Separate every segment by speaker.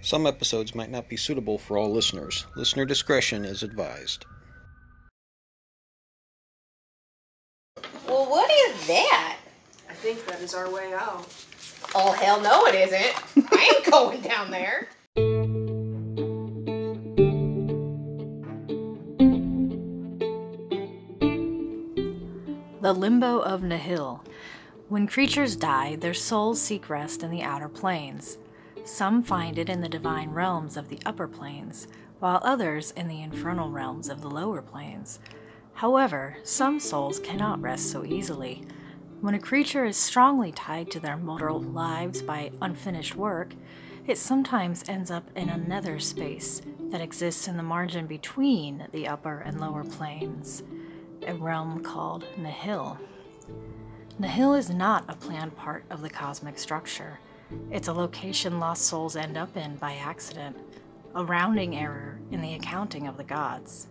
Speaker 1: Some episodes might not be suitable for all listeners. Listener discretion is advised.
Speaker 2: Well, what is that?
Speaker 3: I think that is our way out.
Speaker 2: Oh, hell no, it isn't. I ain't going down there.
Speaker 4: The Limbo of Nihil. When creatures die, their souls seek rest in the outer planes. Some find it in the divine realms of the upper planes, while others in the infernal realms of the lower planes. However, some souls cannot rest so easily. When a creature is strongly tied to their mortal lives by unfinished work, it sometimes ends up in another space that exists in the margin between the upper and lower planes a realm called Nihil. Nihil is not a planned part of the cosmic structure. It's a location lost souls end up in by accident, a rounding error in the accounting of the gods.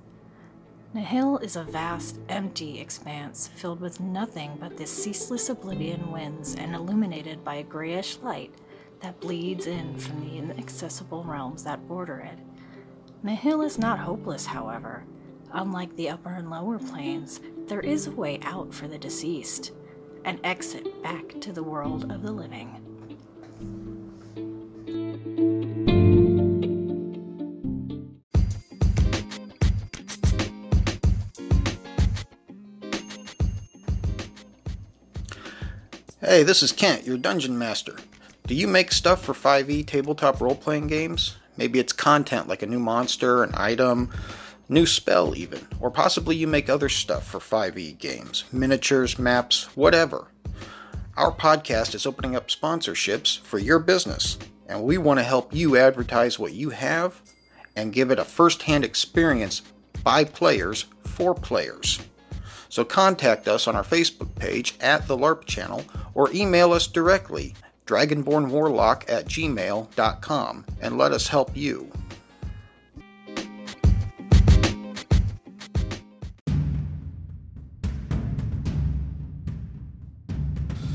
Speaker 4: Nihil is a vast, empty expanse filled with nothing but the ceaseless oblivion winds and illuminated by a grayish light that bleeds in from the inaccessible realms that border it. Nihil is not hopeless, however. Unlike the upper and lower planes, there is a way out for the deceased, an exit back to the world of the living.
Speaker 1: Hey, this is Kent, your dungeon master. Do you make stuff for 5e tabletop role playing games? Maybe it's content like a new monster, an item, new spell, even. Or possibly you make other stuff for 5e games miniatures, maps, whatever. Our podcast is opening up sponsorships for your business, and we want to help you advertise what you have and give it a first hand experience by players for players. So contact us on our Facebook page at the LARP channel or email us directly, dragonbornwarlock at gmail.com, and let us help you.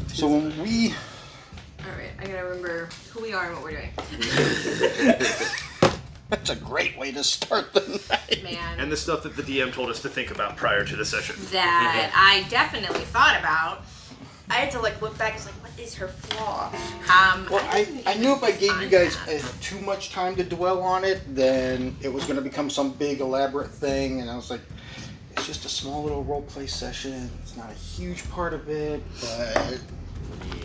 Speaker 1: So when we
Speaker 3: Alright, I gotta remember who we are and what we're doing.
Speaker 1: that's a great way to start the night.
Speaker 3: Man.
Speaker 5: and the stuff that the DM told us to think about prior to the session.
Speaker 3: that I definitely thought about. I had to like look back. It's like, what is her flaw? Um,
Speaker 1: Well, I,
Speaker 3: didn't
Speaker 1: I knew if I
Speaker 3: even
Speaker 1: gave you
Speaker 3: find
Speaker 1: guys
Speaker 3: that.
Speaker 1: uh, too much time to dwell on it, then it was going to become some big elaborate thing, and I was like, it's just a small little role play session. It's not a huge part of it, but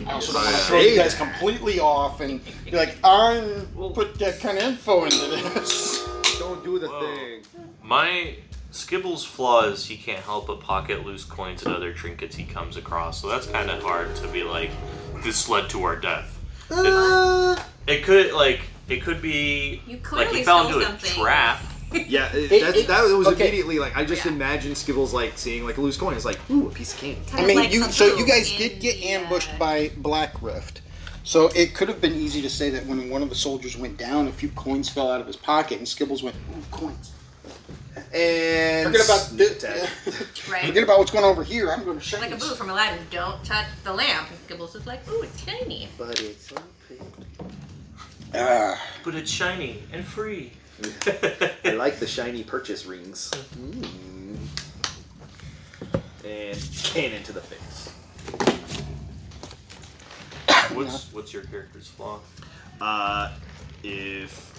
Speaker 1: I also don't want to throw you guys completely off and be like, I put that kind of info into this.
Speaker 6: Don't do the thing.
Speaker 7: My Skibble's flaw is he can't help but pocket loose coins and other trinkets he comes across, so that's kind of hard to be like, this led to our death. It, it could like it could be
Speaker 3: You
Speaker 7: like
Speaker 3: clearly
Speaker 7: he fell
Speaker 3: stole
Speaker 7: into
Speaker 3: something.
Speaker 7: a trap.
Speaker 6: Yeah, it,
Speaker 1: It-
Speaker 6: that's,
Speaker 1: it-
Speaker 6: that was
Speaker 1: okay.
Speaker 6: immediately like I just
Speaker 3: Yeah.
Speaker 6: imagined Skibbles like seeing like a loose coin. It's like ooh, a piece of cake.
Speaker 1: I mean,
Speaker 3: Like
Speaker 1: you.
Speaker 3: some
Speaker 1: So you
Speaker 3: food
Speaker 1: guys
Speaker 3: in
Speaker 1: did get
Speaker 3: the,
Speaker 1: ambushed
Speaker 3: uh,
Speaker 1: by Black Rift. So it could have been easy to say that when one of the soldiers went down, a few coins fell out of his pocket, and Skibbles went, "Ooh, coins."
Speaker 6: And
Speaker 1: Forget about
Speaker 6: sneak
Speaker 1: this.
Speaker 6: attack.
Speaker 3: Right.
Speaker 1: Forget about what's going on over here. I'm going to show
Speaker 3: Like
Speaker 1: you.
Speaker 3: a boo from Aladdin, don't touch the lamp. And Skibbles is like, ooh, it's shiny.
Speaker 6: But it's so pretty.
Speaker 1: Ah,
Speaker 7: But it's shiny and free.
Speaker 6: I like the shiny purchase rings. And cannon to the face.
Speaker 7: What's what's your character's flaw?
Speaker 6: Uh, if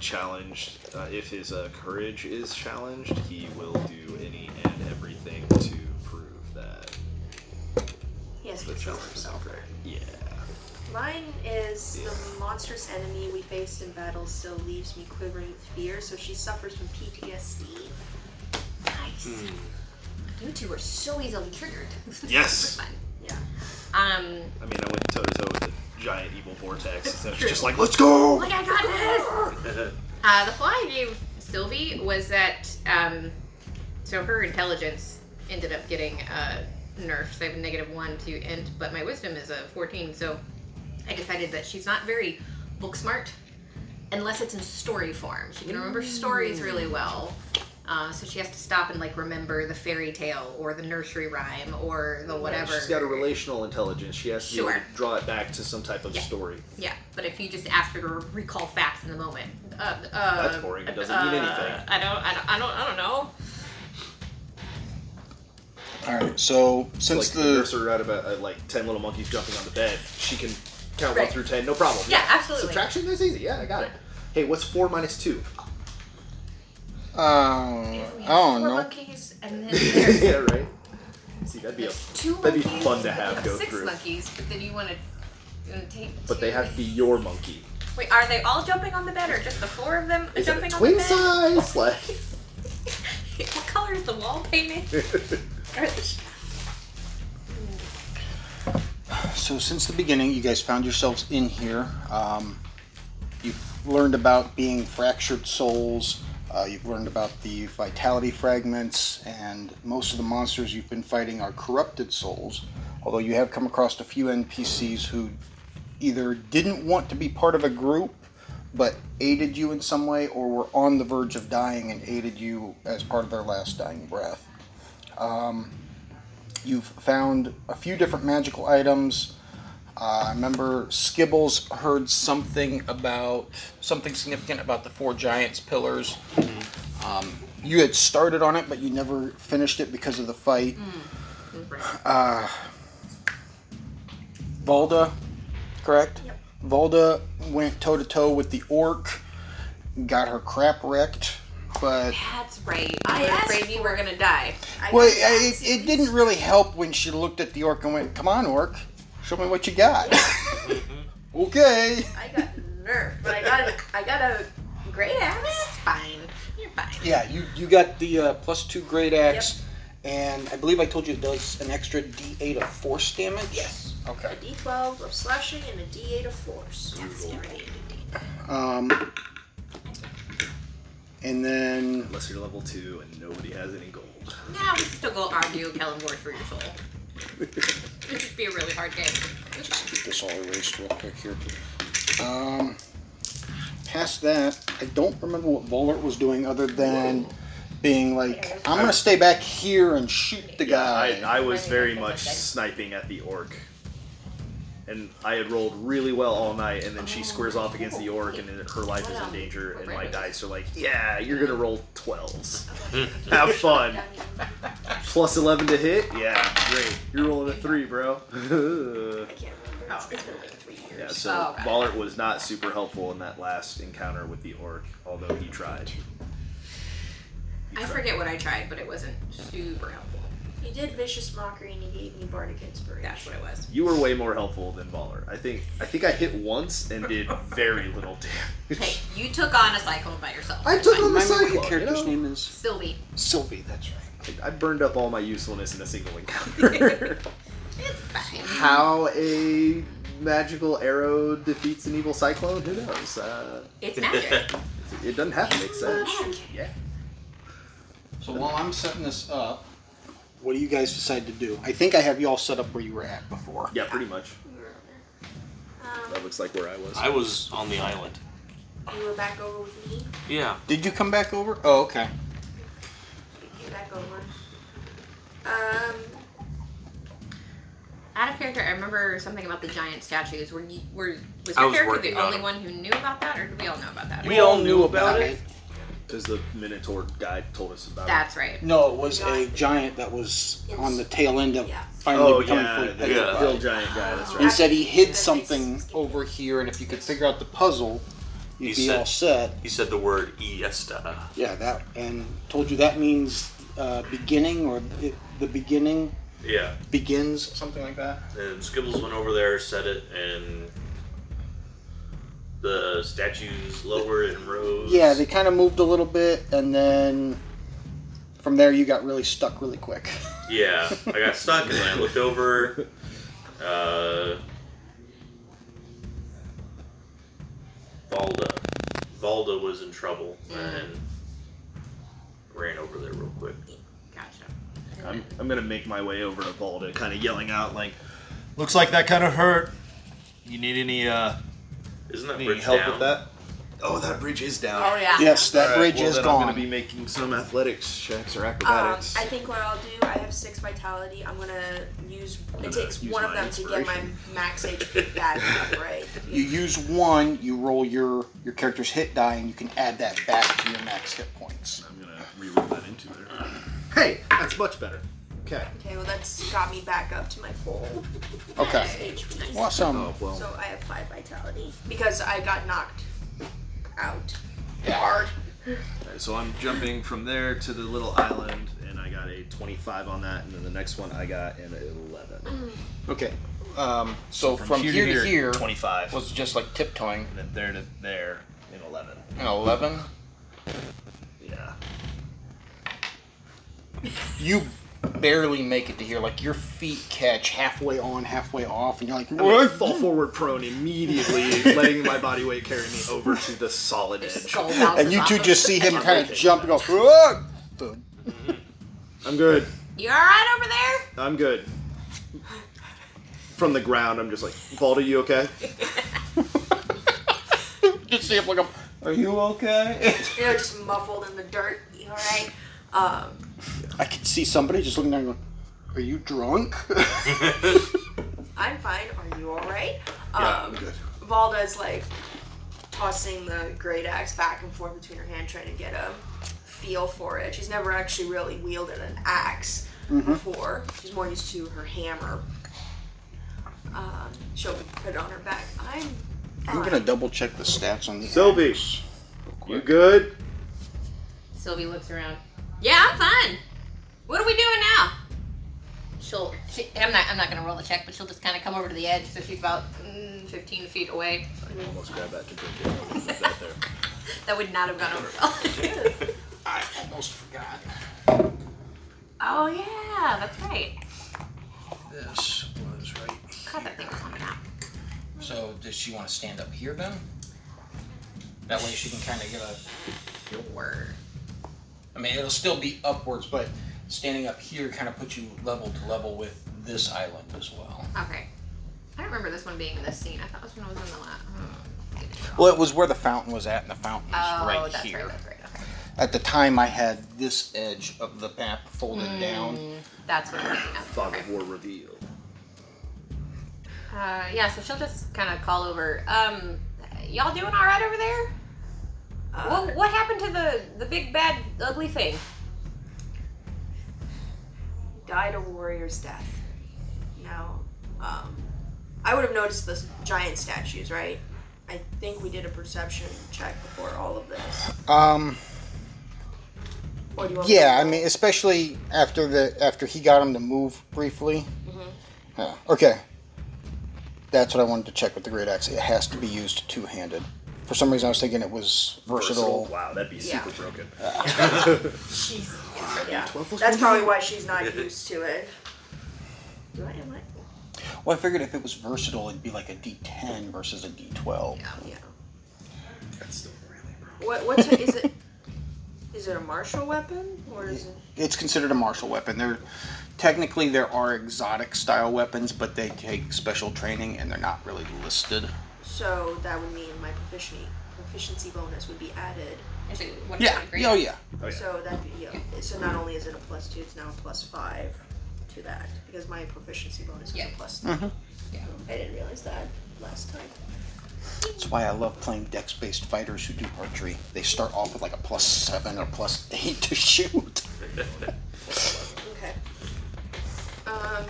Speaker 6: challenged, uh, if his uh, courage is challenged, he will do any and everything to prove that
Speaker 8: Yes, we
Speaker 6: the
Speaker 8: killed
Speaker 6: challenge is
Speaker 8: himself.
Speaker 6: incorrect. Yeah.
Speaker 8: Mine is the monstrous enemy we faced in battle still leaves me quivering with fear, so she suffers from PTSD.
Speaker 3: Nice. You two are so easily triggered.
Speaker 6: Yes.
Speaker 3: Fun.
Speaker 8: Yeah.
Speaker 3: Um,
Speaker 6: I mean, I went toe to toe with the giant evil vortex. And it was just like, let's go.
Speaker 3: like I got this. Uh, the flaw I gave Sylvie was that um, so her intelligence ended up getting uh, nerfed. I have a negative one to int, but my wisdom is a fourteen. So I decided that she's not very book smart unless it's in story form. She can remember stories really well. Uh, so she has to stop and like remember the fairy tale or the nursery rhyme or the whatever.
Speaker 6: She's got a relational intelligence. She has to be able
Speaker 3: Sure.
Speaker 6: to draw it back to some type of
Speaker 3: Yeah.
Speaker 6: story.
Speaker 3: Yeah, but if you just ask her to recall facts in the moment, uh, uh,
Speaker 6: That's boring. It doesn't mean anything.
Speaker 3: I don't, I don't, I don't, I don't know.
Speaker 1: All right. So
Speaker 6: Like
Speaker 1: since
Speaker 6: the nurse her out about uh, like ten little monkeys jumping on the bed. She can count
Speaker 3: Right.
Speaker 6: one through ten, no problem.
Speaker 3: Yeah, absolutely.
Speaker 6: Subtraction, that's easy. Yeah, I got it. Hey, what's four minus two?
Speaker 1: the um, I don't
Speaker 3: Four
Speaker 1: know.
Speaker 3: monkeys and then there's
Speaker 6: yeah, right. See, that'd be a
Speaker 3: two
Speaker 6: that'd be
Speaker 3: monkeys,
Speaker 6: fun to have go
Speaker 3: six
Speaker 6: through.
Speaker 3: monkeys, but then you want to take.
Speaker 6: But they
Speaker 3: two-
Speaker 6: have to be your monkey.
Speaker 3: Wait, are they all jumping on the bed, or just the four of them
Speaker 6: Is it
Speaker 3: jumping
Speaker 6: a
Speaker 3: on the
Speaker 6: twin
Speaker 3: bed?
Speaker 6: size? Like,
Speaker 3: what color is the wall painted? Are they-
Speaker 1: So since the beginning, you guys found yourselves in here. Um, you've learned about being fractured souls. Uh, you've learned about the vitality fragments, and most of the monsters you've been fighting are corrupted souls. Although you have come across a few NPCs who either didn't want to be part of a group but aided you in some way, or were on the verge of dying and aided you as part of their last dying breath. You've found a few different magical items. Uh, I remember Skibbles heard something about something significant about the four giants pillars. Um, you had started on it, but you never finished it because of the fight. Volda, correct? Yep. Volda went toe to toe with the orc, got her crap wrecked, but
Speaker 3: That's right. I was afraid you were gonna die.
Speaker 1: Well, it, it didn't really help when she looked at the orc and went, "Come on, orc, show me what you got." okay.
Speaker 8: I got nerfed, but I got I got a great axe.
Speaker 3: It's fine. You're fine.
Speaker 1: Yeah, you you got the uh, plus two great axe, and I believe I told you it does an extra D8 of force damage. Yes. Okay.
Speaker 8: A D12 of slashing and a D8 of force.
Speaker 1: Um. And then
Speaker 6: unless you're level two and nobody has any gold.
Speaker 3: Now we can still go argue Kellenborg for your soul. It should be a really hard game. It's fine.
Speaker 1: get this all erased real quick here. Um. Past that, I don't remember what Volert was doing other than being like, "I'm gonna stay back here and shoot the guy."
Speaker 6: I, I was very much sniping at the orc. And I had rolled really well all night, and then she squares off against the orc, and then her life is in danger, and my dice are like, yeah, you're gonna roll 12s. Have fun. Plus 11 to hit? Yeah, great. You're rolling a 3, bro.
Speaker 3: Oh,
Speaker 6: yeah, so Ballert was not super helpful in that last encounter with the orc, although he tried.
Speaker 3: I forget what I tried, but it wasn't super helpful.
Speaker 8: You did vicious mockery and you gave me bardic inspiration.
Speaker 3: That's what it was.
Speaker 6: You were way more helpful than Baller. I think I think I hit once and did very little damage.
Speaker 3: Hey, you took on a cyclone by yourself.
Speaker 6: I took on
Speaker 1: Remember
Speaker 6: the
Speaker 1: what
Speaker 6: cyclone.
Speaker 1: your character's
Speaker 6: you know?
Speaker 1: name is?
Speaker 3: Sylvie.
Speaker 1: Sylvie, that's right.
Speaker 6: I burned up all my usefulness in a single encounter.
Speaker 3: It's fine.
Speaker 6: How a magical arrow defeats an evil cyclone? Who knows? Uh,
Speaker 3: It's magic.
Speaker 6: it doesn't have to make sense. Yeah.
Speaker 1: So while I'm setting this up, what do you guys decide to do? I think I have you all set up where you were at before.
Speaker 6: Yeah, pretty much.
Speaker 8: Um,
Speaker 6: That looks like where I was.
Speaker 7: I was on the island.
Speaker 8: you were back over with me.
Speaker 7: Yeah.
Speaker 1: Did you come back over? Oh, okay.
Speaker 8: You came back over. Um,
Speaker 3: Out of character, I remember something about the giant statues. Were you were was
Speaker 7: I
Speaker 3: your
Speaker 7: was
Speaker 3: character
Speaker 7: working
Speaker 3: the
Speaker 7: on
Speaker 3: only
Speaker 7: it.
Speaker 3: one who knew about that, or did we all know about that?
Speaker 7: We all knew about it.
Speaker 6: Because the Minotaur guy told us about
Speaker 3: That's right.
Speaker 1: No, it was a giant that was on the tail end of
Speaker 8: Yeah.
Speaker 1: finally
Speaker 6: Oh
Speaker 1: becoming
Speaker 6: yeah,
Speaker 1: fully
Speaker 6: the
Speaker 7: yeah.
Speaker 1: petrified.
Speaker 6: hill giant guy. That's
Speaker 1: He
Speaker 6: right.
Speaker 1: said he hid something over here, and if you could figure out the puzzle, you'd
Speaker 7: He
Speaker 1: be
Speaker 7: said-
Speaker 1: all set.
Speaker 7: He said the word E Iesta.
Speaker 1: Yeah, that and told you that means uh, beginning or the, the beginning
Speaker 7: Yeah.
Speaker 1: begins, something like that.
Speaker 7: And Skibbles went over there, said it, and the statues lowered and rose.
Speaker 1: Yeah, they kind of moved a little bit, and then from there you got really stuck really quick.
Speaker 7: Yeah, I got stuck and I looked over. Uh, Valda. Valda was in trouble and ran over there real quick.
Speaker 3: Gotcha.
Speaker 6: I'm, I'm gonna make my way over to Valda, kind of yelling out like, "Looks like that kind of hurt. You need any uh,
Speaker 7: Isn't that
Speaker 6: any
Speaker 7: bridge
Speaker 6: help
Speaker 7: down?
Speaker 6: with that?" Oh, that bridge is down.
Speaker 2: Oh yeah.
Speaker 1: Yes, that
Speaker 6: Alright,
Speaker 1: bridge
Speaker 6: well,
Speaker 1: is
Speaker 6: then I'm
Speaker 1: gone.
Speaker 6: going to be making some athletics checks or
Speaker 8: Um,
Speaker 6: acrobatics.
Speaker 8: I think what I'll do, I have six vitality. I'm gonna use. It takes
Speaker 6: use
Speaker 8: one of
Speaker 6: my
Speaker 8: them to get my
Speaker 6: inspiration.
Speaker 8: max HP back, right?
Speaker 1: You use one, you roll your your character's hit die, and you can add that back to your max hit points.
Speaker 6: I'm going to reroll that into there. Hey, that's much better. Okay.
Speaker 8: Okay, well that's got me back up to my full
Speaker 1: Okay.
Speaker 8: HP.
Speaker 1: Awesome.
Speaker 6: Oh, well.
Speaker 8: So I have five vitality because I got knocked out
Speaker 1: Yeah.
Speaker 8: hard.
Speaker 6: Alright, so I'm jumping from there to the little island, and I got a 25 on that, and then the next one I got an
Speaker 8: Mm.
Speaker 6: 11.
Speaker 1: Okay. Um, so from, here, to here
Speaker 6: 25.
Speaker 1: was just like tiptoeing.
Speaker 6: and then there to there, an 11.
Speaker 1: An eleven.
Speaker 6: Yeah.
Speaker 1: You barely make it to here. Like your feet catch halfway on, halfway off, and you're like,
Speaker 6: I
Speaker 1: what?
Speaker 6: fall forward prone immediately, letting my body weight carry me over to the solid edge.
Speaker 3: Skull bounces
Speaker 1: And you
Speaker 3: off
Speaker 1: two
Speaker 3: of-
Speaker 1: just see him kind of jump and go, "Whoa!" Boom.
Speaker 6: I'm good.
Speaker 3: You all right over there?
Speaker 6: I'm good. From the ground, I'm just like, Valda, you okay?
Speaker 1: Just see him like, "Are you okay?"
Speaker 8: You know, just muffled in the dirt. You all right? Um,
Speaker 1: I could see somebody just looking down, and going, "Are you drunk?"
Speaker 8: I'm fine. Are you all right? Um,
Speaker 6: Yeah, I'm good.
Speaker 8: Valda's like tossing the great axe back and forth between her hand, trying to get a feel for it. She's never actually really wielded an axe
Speaker 1: Mm-hmm.
Speaker 8: before. She's more used to her hammer. Um, she'll put it on her back. I'm.
Speaker 1: I'm gonna double check the stats on the.
Speaker 6: Sylvie, you good?
Speaker 3: Sylvie looks around. Yeah, I'm fine. What are we doing now? She'll. She, I'm not. I'm not gonna roll the check, but she'll just kind of come over to the edge, so she's about mm, 15 feet away.
Speaker 6: Almost grab that to drink it. Out there.
Speaker 3: That would not have gone over well.
Speaker 1: I almost forgot.
Speaker 3: oh yeah, that's right.
Speaker 9: This was right.
Speaker 3: God, that thing was coming out.
Speaker 9: So does she want to stand up here then? That way she can kind of get a.
Speaker 3: Sure.
Speaker 9: I mean, it'll still be upwards, but standing up here kind of puts you level to level with this island as well.
Speaker 3: Okay. I don't remember this one being in this scene. I thought this one was in the last.
Speaker 1: Well, it was where the fountain was at, and the fountain was
Speaker 3: Oh,
Speaker 1: right
Speaker 3: that's
Speaker 1: here.
Speaker 3: right. That's right. Okay.
Speaker 1: At the time, I had this edge of the map folded
Speaker 3: Hmm.
Speaker 1: down.
Speaker 3: That's what I'm thinking of.
Speaker 6: Fog
Speaker 3: Okay.
Speaker 6: of War reveal.
Speaker 3: Uh, yeah, so she'll just kind of call over. Um, y'all doing all right over there? what, what happened to the the big bad ugly thing?
Speaker 8: died a warrior's death. Now, um, I would have noticed the giant statues, right? I think we did a perception check before all of this.
Speaker 1: Um,
Speaker 8: Or do you want me
Speaker 1: yeah,
Speaker 8: to-
Speaker 1: I mean, especially after the after he got him to move briefly.
Speaker 3: Mm-hmm.
Speaker 1: Yeah, okay, that's what I wanted to check with the great axe. It has to be used two handed. For some reason, I was thinking it was versatile.
Speaker 6: Wow, that'd be
Speaker 8: Yeah.
Speaker 6: super broken.
Speaker 8: yeah. That's probably why she's not used to it. Do I? Am I?
Speaker 1: Well, I figured if it was versatile, it'd be like a D10 versus a D12.
Speaker 8: Yeah.
Speaker 6: That's still really broken.
Speaker 8: What? What ti- is it? Is it a martial weapon or is it?
Speaker 1: It's considered a martial weapon. There, technically, there are exotic style weapons, but they take special training and they're not really listed.
Speaker 8: So that would mean my proficiency proficiency bonus would be added.
Speaker 3: Is it what
Speaker 1: Yeah.
Speaker 3: is it,
Speaker 1: Oh, yeah.
Speaker 6: Oh, yeah.
Speaker 8: So that yeah. So not only is it a plus two, it's now a plus five to that because my proficiency bonus is
Speaker 3: Yeah. Mm-hmm.
Speaker 8: a plus 3
Speaker 3: Yeah.
Speaker 8: I didn't realize that last time.
Speaker 1: That's why I love playing dex-based fighters who do archery. They start off with like a plus seven or plus eight to shoot.
Speaker 8: Okay. Um.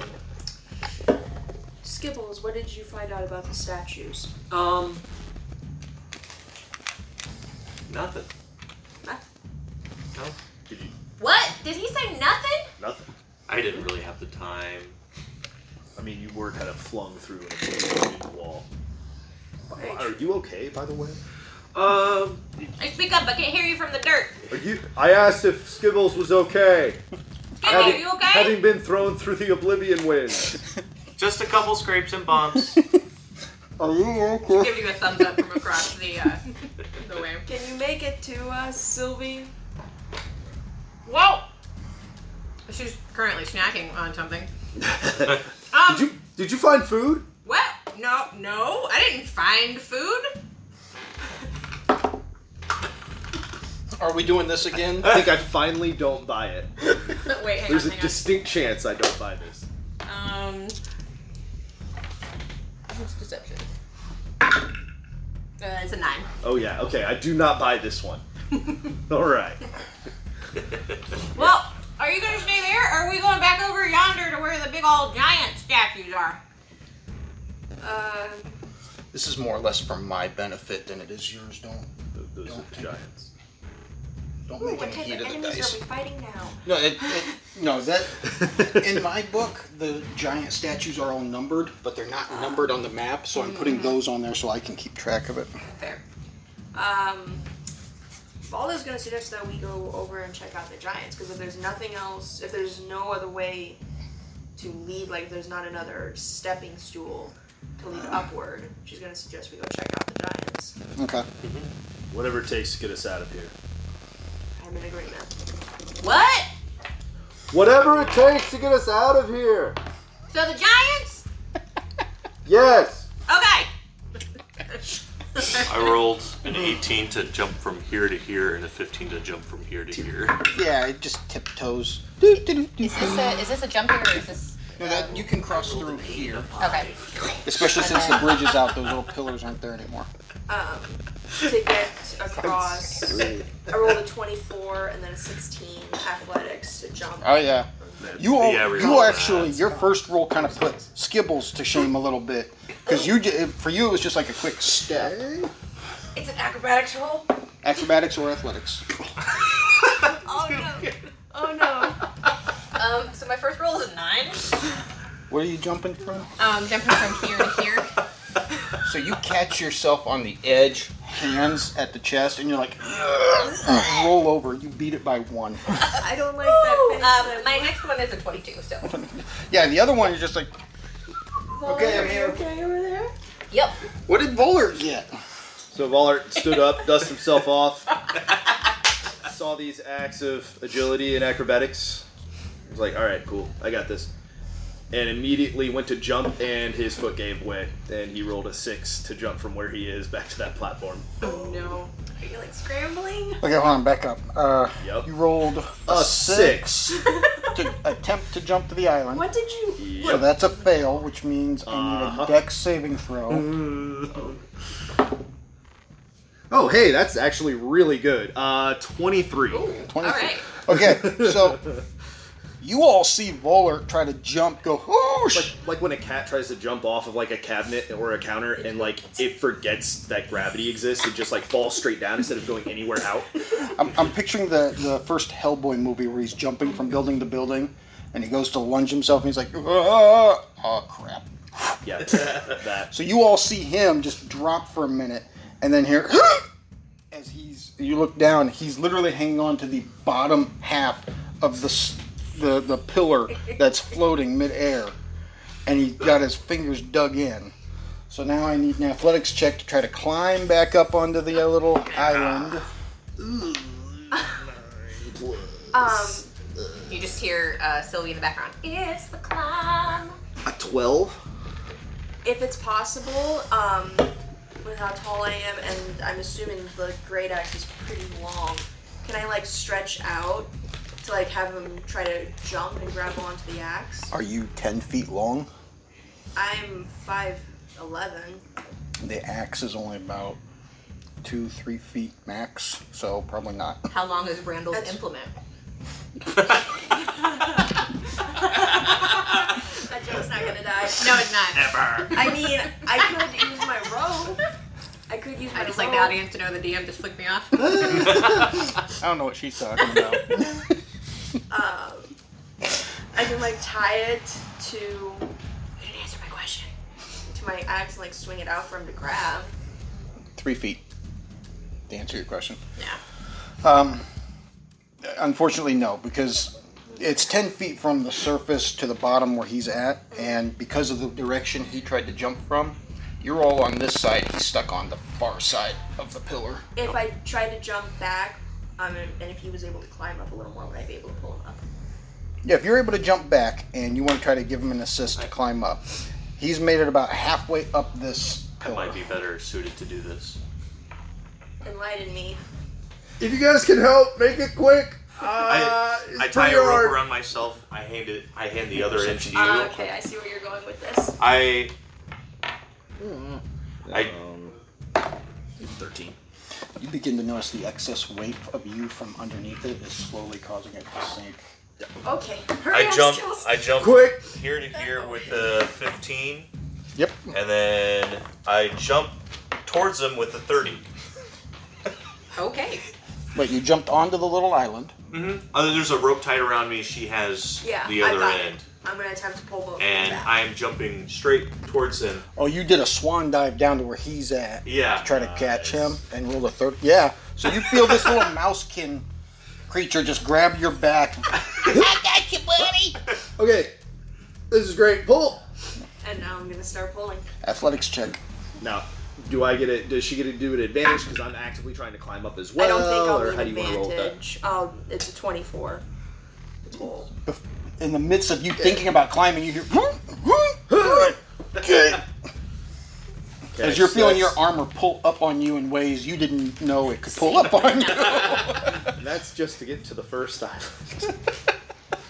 Speaker 8: Skibbles, what did you find out about the statues?
Speaker 7: Um. Nothing.
Speaker 8: Ah,
Speaker 7: No.
Speaker 6: Did you?
Speaker 3: What? Did he say nothing?
Speaker 6: Nothing.
Speaker 7: I didn't really have the time.
Speaker 6: I mean, you were kind of flung through an exploding wall.
Speaker 10: Oh,
Speaker 6: Are you okay, by the way?
Speaker 7: Um.
Speaker 3: I speak up. I can't hear you from the dirt.
Speaker 6: Are you? I asked if Skibbles was okay.
Speaker 3: Get there. You okay?
Speaker 6: Having been thrown through the oblivion wind.
Speaker 7: Just a couple scrapes and bumps.
Speaker 1: Are you okay?
Speaker 3: Give you a thumbs up from across the uh, the way.
Speaker 8: Can you make it to
Speaker 3: uh,
Speaker 8: us, Sylvie?
Speaker 3: Whoa! She's currently snacking on something.
Speaker 6: did
Speaker 3: Um.
Speaker 6: you? Did you find food?
Speaker 3: What? No, no. I didn't find food.
Speaker 10: Are we doing this again?
Speaker 6: I think I finally don't buy it.
Speaker 3: Wait, hang on,
Speaker 6: There's a
Speaker 3: hang on.
Speaker 6: distinct chance I don't buy this.
Speaker 3: Um. What's Um, deception? Uh, it's a nine.
Speaker 6: Oh yeah, okay, I do not buy this one. All right.
Speaker 2: Well, are you gonna stay there, or are we going back over yonder to where the big old giant statues are?
Speaker 8: Uh,
Speaker 10: This is more or less for my benefit than it is yours. Don't
Speaker 6: Those are the giants.
Speaker 10: don't
Speaker 8: ooh,
Speaker 10: make
Speaker 8: what
Speaker 10: any
Speaker 8: type
Speaker 10: heat
Speaker 8: of
Speaker 10: of the
Speaker 8: enemies
Speaker 10: dice.
Speaker 8: are we fighting now?
Speaker 10: No, it, it, no, that in my book, the giant statues are all numbered, but they're not numbered on the map, so I'm
Speaker 8: Mm-hmm.
Speaker 10: putting those on there so I can keep track of it.
Speaker 8: Fair. Um, Baldo's gonna suggest that we go over and check out the giants because if there's nothing else, if there's no other way to lead, like if there's not another stepping stool to lead upward, she's gonna suggest we go check out the giants.
Speaker 10: Okay.
Speaker 8: Mm-hmm.
Speaker 6: Whatever it takes to get us out of here.
Speaker 8: I'm in agreement.
Speaker 2: What?
Speaker 6: Whatever it takes to get us out of here.
Speaker 2: So the giants?
Speaker 6: Yes.
Speaker 2: Okay.
Speaker 7: I rolled an 18 to jump from here to here and a 15 to jump from here to here.
Speaker 10: Yeah, it just tiptoes.
Speaker 3: Is this a is this a jump here or is this
Speaker 10: No, that you can cross through here,
Speaker 3: okay?
Speaker 10: especially since the bridge is out. Those little pillars aren't there anymore.
Speaker 8: Um, to get across, I rolled a 24 and then a 16 athletics to jump.
Speaker 10: Oh yeah, you all,
Speaker 7: Yeah, we
Speaker 10: you
Speaker 7: rolled
Speaker 10: actually your first roll kind of put Skibbles to shame a little bit because you ju- for you it was just like a quick step,
Speaker 8: It's an acrobatics roll.
Speaker 10: acrobatics or athletics.
Speaker 8: Oh no! Oh no!
Speaker 3: Um, so my first roll is a nine.
Speaker 10: Where are you jumping from?
Speaker 3: Um, jumping from here to here.
Speaker 10: So you catch yourself on the edge, hands at the chest, and you're like, "Ugh," roll over. You beat it by one.
Speaker 8: I don't like that. face
Speaker 3: Um,
Speaker 8: that
Speaker 3: my next one is a twenty-two. So
Speaker 10: Yeah, the other one you're just like, okay, I'm
Speaker 8: Are you
Speaker 10: here.
Speaker 8: okay over there?
Speaker 3: yep.
Speaker 10: What did Vollert get?
Speaker 6: So Vollert stood up, dusted himself off, saw these acts of agility and acrobatics. He was like, all right, cool, I got this. And immediately went to jump, and his foot gave way, and he rolled a six to jump from where he is back to that platform.
Speaker 8: Oh no! Are you like scrambling?
Speaker 10: Okay, hold on, back up. Uh,
Speaker 6: Yep.
Speaker 10: You rolled a,
Speaker 6: A
Speaker 10: six,
Speaker 6: six.
Speaker 10: to attempt to jump to the island.
Speaker 8: What did you?
Speaker 10: So that's a fail, which means I need a
Speaker 6: Uh-huh.
Speaker 10: dex saving throw.
Speaker 6: Oh, hey, that's actually really good. Uh, twenty-three.
Speaker 10: Twenty. Okay, so you all see Vollert try to jump, go, whoosh!
Speaker 6: Like, like when a cat tries to jump off of like a cabinet or a counter, and like it forgets that gravity exists, it just like falls straight down instead of going anywhere out.
Speaker 10: I'm, I'm picturing the, the first Hellboy movie where he's jumping from building to building and he goes to lunge himself and he's like, "Ah, oh crap.
Speaker 6: Yeah, that.
Speaker 10: So you all see him just drop for a minute and then hear, as he's, you look down, he's literally hanging on to the bottom half of the, s- the, the pillar that's floating midair and he got his fingers dug in. So now I need an athletics check to try to climb back up onto the little island.
Speaker 8: Um,
Speaker 3: You just hear uh, Sylvie in the background.
Speaker 8: it's the climb.
Speaker 6: A twelve.
Speaker 8: If it's possible, um, with how tall I am, and I'm assuming the great axe is pretty long, can I like stretch out to like have him try to jump and grab onto the axe?
Speaker 10: Are you 10 feet long?
Speaker 8: I'm five eleven.
Speaker 10: The axe is only about two, three feet max, so probably not.
Speaker 3: How long is Randall's
Speaker 8: That's-
Speaker 3: implement?
Speaker 8: That joke's not gonna die.
Speaker 3: No, it's not.
Speaker 8: I mean, I could use my rope. I could use my
Speaker 3: I just like the
Speaker 8: rope.
Speaker 3: audience to know the DM just flicked me off.
Speaker 10: I don't know what she's talking about.
Speaker 8: Um, I can like tie it to. You didn't answer my question. To my axe and like swing it out for him to grab.
Speaker 10: three feet. To answer your question.
Speaker 3: yeah.
Speaker 10: Um, unfortunately, no, because it's 10 feet from the surface to the bottom where he's at, and because of the direction he tried to jump from, you're all on this side, he's stuck on the far side of the pillar.
Speaker 8: If I tried to jump back, um, and and if he was able to climb up a little more, would I be able to pull him up?
Speaker 10: Yeah, if you're able to jump back and you want to try to give him an assist to climb up, he's made it about halfway up this
Speaker 7: I
Speaker 10: pillar.
Speaker 7: might be better suited to do this.
Speaker 8: Enlighten me.
Speaker 2: If you guys can help, make it quick. Uh,
Speaker 7: I,
Speaker 2: it's
Speaker 7: I tie a
Speaker 2: pretty
Speaker 7: rope
Speaker 2: hard.
Speaker 7: around myself. I hand it. I hand the other end to you.
Speaker 8: Ah, okay, I see where you're going with this.
Speaker 7: I.
Speaker 8: Hmm.
Speaker 7: I.
Speaker 6: Thirteen.
Speaker 10: You begin to notice the excess weight of you from underneath it is slowly causing it to sink.
Speaker 8: Okay. Hurry
Speaker 7: I
Speaker 8: up,
Speaker 7: jump.
Speaker 8: Skills.
Speaker 7: I jump
Speaker 10: Quick.
Speaker 7: here to here with the fifteen,
Speaker 10: Yep.
Speaker 7: and then I jump towards them with the thirty.
Speaker 3: Okay.
Speaker 10: Wait, you jumped onto the little island.
Speaker 7: Mm-hmm. Uh, there's a rope tied around me. She has
Speaker 8: Yeah,
Speaker 7: the
Speaker 8: I
Speaker 7: other
Speaker 8: got it.
Speaker 7: end,
Speaker 8: I'm gonna attempt to pull both.
Speaker 7: and I am jumping straight towards him.
Speaker 10: Oh, you did a swan dive down to where he's at.
Speaker 7: Yeah.
Speaker 10: To try to catch him and roll a third. Yeah. So you feel this little mousekin creature just grab your back.
Speaker 2: Okay, this is great. Pull.
Speaker 8: And now I'm gonna start pulling.
Speaker 10: Athletics check.
Speaker 6: Now, do I get it? Does she get to do an advantage because I'm actively trying to climb up as well?
Speaker 8: I don't think I'll
Speaker 6: Oh, or
Speaker 8: need
Speaker 6: how do you want to roll with that?
Speaker 8: advantage. I'll, it's a 24.
Speaker 10: In the midst of you thinking about climbing, you hear. As you're feeling your armor pull up on you in ways you didn't know it could pull up on you.
Speaker 6: That's just to get to the first island.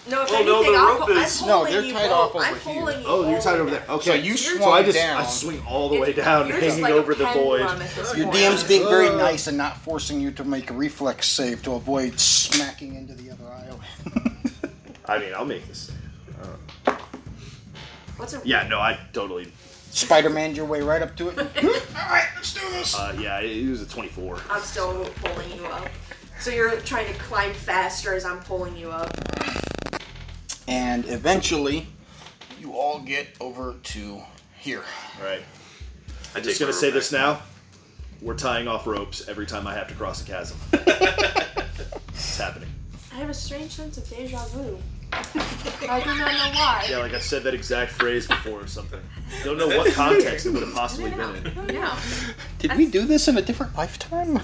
Speaker 8: No, if
Speaker 10: Oh, no,
Speaker 8: anything,
Speaker 10: the
Speaker 8: I'll
Speaker 10: rope
Speaker 8: pull,
Speaker 10: is-
Speaker 8: I'm
Speaker 10: No,
Speaker 8: pulling
Speaker 10: they're
Speaker 8: you
Speaker 10: tied
Speaker 8: both.
Speaker 10: off over
Speaker 8: I'm pulling you
Speaker 6: Oh, you're
Speaker 8: both.
Speaker 6: tied over there. Okay.
Speaker 10: So you
Speaker 6: So I
Speaker 10: swung
Speaker 6: just I
Speaker 10: down.
Speaker 6: swing all the way down,
Speaker 8: You're just
Speaker 6: hanging
Speaker 8: like a
Speaker 6: over the void.
Speaker 8: pendulum at this
Speaker 10: Your
Speaker 8: point.
Speaker 10: DM's being very nice and not forcing you to make a reflex save to avoid smacking into the other aisle.
Speaker 6: I mean, I'll make this.
Speaker 8: What's a
Speaker 6: Yeah, no, I totally.
Speaker 10: Spider-Man your way right up to it. let's do this.
Speaker 6: Uh, yeah, it it was a 24.
Speaker 8: I'm still pulling you up. So you're trying to climb faster as I'm pulling you up.
Speaker 10: and eventually, you all get over to here.
Speaker 6: Right.
Speaker 7: I'm
Speaker 6: just gonna say this now. We're tying off ropes every time I have to cross a chasm. it's happening.
Speaker 8: I have a strange sense of deja vu. I do not know why.
Speaker 6: Yeah, like I've said that exact phrase before or something. Don't know what context it would have possibly been in.
Speaker 3: No.
Speaker 10: Did we do this in a different lifetime?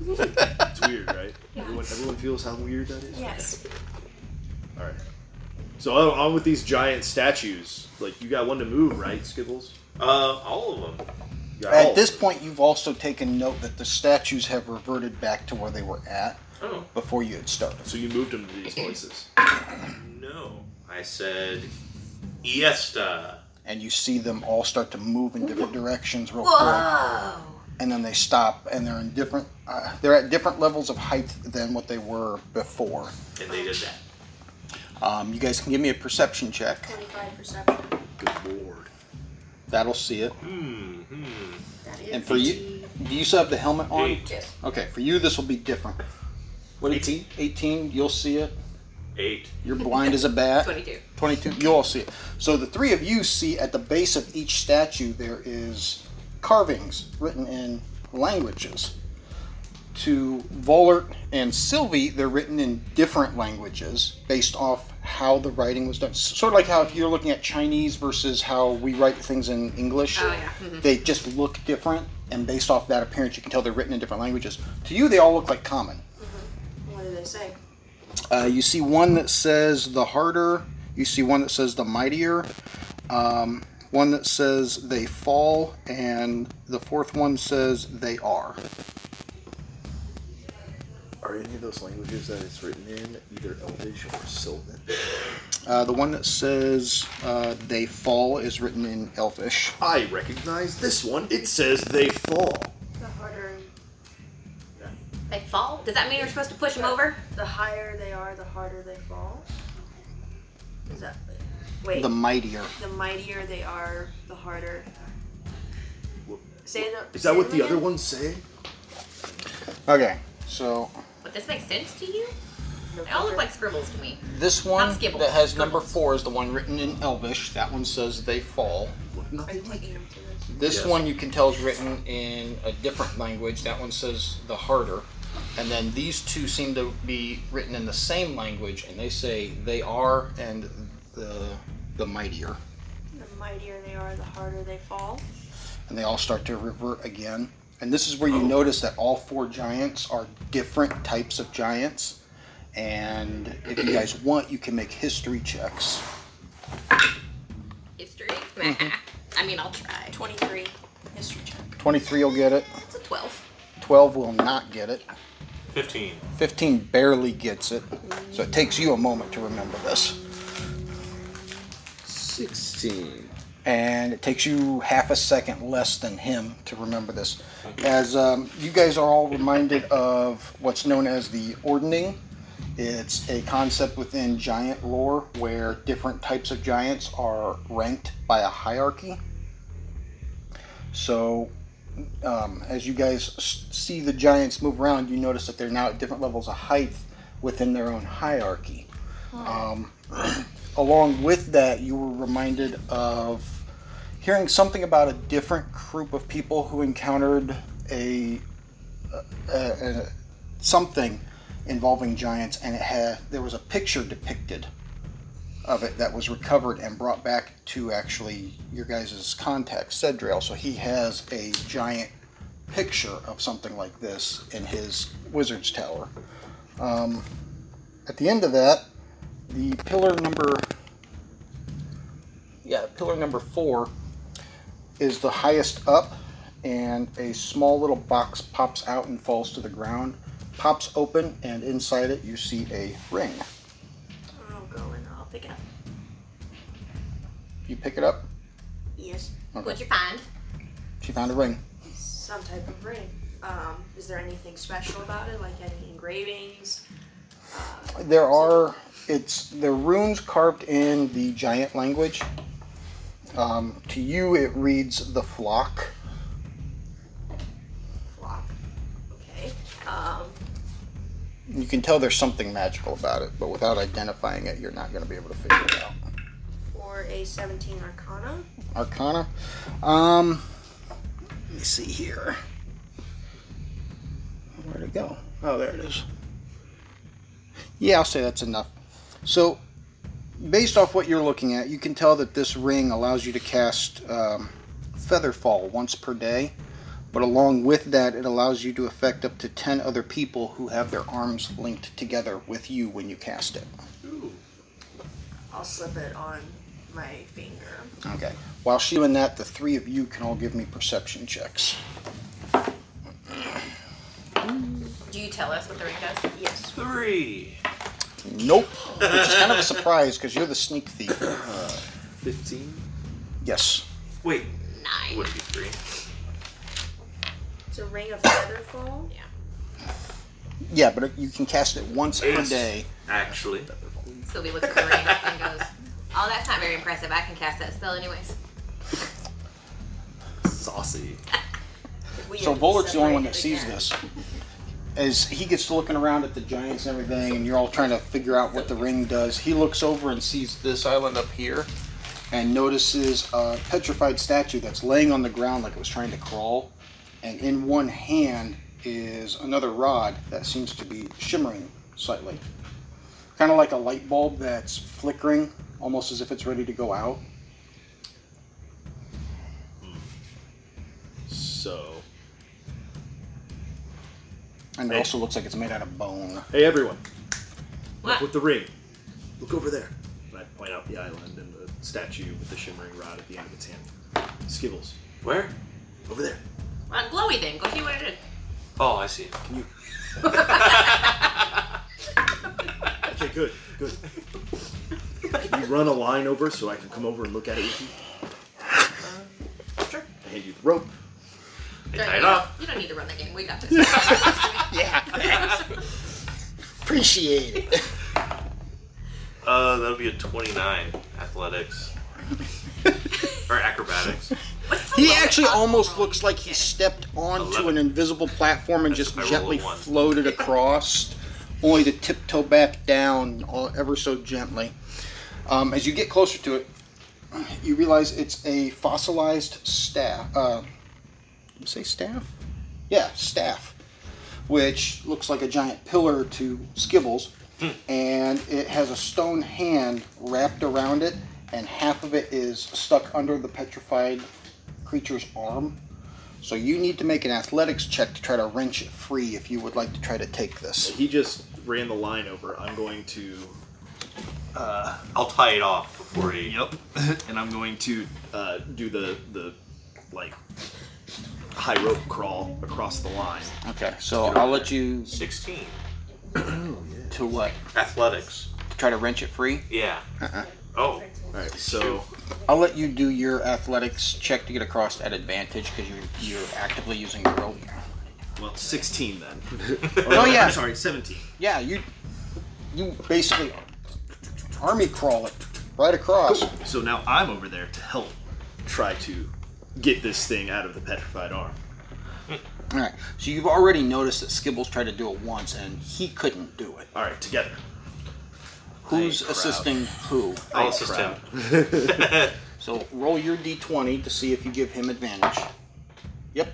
Speaker 6: It's weird, right? Everyone, everyone feels how weird that is.
Speaker 8: Yes.
Speaker 6: All right. So on, on with these giant statues. Like you got one to move, right, Skibbles?
Speaker 7: Uh, all of them.
Speaker 10: At this point, you've also taken note that the statues have reverted back to where they were at
Speaker 7: Oh.
Speaker 10: before you had started.
Speaker 6: So you moved them to these places.
Speaker 7: No, I said Iesta.
Speaker 10: And you see them all start to move in different directions real
Speaker 8: Whoa!
Speaker 10: quick. And then they stop, and they're in different. Uh, they're at different levels of height than what they were before.
Speaker 7: And they did that.
Speaker 10: Um, you guys can give me a perception check.
Speaker 8: 25 perception.
Speaker 6: Good lord.
Speaker 10: That'll see it.
Speaker 7: Hmm.
Speaker 8: Mm-hmm.
Speaker 7: hmm.
Speaker 8: That
Speaker 10: And for you, do you still have the helmet on?
Speaker 7: Eight.
Speaker 8: Yes.
Speaker 10: Okay, for you this will be different. What 18? 18, you'll see it.
Speaker 7: Eight.
Speaker 10: You're blind as a bat.
Speaker 3: 22.
Speaker 10: 22, you all see it. So the three of you see at the base of each statue there is carvings written in languages. To Volert and Sylvie, they're written in different languages based off how the writing was done. Sort of like how if you're looking at Chinese versus how we write things in English,
Speaker 3: Oh, yeah. Mhm.
Speaker 10: they just look different, and based off that appearance, you can tell they're written in different languages. To you, they all look like common.
Speaker 8: What do they say?
Speaker 10: Uh, you see one that says the harder. You see one that says the mightier. Um, one that says they fall, and the fourth one says they are.
Speaker 6: Are any of those languages that it's written in either Elvish or Sylvan?
Speaker 10: Uh, the one that says uh, they fall is written in Elfish.
Speaker 6: I recognize this one. It says they fall.
Speaker 8: The harder.
Speaker 3: They fall? Does that mean we're supposed to push them over?
Speaker 8: The higher they are, the harder they fall. Is that. Wait.
Speaker 10: The mightier.
Speaker 8: The mightier they are, the harder. Say the,
Speaker 6: Is that what
Speaker 8: say
Speaker 6: the
Speaker 8: them
Speaker 6: other
Speaker 8: again?
Speaker 6: ones say?
Speaker 10: Okay, so
Speaker 3: But this makes sense to you? They all look like scribbles to me.
Speaker 10: this one
Speaker 3: Not Skibbles,
Speaker 10: that has number four is the one written in Elvish. That one says they fall.
Speaker 8: Are you taking them to this?
Speaker 10: This
Speaker 6: Yes.
Speaker 10: one you can tell is written in a different language. That one says the harder. And then these two seem to be written in the same language, and they say they are and the, the mightier.
Speaker 8: The mightier they are, the harder they fall.
Speaker 10: And they all start to revert again. And this is where you notice that all four giants are different types of giants. And if you guys want, you can make history checks.
Speaker 3: History? I mean, I'll try.
Speaker 8: 23. History check.
Speaker 10: 23 will get it,
Speaker 3: It's a 12.
Speaker 10: 12 will not get it.
Speaker 7: Fifteen.
Speaker 10: 15 barely gets it, so it takes you a moment to remember this.
Speaker 6: 16.
Speaker 10: And it takes you half a second less than him to remember this. As um, you guys are all reminded of what's known as the Ordning, it's a concept within giant lore where different types of giants are ranked by a hierarchy. So um, as you guys s- see the giants move around, you notice that they're now at different levels of height within their own hierarchy. Um, along with that, you were reminded of hearing something about a different group of people who encountered a, a, a, a something involving giants, and it had there was a picture depicted of it that was recovered and brought back to actually your guys' contact, Cedrail. So he has a giant picture of something like this in his wizard's tower. Um, at the end of that, the pillar number yeah, pillar number four is the highest up, and a small little box pops out and falls to the ground. Pops open, and inside it you see a ring.
Speaker 8: I'll go and I'll pick it up.
Speaker 10: You pick it up.
Speaker 8: Yes.
Speaker 10: Okay.
Speaker 3: What'd you find?
Speaker 10: She found a ring.
Speaker 8: Some type of ring. Um, is there anything special about it? Like any engravings?
Speaker 10: There are it's the runes carved in the giant language. Um, to you, it reads the flock.
Speaker 8: Okay. Um,
Speaker 10: You can tell there's something magical about it, but without identifying it, you're not going to be able to figure it out.
Speaker 8: for a 17 Arcana.
Speaker 10: Arcana. Um, let me see here. Where'd it go? Oh, there it is. Yeah, I'll say that's enough. So, based off what you're looking at, you can tell that this ring allows you to cast um, Featherfall once per day. But along with that, it allows you to affect up to 10 other people who have their arms linked together with you when you cast it.
Speaker 8: I'll slip it on my finger.
Speaker 10: Okay. While she's doing that, the three of you can all give me perception checks.
Speaker 3: Do you tell us what the ring does?
Speaker 8: Yes.
Speaker 7: Three.
Speaker 10: Nope. Which is kind of a surprise because you're the sneak thief.
Speaker 6: Fifteen.
Speaker 10: Yes.
Speaker 7: Wait.
Speaker 3: Nine.
Speaker 7: Would be three.
Speaker 8: It's a ring of Featherfall. Yeah.
Speaker 10: Yeah, but you can cast it once per day.
Speaker 7: Actually.
Speaker 3: Sylvie looks at the ring and goes, "Oh, that's not very impressive. I can cast that spell anyways."
Speaker 6: Saucy.
Speaker 10: So Bullock's the only one that sees this. As he gets to looking around at the giants and everything, and you're all trying to figure out what the ring does, he looks over and sees this island up here and notices a petrified statue that's laying on the ground like it was trying to crawl. And in one hand is another rod that seems to be shimmering slightly. Kind of like a light bulb that's flickering, almost as if it's ready to go out.
Speaker 6: So.
Speaker 10: And it
Speaker 6: Hey.
Speaker 10: also looks like it's made out of bone.
Speaker 6: Hey, everyone. Look with the ring. Look over there. And I point out the island and the statue with the shimmering rod at the end of its hand. Skibbles.
Speaker 7: Where?
Speaker 6: Over there.
Speaker 3: Well, glowy thing. Go see what it is.
Speaker 7: Oh, I see. Can
Speaker 6: you? Okay, good, good. Can you run a line over so I can come over and look at it with you? Sure. I hand you the rope.
Speaker 3: Don't
Speaker 6: tie it
Speaker 3: need-
Speaker 6: up.
Speaker 3: You don't need to run the game. We got this.
Speaker 10: yeah. Appreciate it.
Speaker 7: Uh, that'll be a twenty-nine. Athletics. or acrobatics.
Speaker 10: He actually almost looks like he stepped onto an invisible platform and just
Speaker 7: I rolled a
Speaker 10: gently
Speaker 7: one.
Speaker 10: floated across, only to tiptoe back down all, ever so gently. Um, as you get closer to it, you realize it's a fossilized staff. Uh, did you say staff? Yeah, staff, which looks like a giant pillar to Skibbles, and it has a stone hand wrapped around it, and half of it is stuck under the petrified creature's arm. So you need to make an athletics check to try to wrench it free if you would like to try to take this.
Speaker 6: He just ran the line over. I'm going to. Uh,
Speaker 7: I'll tie it off before he.
Speaker 6: Yep. and I'm going to uh, do the the like high rope crawl across the line.
Speaker 10: Okay, so I'll let you.
Speaker 7: 16.
Speaker 10: To what?
Speaker 7: Athletics.
Speaker 10: To try to wrench it free?
Speaker 7: Yeah.
Speaker 10: Uh-uh.
Speaker 7: Oh.
Speaker 6: Alright, so.
Speaker 10: I'll let you do your athletics check to get across at advantage because you're, you're actively using your rope.
Speaker 6: Well, 16 then.
Speaker 10: oh, yeah.
Speaker 6: I'm sorry, 17.
Speaker 10: Yeah, you you basically army crawl it right across.
Speaker 6: So now I'm over there to help try to get this thing out of the petrified arm.
Speaker 10: All right. So you've already noticed that Skibbles tried to do it once and he couldn't do it.
Speaker 6: All right, together.
Speaker 10: Who's assisting who?
Speaker 6: I'll I assist crowd.
Speaker 10: him. so roll your d20 to see if you give him advantage. Yep.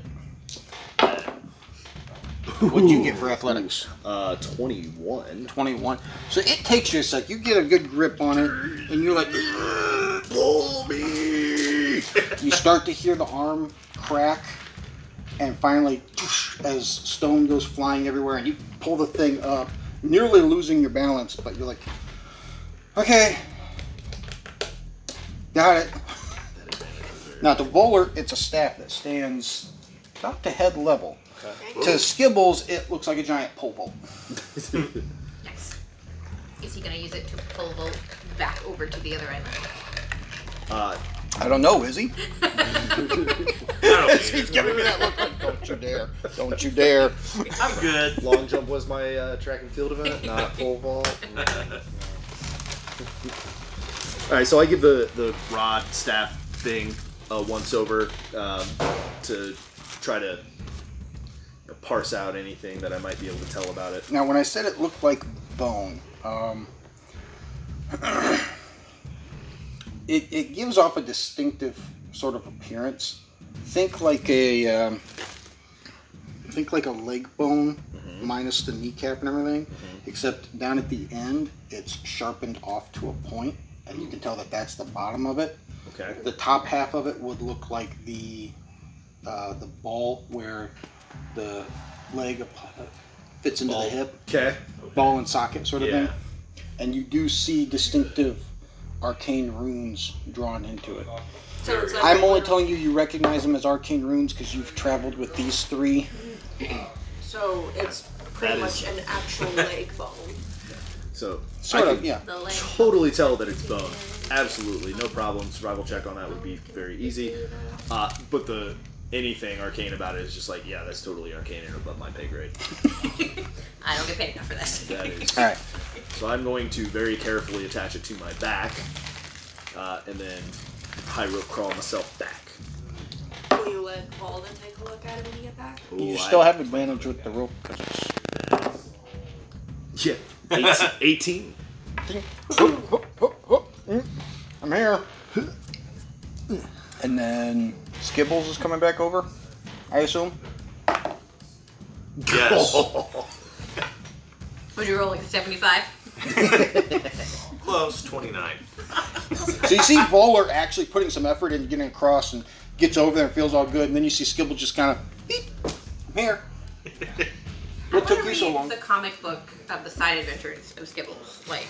Speaker 10: What'd you get for athletics?
Speaker 6: Uh, 21.
Speaker 10: 21. So it takes you a sec. You get a good grip on it, and you're like, pull me. you start to hear the arm crack, and finally, as stone goes flying everywhere, and you pull the thing up, nearly losing your balance, but you're like, okay, got it. Now, to Bowler, it's a staff that stands about to head level. To Skibbles, it looks like a giant pole vault.
Speaker 3: Is he going to use it to pull Volt back over to the other island?
Speaker 6: Uh,
Speaker 10: I don't know, is he?
Speaker 11: He's giving me that look like, don't you dare, don't you dare.
Speaker 6: I'm good. Long jump was my uh, track and field event, not pole vault. All right, so I give the the rod staff thing a once over um, to try to parse out anything that I might be able to tell about it.
Speaker 11: Now, when I said it looked like bone, um, it, it gives off a distinctive sort of appearance. Think like a um, think like a leg bone minus the kneecap and everything, except down at the end it's sharpened off to a point, and you can tell that that's the bottom of it.
Speaker 6: Okay.
Speaker 11: The top half of it would look like the uh, the ball where the leg up- uh, fits into the hip.
Speaker 6: Okay.
Speaker 11: Ball and socket sort of
Speaker 6: Yeah.
Speaker 11: thing. And you do see distinctive arcane runes drawn into it.
Speaker 8: So it's like
Speaker 11: I'm only telling you you recognize them as arcane runes because you've traveled with these three.
Speaker 8: so it's pretty
Speaker 11: That
Speaker 8: much
Speaker 11: is-
Speaker 8: an actual leg bone.
Speaker 6: So
Speaker 11: Sort
Speaker 6: I
Speaker 11: of,
Speaker 6: can
Speaker 11: yeah.
Speaker 8: The leg.
Speaker 6: Totally tell that it's bone. Absolutely, no problem. Survival check on that would be very easy. Uh, but the anything arcane about it is just like, yeah, that's totally arcane and above my pay grade.
Speaker 3: I don't get paid enough for this.
Speaker 6: That is.
Speaker 11: All right.
Speaker 6: So I'm going to very carefully attach it to my back, uh, and then high rope crawl myself back.
Speaker 8: Will you let Walden take a look at it when you get back?
Speaker 11: you
Speaker 6: Ooh,
Speaker 11: still
Speaker 6: I-
Speaker 11: have advantage with the rope. 'cause it's-
Speaker 6: Yeah. 18. 18.
Speaker 11: Oh, mm, I'm here. And then Skibbles is coming back over, I assume.
Speaker 7: Yes.
Speaker 3: Would you roll like a 75?
Speaker 7: Close, 29.
Speaker 11: So you see Bowler actually putting some effort into getting across and gets over there and feels all good, and then you see Skibble just kind of, beep, I'm here. What took you so long?
Speaker 3: The comic book of the side adventures of Skibbles. Like,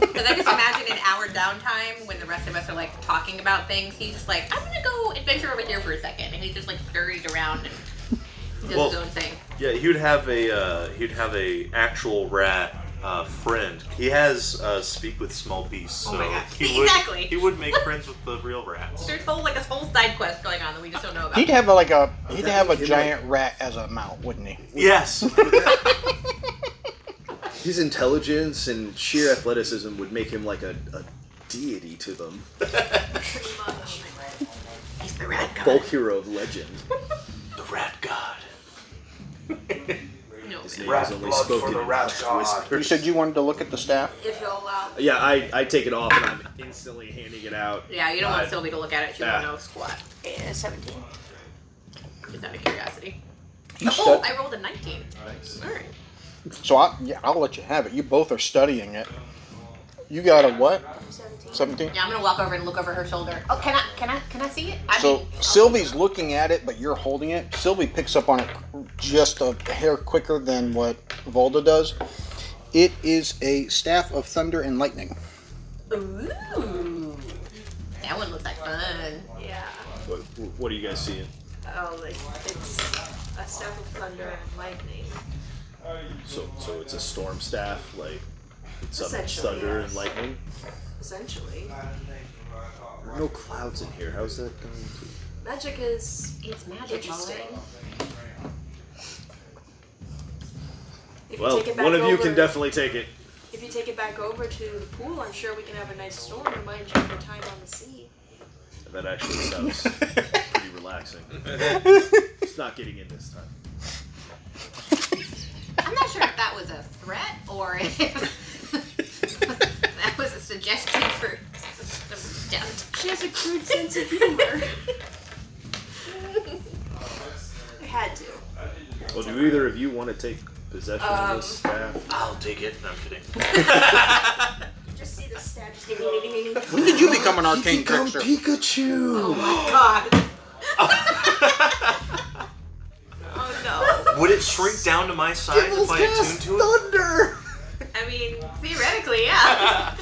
Speaker 3: because I just imagine an hour downtime when the rest of us are like talking about things. He's just like, I'm gonna go adventure over here for a second, and he just like scurries around and does
Speaker 7: Well-
Speaker 3: his own thing.
Speaker 7: Yeah, he would have a uh, he'd have a actual rat uh, friend. He has uh, speak with small beasts, so
Speaker 3: Oh my gosh.
Speaker 7: he would
Speaker 3: Exactly.
Speaker 7: he would make friends with the real rats.
Speaker 3: There's whole like this whole side quest going on that we just don't know about.
Speaker 11: He'd have like a he'd
Speaker 3: Okay.
Speaker 11: have a giant rat as a mount, wouldn't he?
Speaker 7: Yes.
Speaker 6: His intelligence and sheer athleticism would make him like a, a deity to them.
Speaker 3: He's the rat god.
Speaker 6: Folk hero of legend.
Speaker 7: The rat god.
Speaker 3: No.
Speaker 6: His name
Speaker 11: Rat
Speaker 6: is only
Speaker 11: blood for
Speaker 6: spoken
Speaker 11: the
Speaker 6: in
Speaker 11: rat
Speaker 6: hushed
Speaker 11: god.
Speaker 6: whispers.
Speaker 11: You said you wanted to look at the staff.
Speaker 8: If you'll allow.
Speaker 6: Yeah, I, I take it off and I'm instantly handing it out.
Speaker 3: Yeah, you don't want
Speaker 6: I-
Speaker 3: Sylvie to look at it. She
Speaker 6: Yeah.
Speaker 3: don't know squat.
Speaker 8: Yeah, 17.
Speaker 3: Just out of curiosity.
Speaker 11: You
Speaker 3: Oh,
Speaker 11: stud-
Speaker 3: I rolled a 19. All right.
Speaker 11: so I yeah, I'll let you have it. You both are studying it. You got a what? Seventeen.
Speaker 3: Yeah, I'm gonna walk over and look over her shoulder. Oh, can I? Can I? Can I see it? I
Speaker 11: So
Speaker 3: mean,
Speaker 11: Sylvie's looking at it, but you're holding it. Sylvie picks up on it just a hair quicker than what Volda does. It is a staff of thunder and lightning.
Speaker 3: ooh, that one looks like fun.
Speaker 8: Yeah.
Speaker 6: What, what are you guys seeing?
Speaker 8: Uh, Oh, like, it's a staff of thunder and lightning.
Speaker 6: So, so it's a storm staff, like it summons
Speaker 8: Essentially,
Speaker 6: thunder
Speaker 8: yes.
Speaker 6: and lightning.
Speaker 8: Essentially,
Speaker 6: There are no clouds in here. How's that going? To...
Speaker 8: magic is it's
Speaker 3: magic,
Speaker 8: Interesting. If
Speaker 6: Well,
Speaker 8: you take it back
Speaker 6: one of you
Speaker 8: over-
Speaker 6: can definitely take it.
Speaker 8: If you take it back over to the pool, I'm sure we can have a nice storm and remind you of your time on the sea.
Speaker 6: That actually sounds pretty relaxing. it's not getting in this time.
Speaker 3: I'm not sure if that was a threat or if that was a suggestion for some doubt.
Speaker 8: She has a crude sense of humor. I had to.
Speaker 6: Well, do either of you want to take possession of this
Speaker 3: Um,
Speaker 6: staff?
Speaker 7: I'll take it. No, I'm kidding.
Speaker 8: Just see the stab. Just oh
Speaker 1: When did you become an arcane
Speaker 11: become
Speaker 1: trickster?
Speaker 11: Pikachu.
Speaker 8: my god. oh
Speaker 7: Would it shrink down to my size if I attuned to it?
Speaker 11: Thunder.
Speaker 3: I mean, theoretically, yeah.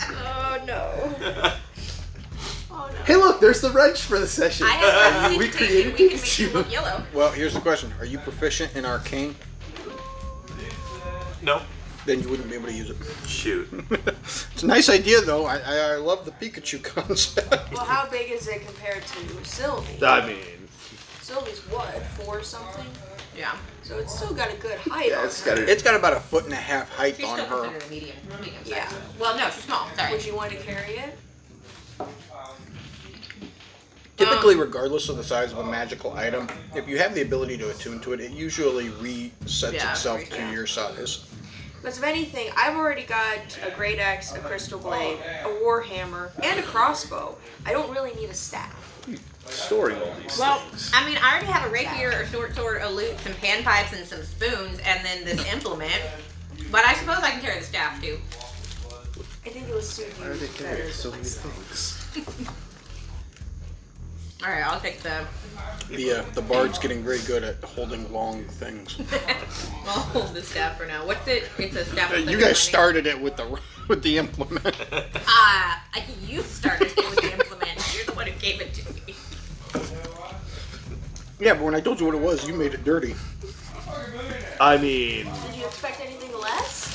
Speaker 8: oh no.
Speaker 12: Hey, look, there's the wrench for the session.
Speaker 3: I have one
Speaker 12: we
Speaker 3: mutation.
Speaker 12: created
Speaker 3: We can make you
Speaker 12: Pikachu.
Speaker 3: look yellow.
Speaker 10: Well, here's the question: Are you proficient in arcane?
Speaker 7: No.
Speaker 10: Then you wouldn't be able to use it.
Speaker 7: Shoot.
Speaker 10: it's a nice idea, though. I, I, I love the Pikachu concept.
Speaker 8: Well, how big is it compared to Sylvie?
Speaker 6: I mean,
Speaker 8: Sylvie's what, four something?
Speaker 3: Yeah.
Speaker 8: So it's still got a good height. on her.
Speaker 10: it's got about a foot and a half height
Speaker 3: She's um,
Speaker 10: on
Speaker 3: still
Speaker 10: her.
Speaker 3: considered a medium. medium size.
Speaker 8: Yeah.
Speaker 3: Well, no, she's small. Sorry.
Speaker 8: Would you want to carry it?
Speaker 10: Typically, regardless of the size of a magical item, if you have the ability to attune to it, it usually resets
Speaker 8: Yeah,
Speaker 10: itself
Speaker 8: resets.
Speaker 10: to your size.
Speaker 8: Because if anything, I've already got a great axe, a crystal blade, a warhammer, and a crossbow. I don't really need a staff.
Speaker 6: storing all these
Speaker 3: Well,
Speaker 6: things.
Speaker 3: I mean, I already have a rapier, a short sword, a lute, some panpipes, and some spoons, and then this implement. But I suppose I can carry the staff too.
Speaker 8: I think it would suit you better.
Speaker 6: so many things?
Speaker 3: All right, I'll take the.
Speaker 10: The uh, the bard's getting very good at holding long things.
Speaker 3: I'll hold the staff for now. What's it? It's a staff.
Speaker 10: Uh,
Speaker 3: with
Speaker 10: You
Speaker 3: thunder
Speaker 10: guys
Speaker 3: lightning.
Speaker 10: started it with the with the implement.
Speaker 3: Ah, uh, you started it with the implement. You're the one who gave it to me.
Speaker 10: yeah, but when I told you what it was, you made it dirty.
Speaker 6: I mean,
Speaker 8: Did you expect anything less?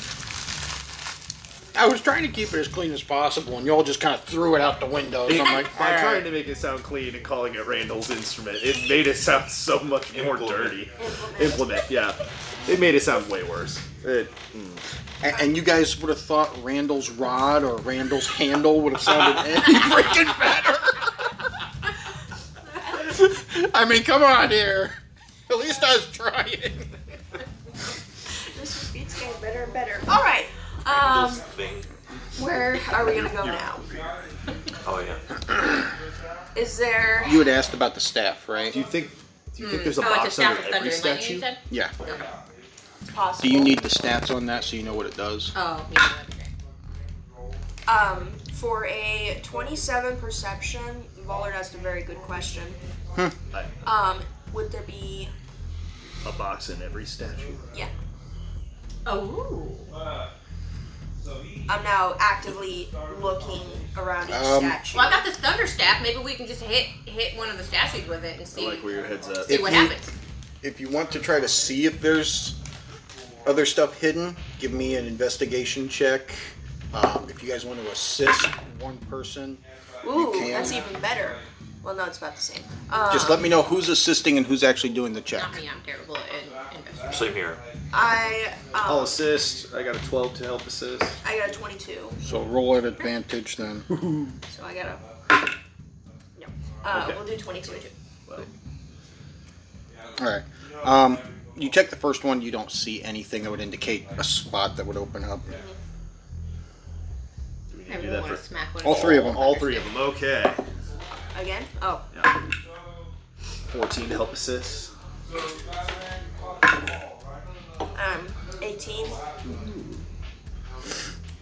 Speaker 10: I was trying to keep it as clean as possible, and y'all just kind of threw it out the window. So I'm like,
Speaker 6: by
Speaker 10: "All
Speaker 6: trying
Speaker 10: right."
Speaker 6: to make it sound clean and calling it Randall's instrument, it made it sound so much more dirty. Implement. yeah. It made it sound way worse. It,
Speaker 10: A- and, you guys would have thought Randall's rod or Randall's handle would have sounded any freaking better. I mean, come on here. At least I was trying.
Speaker 8: This just beats getting better and better. All right. Um,
Speaker 7: thing.
Speaker 8: where are we gonna go now?
Speaker 7: Oh yeah.
Speaker 8: Is there?
Speaker 10: You had asked about the staff, right? Do
Speaker 6: you think? Do you think
Speaker 3: there's a Oh, it's a box staff under of every thunder and lightning, statue? you said?
Speaker 10: Yeah.
Speaker 8: It's possible.
Speaker 10: Do you need the stats on that so you know what it does?
Speaker 3: Oh,
Speaker 8: Um, for a 27 perception, Vollard asked a very good question.
Speaker 6: I-
Speaker 8: Um, would there be?
Speaker 6: a box in every statue.
Speaker 8: Yeah.
Speaker 3: Oh.
Speaker 8: I'm now actively looking around each
Speaker 6: Um,
Speaker 8: statue.
Speaker 3: Well, I got this thunder staff. Maybe we can just hit hit one of the statues with it and see.
Speaker 6: like where your head's at.
Speaker 3: See
Speaker 10: If
Speaker 3: what
Speaker 10: you-
Speaker 3: happens.
Speaker 10: If you want to try to see if there's other stuff hidden, give me an investigation check. Um, if you guys want to assist one person,
Speaker 8: Ooh,
Speaker 10: can.
Speaker 8: that's even better. Well, no, it's about the same. Um,
Speaker 10: just let me know who's assisting and who's actually doing the check.
Speaker 3: Not me. I'm terrible at investing.
Speaker 7: Same here.
Speaker 8: I
Speaker 6: I'll
Speaker 8: um,
Speaker 6: assist. I got a 12 to help assist.
Speaker 8: I got a 22,
Speaker 10: So roll at advantage then.
Speaker 8: so I got a. No, uh,
Speaker 10: Okay.
Speaker 8: we'll do 22.
Speaker 10: All right. Um, you check the first one. You don't see anything that would indicate a spot that would open up.
Speaker 3: I
Speaker 6: Do that
Speaker 3: want to
Speaker 6: for-
Speaker 3: smack one.
Speaker 10: All three of them.
Speaker 6: All three of them. Okay.
Speaker 8: Again? Oh,
Speaker 6: 14 to help assist.
Speaker 8: um, 18.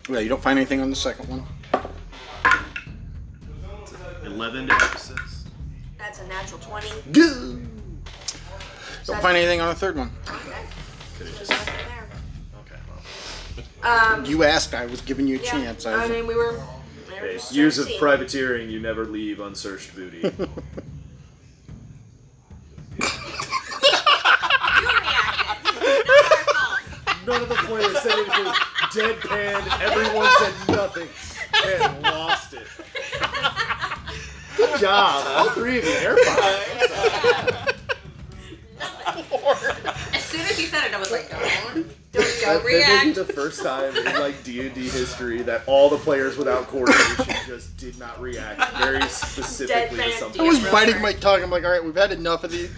Speaker 10: Yeah, you don't find anything on the second one.
Speaker 6: 11 to help assist.
Speaker 8: That's a natural 20.
Speaker 10: Don't find anything on the third one.
Speaker 8: There's nothing there. Um,
Speaker 10: You asked. I was giving you a
Speaker 8: yeah,
Speaker 10: chance.
Speaker 8: I mean, we were.
Speaker 6: Okay, years of
Speaker 8: Searching.
Speaker 6: privateering, you never leave unsearched booty. people deadpan. Everyone said nothing and lost it. Good job, all three of you. Air
Speaker 3: As soon as you said it, I was like, don't.
Speaker 6: That, that may be the first time in like D and D history that all the players without coordination just did not react very specifically to something.
Speaker 11: I was biting my tongue. I'm like, all right, we've had enough of these.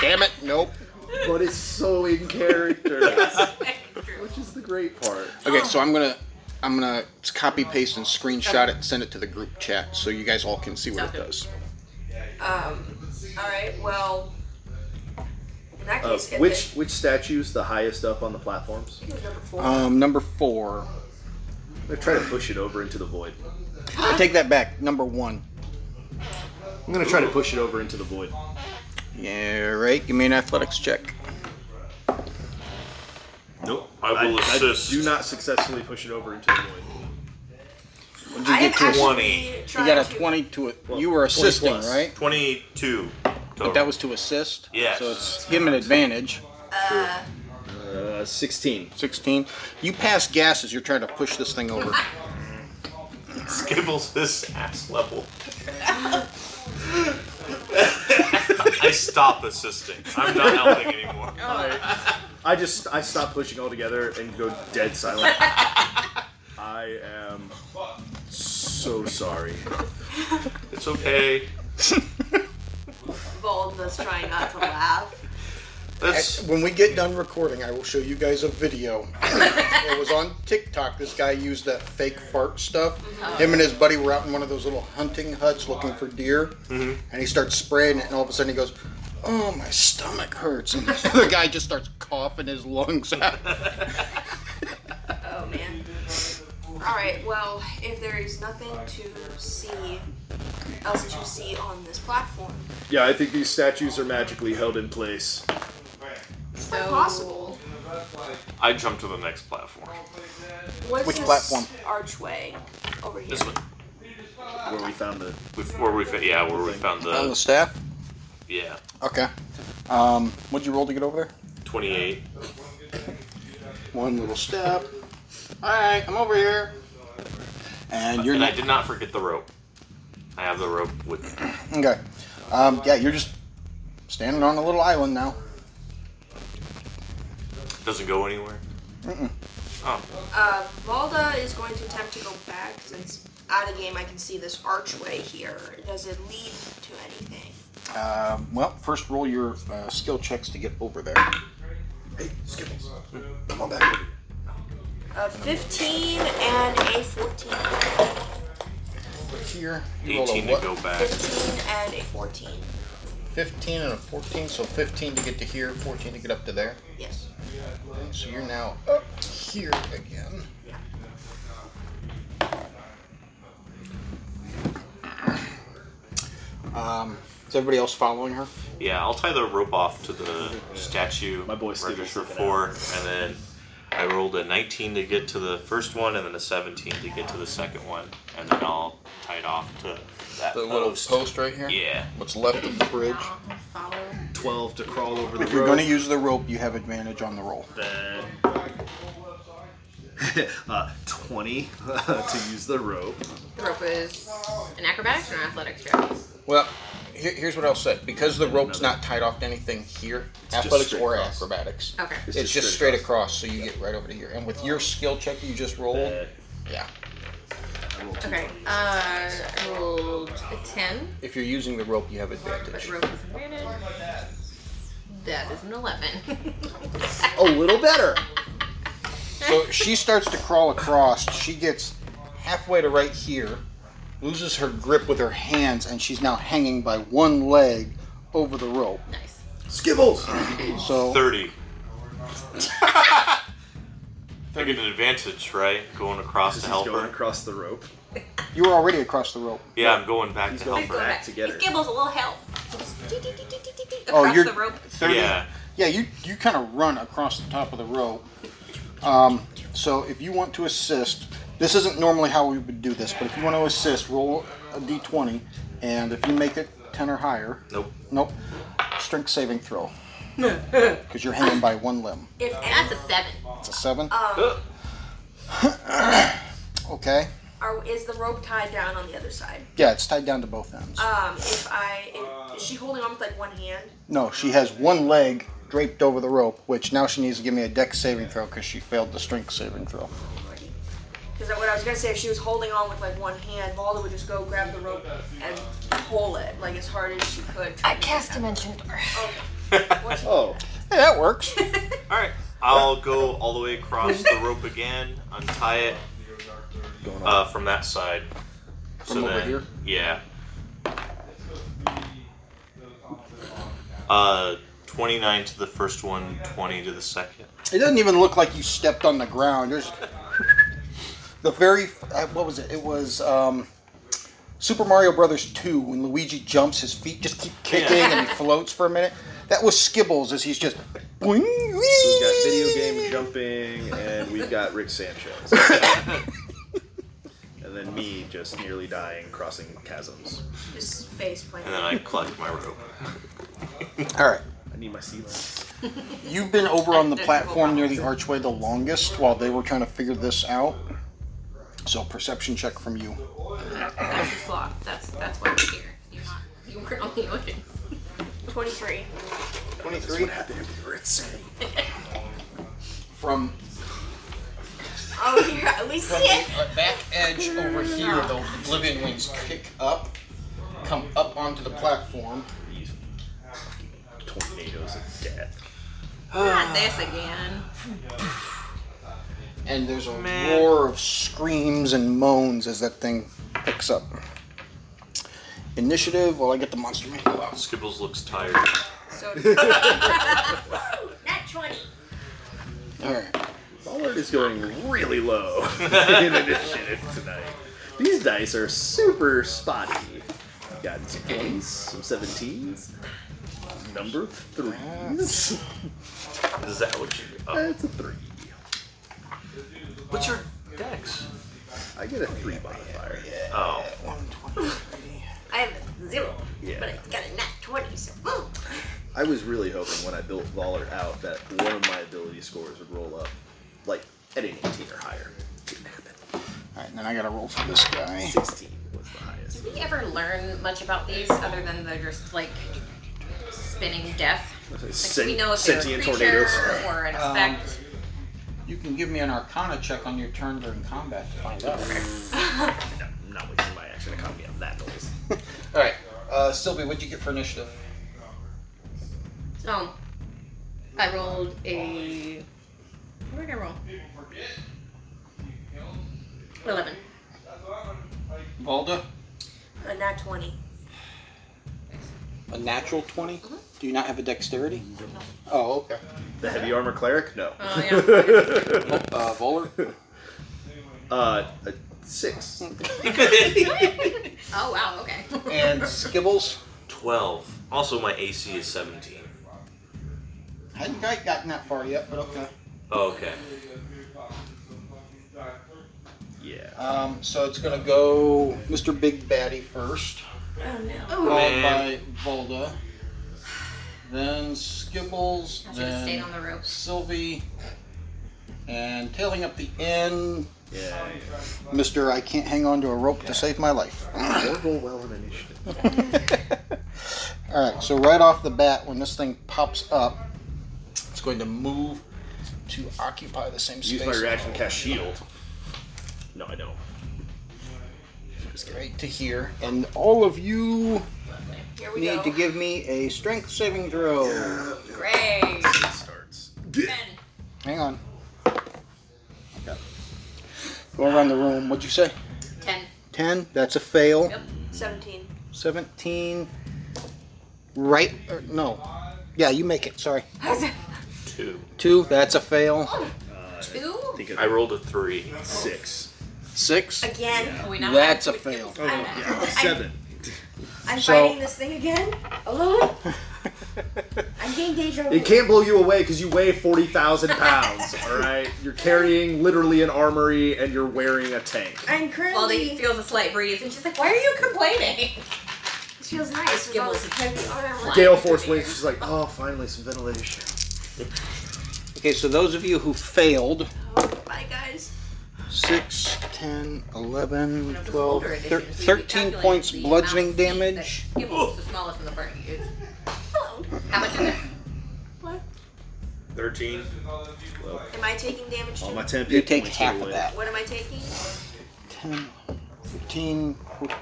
Speaker 11: Damn it, nope.
Speaker 6: But it's so in character. Which is the great part.
Speaker 10: Okay, so I'm gonna I'm gonna copy paste and screenshot it and send it to the group chat so you guys all can see what it does.
Speaker 8: Um, all right. Well, in that
Speaker 6: Uh,
Speaker 8: case, if
Speaker 6: which which statue's the highest up on the platforms?
Speaker 8: it- number four.
Speaker 10: Um, number four.
Speaker 6: I try to push it over into the void.
Speaker 10: I take that back. Number one.
Speaker 6: I'm gonna try to push it over into the void.
Speaker 10: Yeah, right. Give me an athletics check.
Speaker 6: Nope.
Speaker 7: I will
Speaker 6: I
Speaker 7: assist.
Speaker 6: do not successfully push it over into the void.
Speaker 10: What'd
Speaker 6: I am actually
Speaker 10: You
Speaker 6: trying
Speaker 10: got a
Speaker 6: to-
Speaker 10: twenty to it.
Speaker 6: Well,
Speaker 10: you
Speaker 6: 20
Speaker 10: were assisting,
Speaker 6: plus.
Speaker 10: right?
Speaker 7: Twenty-two.
Speaker 10: But that was to assist.
Speaker 7: Yes.
Speaker 10: So it's him an advantage.
Speaker 8: Uh,
Speaker 6: Uh, 16.
Speaker 10: 16. You pass gases. You're trying to push this thing over.
Speaker 7: Skibbles this ass level. I stop assisting. I'm not helping anymore.
Speaker 6: I just I stopped pushing altogether and go dead silent. I am so sorry.
Speaker 7: It's okay.
Speaker 8: Bold was trying not to laugh.
Speaker 10: That's... When we get done recording, I will show you guys a video. it was on TikTok. This guy used that fake fart stuff. Him and his buddy were out in one of those little hunting huts looking for deer, and he starts spraying it, and all of a sudden he goes, "Oh, my stomach hurts!" And the guy just starts coughing his lungs out.
Speaker 8: Oh man. All right. Well, if there is nothing to see, else to see on this platform,
Speaker 6: Yeah, I think these statues are magically held in place.
Speaker 8: it's not possible.
Speaker 7: I jump to the next platform.
Speaker 8: What's
Speaker 7: Which
Speaker 8: this
Speaker 7: platform?
Speaker 8: Archway over here.
Speaker 7: This one.
Speaker 6: Where we found the.
Speaker 7: Where we fa- yeah, where we found the.
Speaker 10: On the staff.
Speaker 7: Yeah,
Speaker 10: Okay. Um, what'd you roll to get over there?
Speaker 7: twenty-eight.
Speaker 10: One little step. All right, I'm over here. And you're
Speaker 7: and I
Speaker 10: not.
Speaker 7: did not forget the rope. I have the rope with.
Speaker 10: Okay. Um, yeah, you're just standing on a little island now.
Speaker 7: Doesn't go anywhere.
Speaker 10: Mm-mm.
Speaker 7: Oh,
Speaker 8: Uh, Valda is going to attempt to go back since out of game I can see this archway here. Does it lead to anything?
Speaker 10: Um, well, first roll your uh, skill checks to get over there.
Speaker 6: Hey, Skittles. Come on back.
Speaker 8: A 15 and a 14.
Speaker 10: Here, you roll a
Speaker 7: 18 to
Speaker 10: what?
Speaker 7: go back.
Speaker 8: 15 and a 14.
Speaker 10: 15 and a 14, so 15 to get to here, 14 to get up to there.
Speaker 8: Yes.
Speaker 10: So you're now up here again. Um, is everybody else following her?
Speaker 7: Yeah, I'll tie the rope off to the statue. My boy register four, and then I rolled a 19 to get to the first one, and then a 17 to get to the second one, and then I'll tie it off to that
Speaker 10: The
Speaker 7: post.
Speaker 10: little post right here?
Speaker 7: Yeah.
Speaker 10: What's left of the bridge?
Speaker 6: 12 to crawl over the
Speaker 10: If you're
Speaker 6: rope.
Speaker 10: going to use the rope, you have advantage on the roll.
Speaker 6: Then- uh, 20 to use the rope.
Speaker 3: The rope is an acrobatics or an athletics check.
Speaker 10: Well, here, here's what I'll say. Because the rope's not tied off to anything here,
Speaker 3: just
Speaker 10: athletics
Speaker 3: straight
Speaker 10: or
Speaker 3: across.
Speaker 10: acrobatics.
Speaker 3: Okay.
Speaker 10: It's, just, straight, across, so you get right over to here. And with your skill check you just rolled, yeah.
Speaker 3: Okay. Uh, I rolled a 10.
Speaker 10: If you're using the rope, you have advantage.
Speaker 3: But rope is advantage. That is an 11.
Speaker 10: A little better. So she starts to crawl across. She gets halfway to right here, loses her grip with her hands, and she's now hanging by one leg over the rope.
Speaker 3: Nice.
Speaker 10: Skibbles.
Speaker 6: Uh,
Speaker 10: So
Speaker 7: 30. I get an advantage, right? Going across to help her.
Speaker 6: across the rope.
Speaker 10: you were already across the rope.
Speaker 7: Yeah, I'm going back to help her.
Speaker 6: together.
Speaker 3: Gibbles a little help.
Speaker 10: oh,
Speaker 3: Across
Speaker 10: you're
Speaker 3: the rope.
Speaker 10: 30.
Speaker 7: Yeah.
Speaker 10: Yeah, you you kind of run across the top of the rope. Um, so if you want to assist, this isn't normally how we would do this, but if you want to assist, roll a d20, and if you make it 10 or higher,
Speaker 7: nope,
Speaker 10: nope, strength saving throw. because you're hanging by one limb.
Speaker 3: If that's a seven.
Speaker 10: It's a seven.
Speaker 7: uh,
Speaker 8: Um,
Speaker 10: Okay.
Speaker 8: are, is the rope tied down on the other side?
Speaker 10: Yeah, it's tied down to both ends.
Speaker 8: Um, if I if, is she holding on with like one hand?
Speaker 10: No, she has one leg draped over the rope, which now she needs to give me a deck saving throw because she failed the strength saving throw.
Speaker 8: Because what I was gonna say, if she was holding on with like one hand, Valda would just go grab the rope and pull it like as hard as she could. I cast dimension door.
Speaker 10: Oh. Hey, that works.
Speaker 7: I'll go all the way across the rope again, untie it uh, from that side.
Speaker 10: From over here?
Speaker 7: Yeah. Uh, 29 to the first one, 20 to the second.
Speaker 10: It doesn't even look like you stepped on the ground. There's the very uh, what was it? It was um, Super Mario Brothers 2 when Luigi jumps, his feet just keep kicking
Speaker 6: Yeah.
Speaker 10: and he floats for a minute. That was Skibbles as he's just boing.
Speaker 6: So we've got video game jumping, and we've got Rick Sanchez. and then me just nearly dying crossing chasms.
Speaker 8: Just face plant.
Speaker 7: And then I collect my rope.
Speaker 10: All right.
Speaker 6: I need my sea legs.
Speaker 10: You've been over on the platform near the archway the longest while they were trying to figure this out. So perception check from you.
Speaker 3: That's a sloth. That's that's why we're here. You're not. You were on the ocean.
Speaker 8: Twenty-three.
Speaker 10: Twenty-three.
Speaker 13: From
Speaker 8: Oh, here, at least see
Speaker 13: from
Speaker 8: it.
Speaker 13: the uh, back edge over here, the Oblivion Wings kick up, come up onto the platform.
Speaker 6: Tornadoes of death.
Speaker 3: Not this again.
Speaker 10: And there's a roar of screams and moans as that thing picks up. Initiative while I get the monster manual out.
Speaker 7: Skibbles looks tired.
Speaker 8: So
Speaker 3: Not twenty.
Speaker 10: Alright.
Speaker 6: Ballard is going really low in initiative tonight. These dice are super spotty. Got some ones, some 17s, number threes.
Speaker 7: Is that what you. uh,
Speaker 6: That's a three.
Speaker 7: What's your dex?
Speaker 6: I get a three modifier.
Speaker 7: Oh.
Speaker 8: I have a zero,
Speaker 6: Yeah.
Speaker 8: but I got a nat twenty. So boom.
Speaker 6: I was really hoping when I built Vollard out that one of my ability scores would roll up, like at an 18 or higher. Didn't happen.
Speaker 10: Alright, then I gotta roll for this guy.
Speaker 6: 16 was the highest.
Speaker 3: Did we ever learn much about these other than they're just like spinning death? Like,
Speaker 6: Sen-
Speaker 3: we know if they're a creature
Speaker 13: sentient tornadoes.
Speaker 3: or an
Speaker 13: Um,
Speaker 3: effect.
Speaker 13: You can give me an Arcana check on your turn during combat to find out.
Speaker 6: I'm not wasting my action economy on that noise.
Speaker 13: All right, uh, Sylvie, what'd you get for initiative?
Speaker 3: Oh, I rolled a. What did I roll? Eleven.
Speaker 13: Valda,
Speaker 8: A nat twenty.
Speaker 14: A natural 20?
Speaker 8: Mm-hmm.
Speaker 14: Do you not have a dexterity?
Speaker 10: Oh, okay.
Speaker 6: The heavy armor cleric? No.
Speaker 14: Oh, yeah.
Speaker 10: Oh,
Speaker 6: uh,
Speaker 14: Voller?
Speaker 6: Uh, a six.
Speaker 3: Oh wow. Okay.
Speaker 10: Skibbles?
Speaker 7: 12. Also, my AC is 17.
Speaker 14: Hadn't quite gotten that far yet, but okay.
Speaker 7: Oh, okay.
Speaker 6: Yeah.
Speaker 14: Um, so it's gonna go Mr. Big Batty first.
Speaker 8: Oh no.
Speaker 14: Followed by Volda. Then Skibbles.
Speaker 3: I should've
Speaker 14: then
Speaker 3: stayed on the rope.
Speaker 14: Sylvie. And tailing up the end,
Speaker 6: Yeah.
Speaker 10: Mister, I can't hang on to a rope to save my life.
Speaker 6: Or roll well in initiative.
Speaker 10: All right, so right off the bat, when this thing pops up, it's going to move to occupy the same space.
Speaker 6: Use my reaction to cast shield. No, I don't.
Speaker 10: Straight to here, and all of you
Speaker 8: we
Speaker 10: need to give me a strength saving throw.
Speaker 3: Great.
Speaker 6: starts.
Speaker 10: Hang on. Okay. Go around the room. What'd you say?
Speaker 3: Ten.
Speaker 10: Ten. That's a fail.
Speaker 8: Seventeen.
Speaker 10: 17 right or no yeah you make it sorry
Speaker 7: Two.
Speaker 10: two that's a fail
Speaker 3: Two.
Speaker 7: I rolled a three.
Speaker 6: Six.
Speaker 10: six
Speaker 8: Again.
Speaker 10: that's a fail
Speaker 6: Seven.
Speaker 8: I'm
Speaker 10: So-
Speaker 8: fighting this thing again alone. I'm getting deja vu.
Speaker 6: It can't blow you away because you weigh 40,000 pounds, alright? You're carrying literally an armory and you're wearing a tank.
Speaker 8: I'm currently.
Speaker 3: Well, they feels a slight breeze, and she's like, "Why are you complaining?"
Speaker 8: This feels nice. with all this heavy armor.
Speaker 6: Gale force winds. She's like, oh, finally some ventilation.
Speaker 10: Okay, so those of you who failed
Speaker 3: Oh,
Speaker 8: Bye, guys.
Speaker 10: 6, 10, 11,
Speaker 3: was
Speaker 10: 12,
Speaker 3: older edition,
Speaker 10: thir-
Speaker 3: so you could
Speaker 10: 13
Speaker 3: calculate
Speaker 10: points
Speaker 3: the amount
Speaker 10: bludgeoning
Speaker 3: of feet that
Speaker 10: damage.
Speaker 3: Skibbles, the smallest in the party. is. How much is it?
Speaker 7: Thirteen.
Speaker 8: Am I taking damage?
Speaker 6: All
Speaker 8: too?
Speaker 6: Oh, my ten
Speaker 10: You
Speaker 6: hit
Speaker 10: take
Speaker 6: points
Speaker 10: half
Speaker 6: go
Speaker 10: of
Speaker 6: away.
Speaker 10: that.
Speaker 8: What am I taking?
Speaker 10: 10, 15,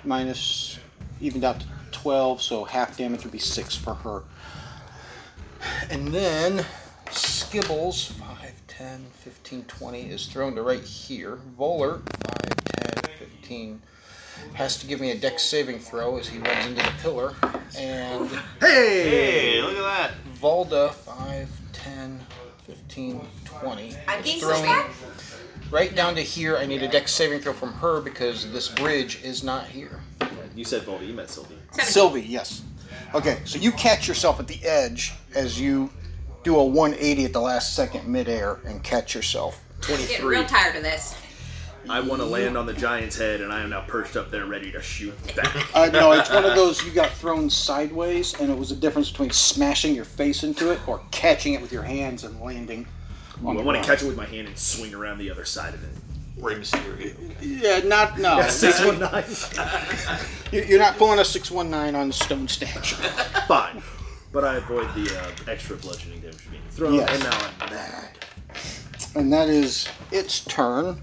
Speaker 10: minus, evened out to 12, so half damage would be 6 for her. And then Skibbles, 5, 10, 15, 20, is thrown to right here. Voller, 5, 10, 15, has to give me a dex saving throw as he runs into the pillar. And.
Speaker 7: Hey, look at that.
Speaker 10: Volda, 5, 10, 15, 20.
Speaker 8: I'm
Speaker 10: is
Speaker 8: getting
Speaker 10: thrown
Speaker 8: back.
Speaker 10: Right down to here, I need a dex saving throw from her because this bridge is not here.
Speaker 6: You said Voldy, you meant Sylvie.
Speaker 10: Sylvie, yes. Okay, so you catch yourself at the edge as you do a 180 at the last second midair and catch yourself.
Speaker 3: I'm getting real tired of this.
Speaker 6: I want to land on the giant's head, and I am now perched up there, ready to shoot back.
Speaker 10: Uh, no, it's one of those you got thrown sideways, and it was the difference between smashing your face into it or catching it with your hands and landing.
Speaker 6: Ooh,
Speaker 10: on
Speaker 6: I
Speaker 10: the
Speaker 6: want to
Speaker 10: ground.
Speaker 6: catch it with my hand and swing around the other side of it.
Speaker 7: Rey Mysterio.
Speaker 10: Yeah, not no.
Speaker 6: Yeah, six one
Speaker 10: nine. You're not pulling a six one nine on stone statue.
Speaker 6: Fine. But I avoid the uh, extra bludgeoning damage from being thrown,
Speaker 10: Yes.
Speaker 6: and now I'm mad.
Speaker 10: And that is its turn.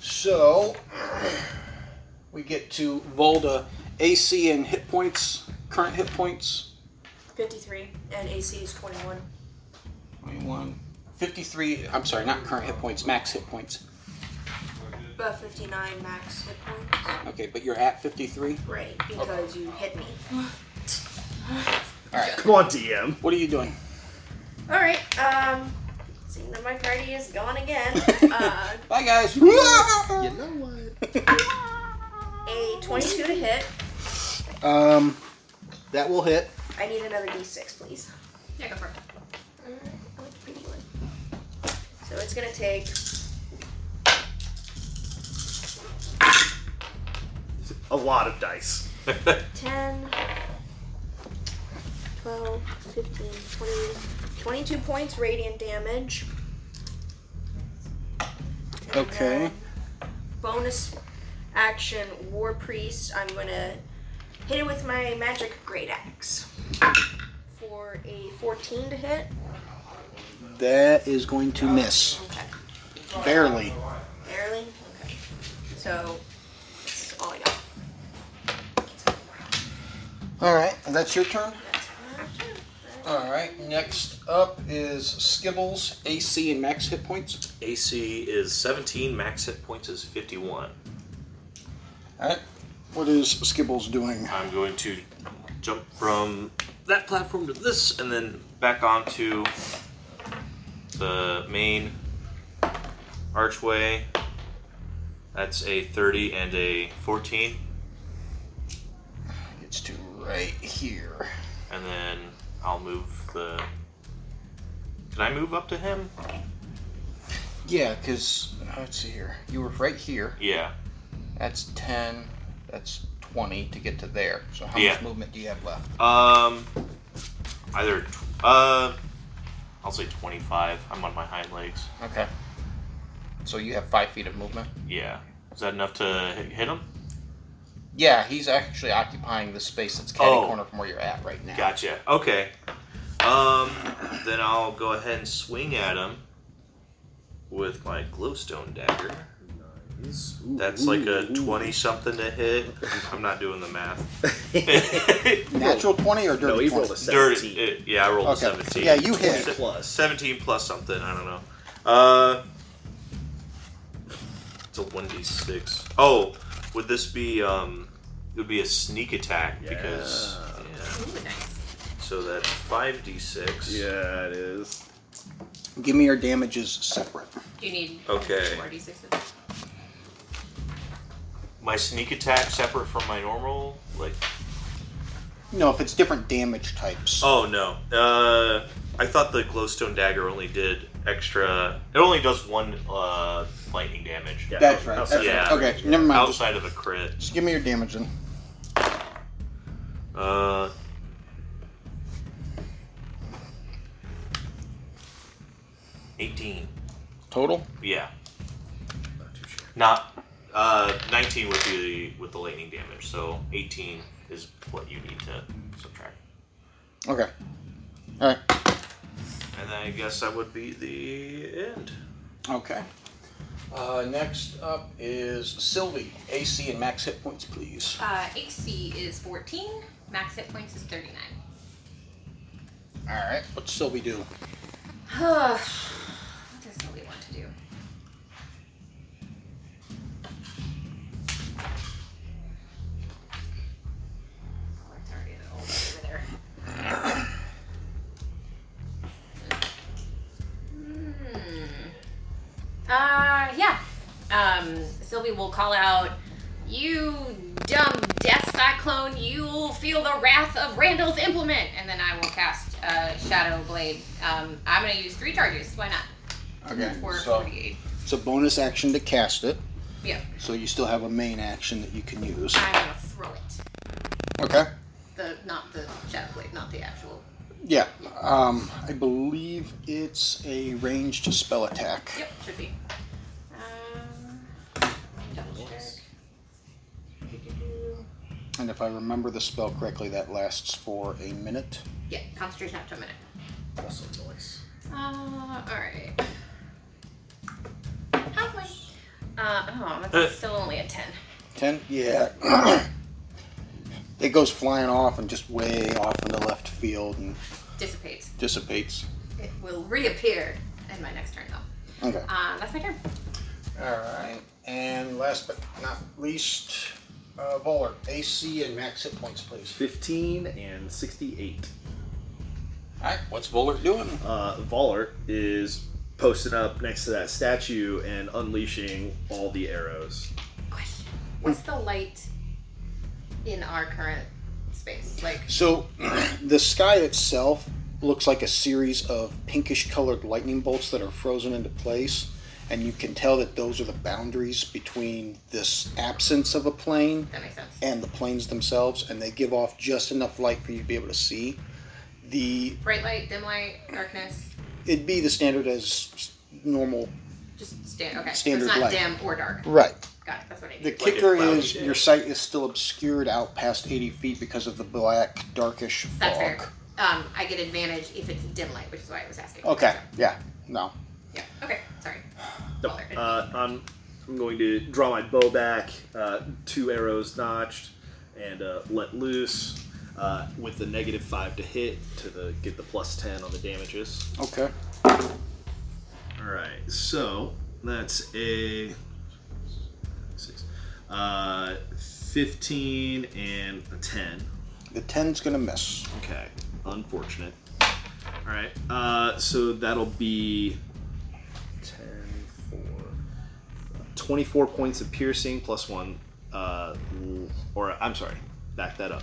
Speaker 10: So we get to Volda AC and hit points, current hit points.
Speaker 8: 53 and AC is 21.
Speaker 10: 21. 53, I'm sorry, not current hit points, max hit points.
Speaker 8: But 59 max hit points.
Speaker 10: Okay, but you're at 53?
Speaker 8: Right,
Speaker 3: Oh.
Speaker 8: because you hit me.
Speaker 10: All right.
Speaker 6: Come on, DM.
Speaker 10: What are you doing?
Speaker 8: Alright, um, seeing that my party is gone again. Uh,
Speaker 10: Bye, guys.
Speaker 8: You know
Speaker 10: what?
Speaker 8: a 22 to hit.
Speaker 10: Um, that will hit.
Speaker 8: I need another d6, please.
Speaker 3: Yeah, go for it.
Speaker 8: I like the pretty one. So it's gonna take.
Speaker 6: A lot of dice.
Speaker 8: 10, 12, 15, 20, 22 points radiant damage. And
Speaker 10: Okay.
Speaker 8: then Bonus action War Priest. I'm going to hit it with my magic great axe for a 14 to hit.
Speaker 10: That is going to miss.
Speaker 8: Okay.
Speaker 10: Barely.
Speaker 8: Barely? Okay. So, that's all I got.
Speaker 10: All right, and that's your turn. All right. Next up is Skibbles AC and max hit points.
Speaker 7: AC is 17, max hit points is 51.
Speaker 10: All right. What is Skibbles doing?
Speaker 7: I'm going to jump from that platform to this and then back onto the main archway. That's a 30 and a 14.
Speaker 10: It's to right here.
Speaker 7: And then I'll move the. Can I move up to him?
Speaker 10: Yeah, because let's see here. You were right here.
Speaker 7: Yeah.
Speaker 10: That's ten. That's twenty to get to there. So how
Speaker 7: Yeah.
Speaker 10: much movement do you have left?
Speaker 7: Um, either. Tw- uh, I'll say 25. I'm on my hind legs.
Speaker 10: Okay. So you have five feet of movement.
Speaker 7: Yeah. Is that enough to hit hit him?
Speaker 10: Yeah, he's actually occupying the space that's catty
Speaker 7: Oh.
Speaker 10: corner from where you're at right now.
Speaker 7: Gotcha. Okay. Um, then I'll go ahead and swing at him with my glowstone dagger. Nice. That's like a twenty something to hit. I'm not doing the math.
Speaker 10: Natural twenty or dirty
Speaker 6: No, he rolled a
Speaker 10: 20?
Speaker 7: Dirty. it- yeah, I rolled
Speaker 10: Okay.
Speaker 7: a seventeen.
Speaker 10: Yeah, you hit. 20
Speaker 7: plus seventeen plus something. I don't know. Uh, it's a one d six. Oh, would this be um? It would be a sneak attack because. yeah. So that's five d six.
Speaker 6: Yeah, it is.
Speaker 10: Give me your damages separate.
Speaker 3: Do you need
Speaker 7: Okay.
Speaker 3: four d6s?
Speaker 7: My sneak attack separate from my normal? Like,
Speaker 10: No, if it's different damage types.
Speaker 7: oh no. Uh, I thought the glowstone dagger only did extra. It only does one uh, lightning damage.
Speaker 10: That's right, that's
Speaker 7: yeah.
Speaker 10: right. Okay, never mind.
Speaker 7: Outside of a crit.
Speaker 10: Just give me your damage then.
Speaker 7: Uh, eighteen.
Speaker 11: Total?
Speaker 7: Yeah. Not uh, nineteen with the with the lightning damage. So eighteen is what you need to subtract.
Speaker 11: Okay. All right.
Speaker 7: And I guess that would be the end.
Speaker 9: Okay. Uh, next up is Sylvie. AC and max hit points, please.
Speaker 3: Uh, AC is 14. Max hit points is 39.
Speaker 9: All right. What's Sylvie do?
Speaker 3: what does Sylvie want to do? Oh, it's already all over there. Hmm. Uh, yeah. Um, Sylvie will call out, "You dumb death cyclone! You'll feel the wrath of Randall's implement!" And then I will cast uh, Shadow Blade. Um, I'm gonna use three charges. Why not?
Speaker 10: Okay.
Speaker 3: Four
Speaker 10: So
Speaker 3: forty-eight.
Speaker 10: it's a bonus action to cast it,
Speaker 3: Yeah.
Speaker 10: so you still have a main action that you can use.
Speaker 3: I'm gonna throw it.
Speaker 10: Okay.
Speaker 3: The not the Shadow Blade, not the actual.
Speaker 10: Yeah. Um, I believe it's a ranged spell attack.
Speaker 3: Yep, should be. Um, double check.
Speaker 10: And if I remember the spell correctly, that lasts for a minute.
Speaker 3: Yeah, concentration up to a minute.
Speaker 10: Also noise.
Speaker 3: Uh, alright. Halfway. Uh, oh, that's still only a 10.
Speaker 10: Ten? Yeah. it goes flying off and just way off in the left field and
Speaker 3: Dissipates.
Speaker 10: dissipates.
Speaker 3: It will reappear in my next turn, though.
Speaker 10: Okay.
Speaker 3: Uh, that's my turn.
Speaker 10: All right. And last but not least, uh, Voller. AC and max hit points, please.
Speaker 6: 15 and 68.
Speaker 9: Alright, what's Voller doing?
Speaker 6: Uh, Voller is posting up next to that statue and unleashing all the arrows.
Speaker 3: What's the light in our current space? Like,
Speaker 10: So the sky itself looks like a series of pinkish colored lightning bolts that are frozen into place. And you can tell that those are the boundaries between this absence of a plane
Speaker 3: that makes sense.
Speaker 10: and the planes themselves. And they give off just enough light for you to be able to see. The
Speaker 3: Bright light, dim light, darkness,
Speaker 10: it'd be the standard as normal
Speaker 3: just stand. Okay.
Speaker 10: Standard
Speaker 3: so it's not
Speaker 10: light.
Speaker 3: dim or dark.
Speaker 10: right.
Speaker 3: Got it. That's what I need.
Speaker 10: The kicker is your sight is still obscured out past 80 feet because of the black, darkish fog.
Speaker 3: That's fair. Um, I get advantage if it's dim light, which is why I was asking.
Speaker 10: Okay, yeah, no.
Speaker 3: Yeah. Okay. Sorry.
Speaker 6: Nope. Uh, I'm, I'm going to draw my bow back, uh, two arrows notched, and uh, let loose uh, with the negative five to hit to the get the plus ten on the damages.
Speaker 10: Okay.
Speaker 6: All right, so that's a six, uh, fifteen and a ten.
Speaker 10: The 10's gonna miss.
Speaker 6: Okay, unfortunate. All right, uh, so that'll be 10, 4, 24 points of piercing plus one. Uh, or I'm sorry, back that up.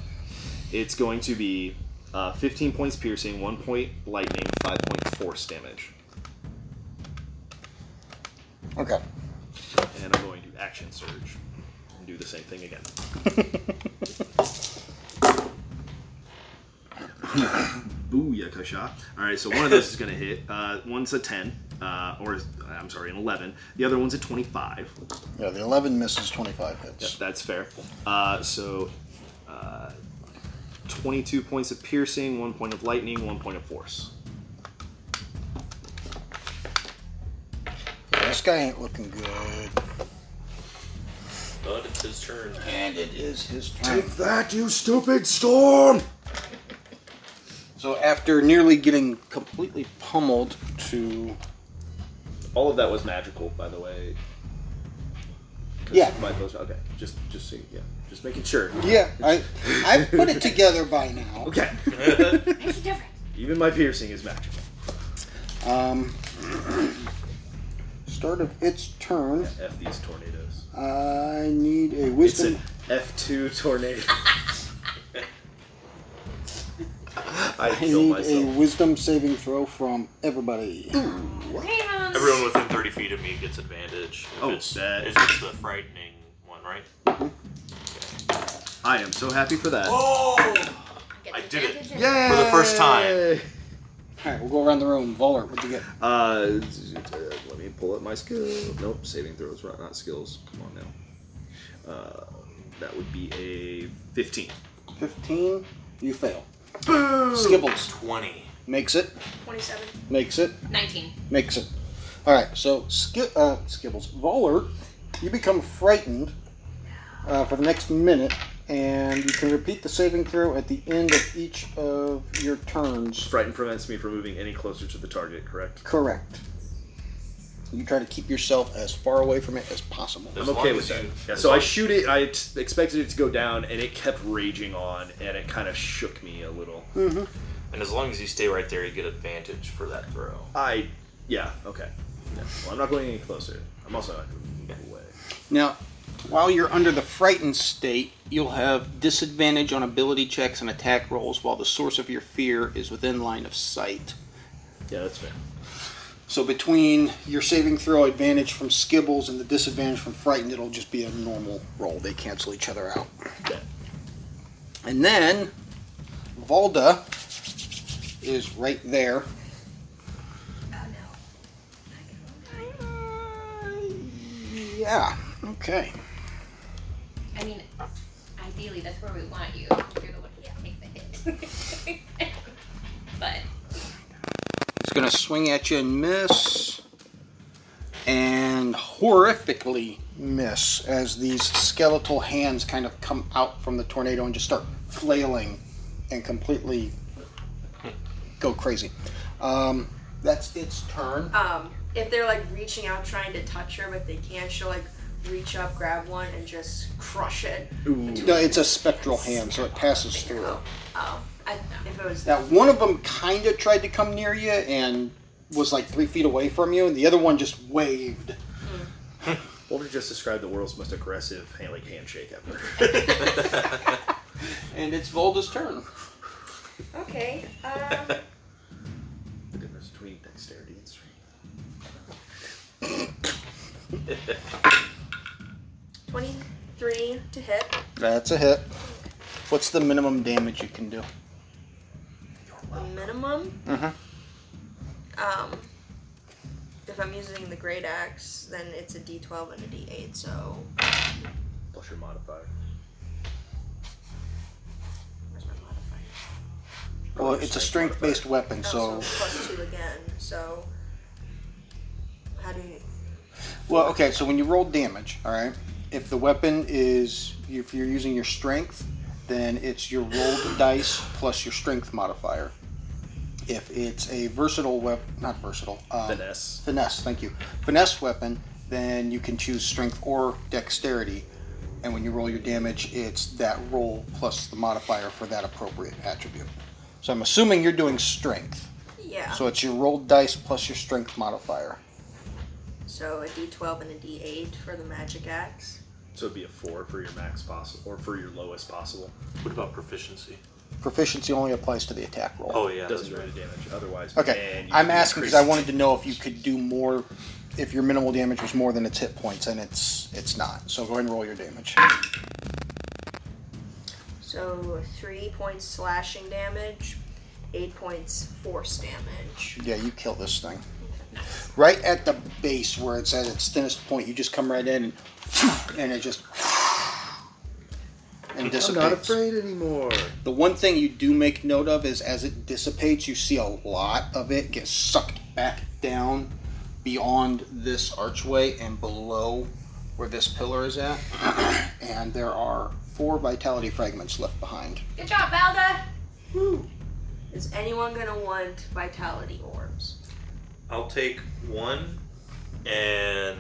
Speaker 6: It's going to be uh, 15 points piercing, one point lightning, five point force damage.
Speaker 10: Okay.
Speaker 6: And I'm going to action surge and do the same thing again. Booyakasha. All right, so one of those is going to hit. Uh, one's a 10, uh, or I'm sorry, an 11. The other one's a 25.
Speaker 10: Yeah, the 11 misses, 25 hits.
Speaker 6: Yep, that's fair. Uh, so uh, 22 points of piercing, one point of lightning, one point of force.
Speaker 10: Yeah, this guy ain't looking good.
Speaker 7: But it's his turn.
Speaker 9: And it is his turn.
Speaker 10: Take that, you stupid storm! So after nearly getting completely pummeled to.
Speaker 6: All of that was magical, by the way.
Speaker 10: Yeah.
Speaker 6: By those, okay, just just see, yeah, just making sure.
Speaker 10: Yeah, I I put it together by now.
Speaker 6: Okay. Even my piercing is magical.
Speaker 10: Um, start of its turn.
Speaker 6: F these tornadoes.
Speaker 10: I need a wisdom.
Speaker 6: It's an F2 tornado. I
Speaker 10: I
Speaker 6: kill
Speaker 10: need a
Speaker 6: myself.
Speaker 10: wisdom saving throw from everybody.
Speaker 7: Everyone within 30 feet of me gets advantage. If
Speaker 6: Oh,
Speaker 7: it's, if it's the frightening one, right?
Speaker 6: I am so happy for that.
Speaker 7: Oh! did it for the first time.
Speaker 10: All right, we'll go around the room. Vollert, what'd you get?
Speaker 6: Uh, z- z- uh, let me pull up my skill. Nope, saving throws, right? Not skills. Come on now. Uh, that would be a fifteen.
Speaker 10: 15. You fail.
Speaker 6: Boom.
Speaker 10: Skibbles.
Speaker 7: 20.
Speaker 10: Makes it.
Speaker 8: 27.
Speaker 10: Makes it.
Speaker 3: 19.
Speaker 10: Makes it. All right. So Ski- uh, Skibbles, Vollert, you become frightened uh, for the next minute, and you can repeat the saving throw at the end of each of your turns.
Speaker 6: Frighten prevents me from moving any closer to the target. Correct.
Speaker 10: Correct. You try to keep yourself as far away from it as possible.
Speaker 6: I'm okay with that. Yeah, so I shoot it. I t- expected it to go down, and it kept raging on, and it kind of shook me a little.
Speaker 10: Mhm.
Speaker 7: And as long as you stay right there, you get advantage for that throw.
Speaker 6: I, yeah, okay. Yeah. Well, I'm not going any closer. I'm also not going to move away.
Speaker 10: Now, while you're under the frightened state, you'll have disadvantage on ability checks and attack rolls while the source of your fear is within line of sight.
Speaker 6: Yeah, that's fair.
Speaker 10: So between your saving throw advantage from Skibbles and the disadvantage from Frightened, it'll just be a normal roll. They cancel each other out. And then Valda is right there. Yeah. Okay.
Speaker 3: I mean, ideally, that's where we want you. You're the one who take the hit. but
Speaker 10: It's gonna swing at you and miss, and horrifically miss as these skeletal hands kind of come out from the tornado and just start flailing and completely go crazy. Um, that's its turn.
Speaker 8: Um, if they're like reaching out trying to touch her, but they can't, she'll like reach up, grab one, and just crush it.
Speaker 10: No, it's a spectral hand, so it passes through.
Speaker 8: Oh, I, if it was
Speaker 10: Now, one of them kind of tried to come near you and was like three feet away from you, and the other one just waved.
Speaker 6: Boulder just described the world's most aggressive hand- like handshake ever.
Speaker 10: and it's Volda's turn.
Speaker 8: Okay. Um,
Speaker 6: The difference between dexterity and strength.
Speaker 8: 23 to hit.
Speaker 10: That's a hit. What's the minimum damage you can do?
Speaker 8: A minimum.
Speaker 10: Mm-hmm.
Speaker 8: Um, if I'm using the great axe, then it's a D12 and a D8. So
Speaker 6: Plus your modifier.
Speaker 8: where's my modifier?
Speaker 10: Well, it's a strength-based weapon,
Speaker 8: Oh,
Speaker 10: so
Speaker 8: plus two again. So how do you?
Speaker 10: well, okay. So when you roll damage, all right, if the weapon is if you're using your strength, then it's your rolled dice plus your strength modifier. If it's a versatile weapon, not versatile, um,
Speaker 6: finesse.
Speaker 10: Finesse, thank you. Finesse weapon, then you can choose strength or dexterity. And when you roll your damage, it's that roll plus the modifier for that appropriate attribute. So I'm assuming you're doing strength.
Speaker 8: Yeah.
Speaker 10: So it's your rolled dice plus your strength modifier.
Speaker 8: So a D12 and a D8 for the magic axe.
Speaker 6: So it'd be a four for your max possible, or for your lowest possible.
Speaker 7: What about proficiency?
Speaker 10: Proficiency only applies to the attack roll.
Speaker 7: Oh yeah,
Speaker 6: Doesn't do any damage otherwise.
Speaker 10: Okay.
Speaker 6: man, you
Speaker 10: I'm
Speaker 6: can
Speaker 10: asking because I
Speaker 6: increase
Speaker 10: wanted to know if you could do more, if your minimal damage was more than its hit points, and it's it's not. So go ahead and roll your damage.
Speaker 8: So three points slashing damage, eight points force damage.
Speaker 10: Yeah, you kill this thing. Right at the base where it's at its thinnest point, you just come right in and, and it just and dissipates.
Speaker 12: I'm not afraid anymore.
Speaker 10: The one thing you do make note of is as it dissipates, you see a lot of it get sucked back down beyond this archway and below where this pillar is at. and there are four vitality fragments left behind.
Speaker 3: good job, Valda.
Speaker 8: Is anyone gonna want vitality orbs?
Speaker 7: I'll take one, and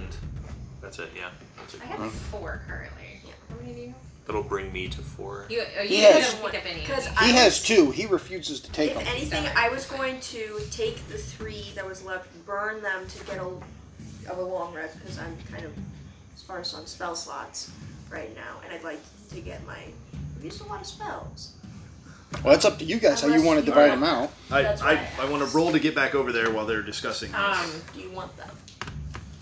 Speaker 7: that's it. Yeah, that's it.
Speaker 3: I have four currently. How many do you
Speaker 7: That'll bring me to four.
Speaker 3: have? You, oh, you
Speaker 10: He
Speaker 3: didn't
Speaker 10: has-
Speaker 3: pick up any.
Speaker 8: Because
Speaker 10: He has two. He refuses to take
Speaker 8: If
Speaker 10: them.
Speaker 8: anything, I was going to take the three that was left, burn them to get a, of a long rest because I'm kind of sparse on spell slots right now, and I'd like to get my. I've used a lot of spells.
Speaker 10: Well, it's up to you guys how you
Speaker 8: Unless
Speaker 10: want to
Speaker 8: you
Speaker 10: divide
Speaker 8: want-
Speaker 10: them out.
Speaker 6: I,
Speaker 8: That's
Speaker 6: I, I want to roll to get back over there while they're discussing this.
Speaker 8: Um, do you want them? Do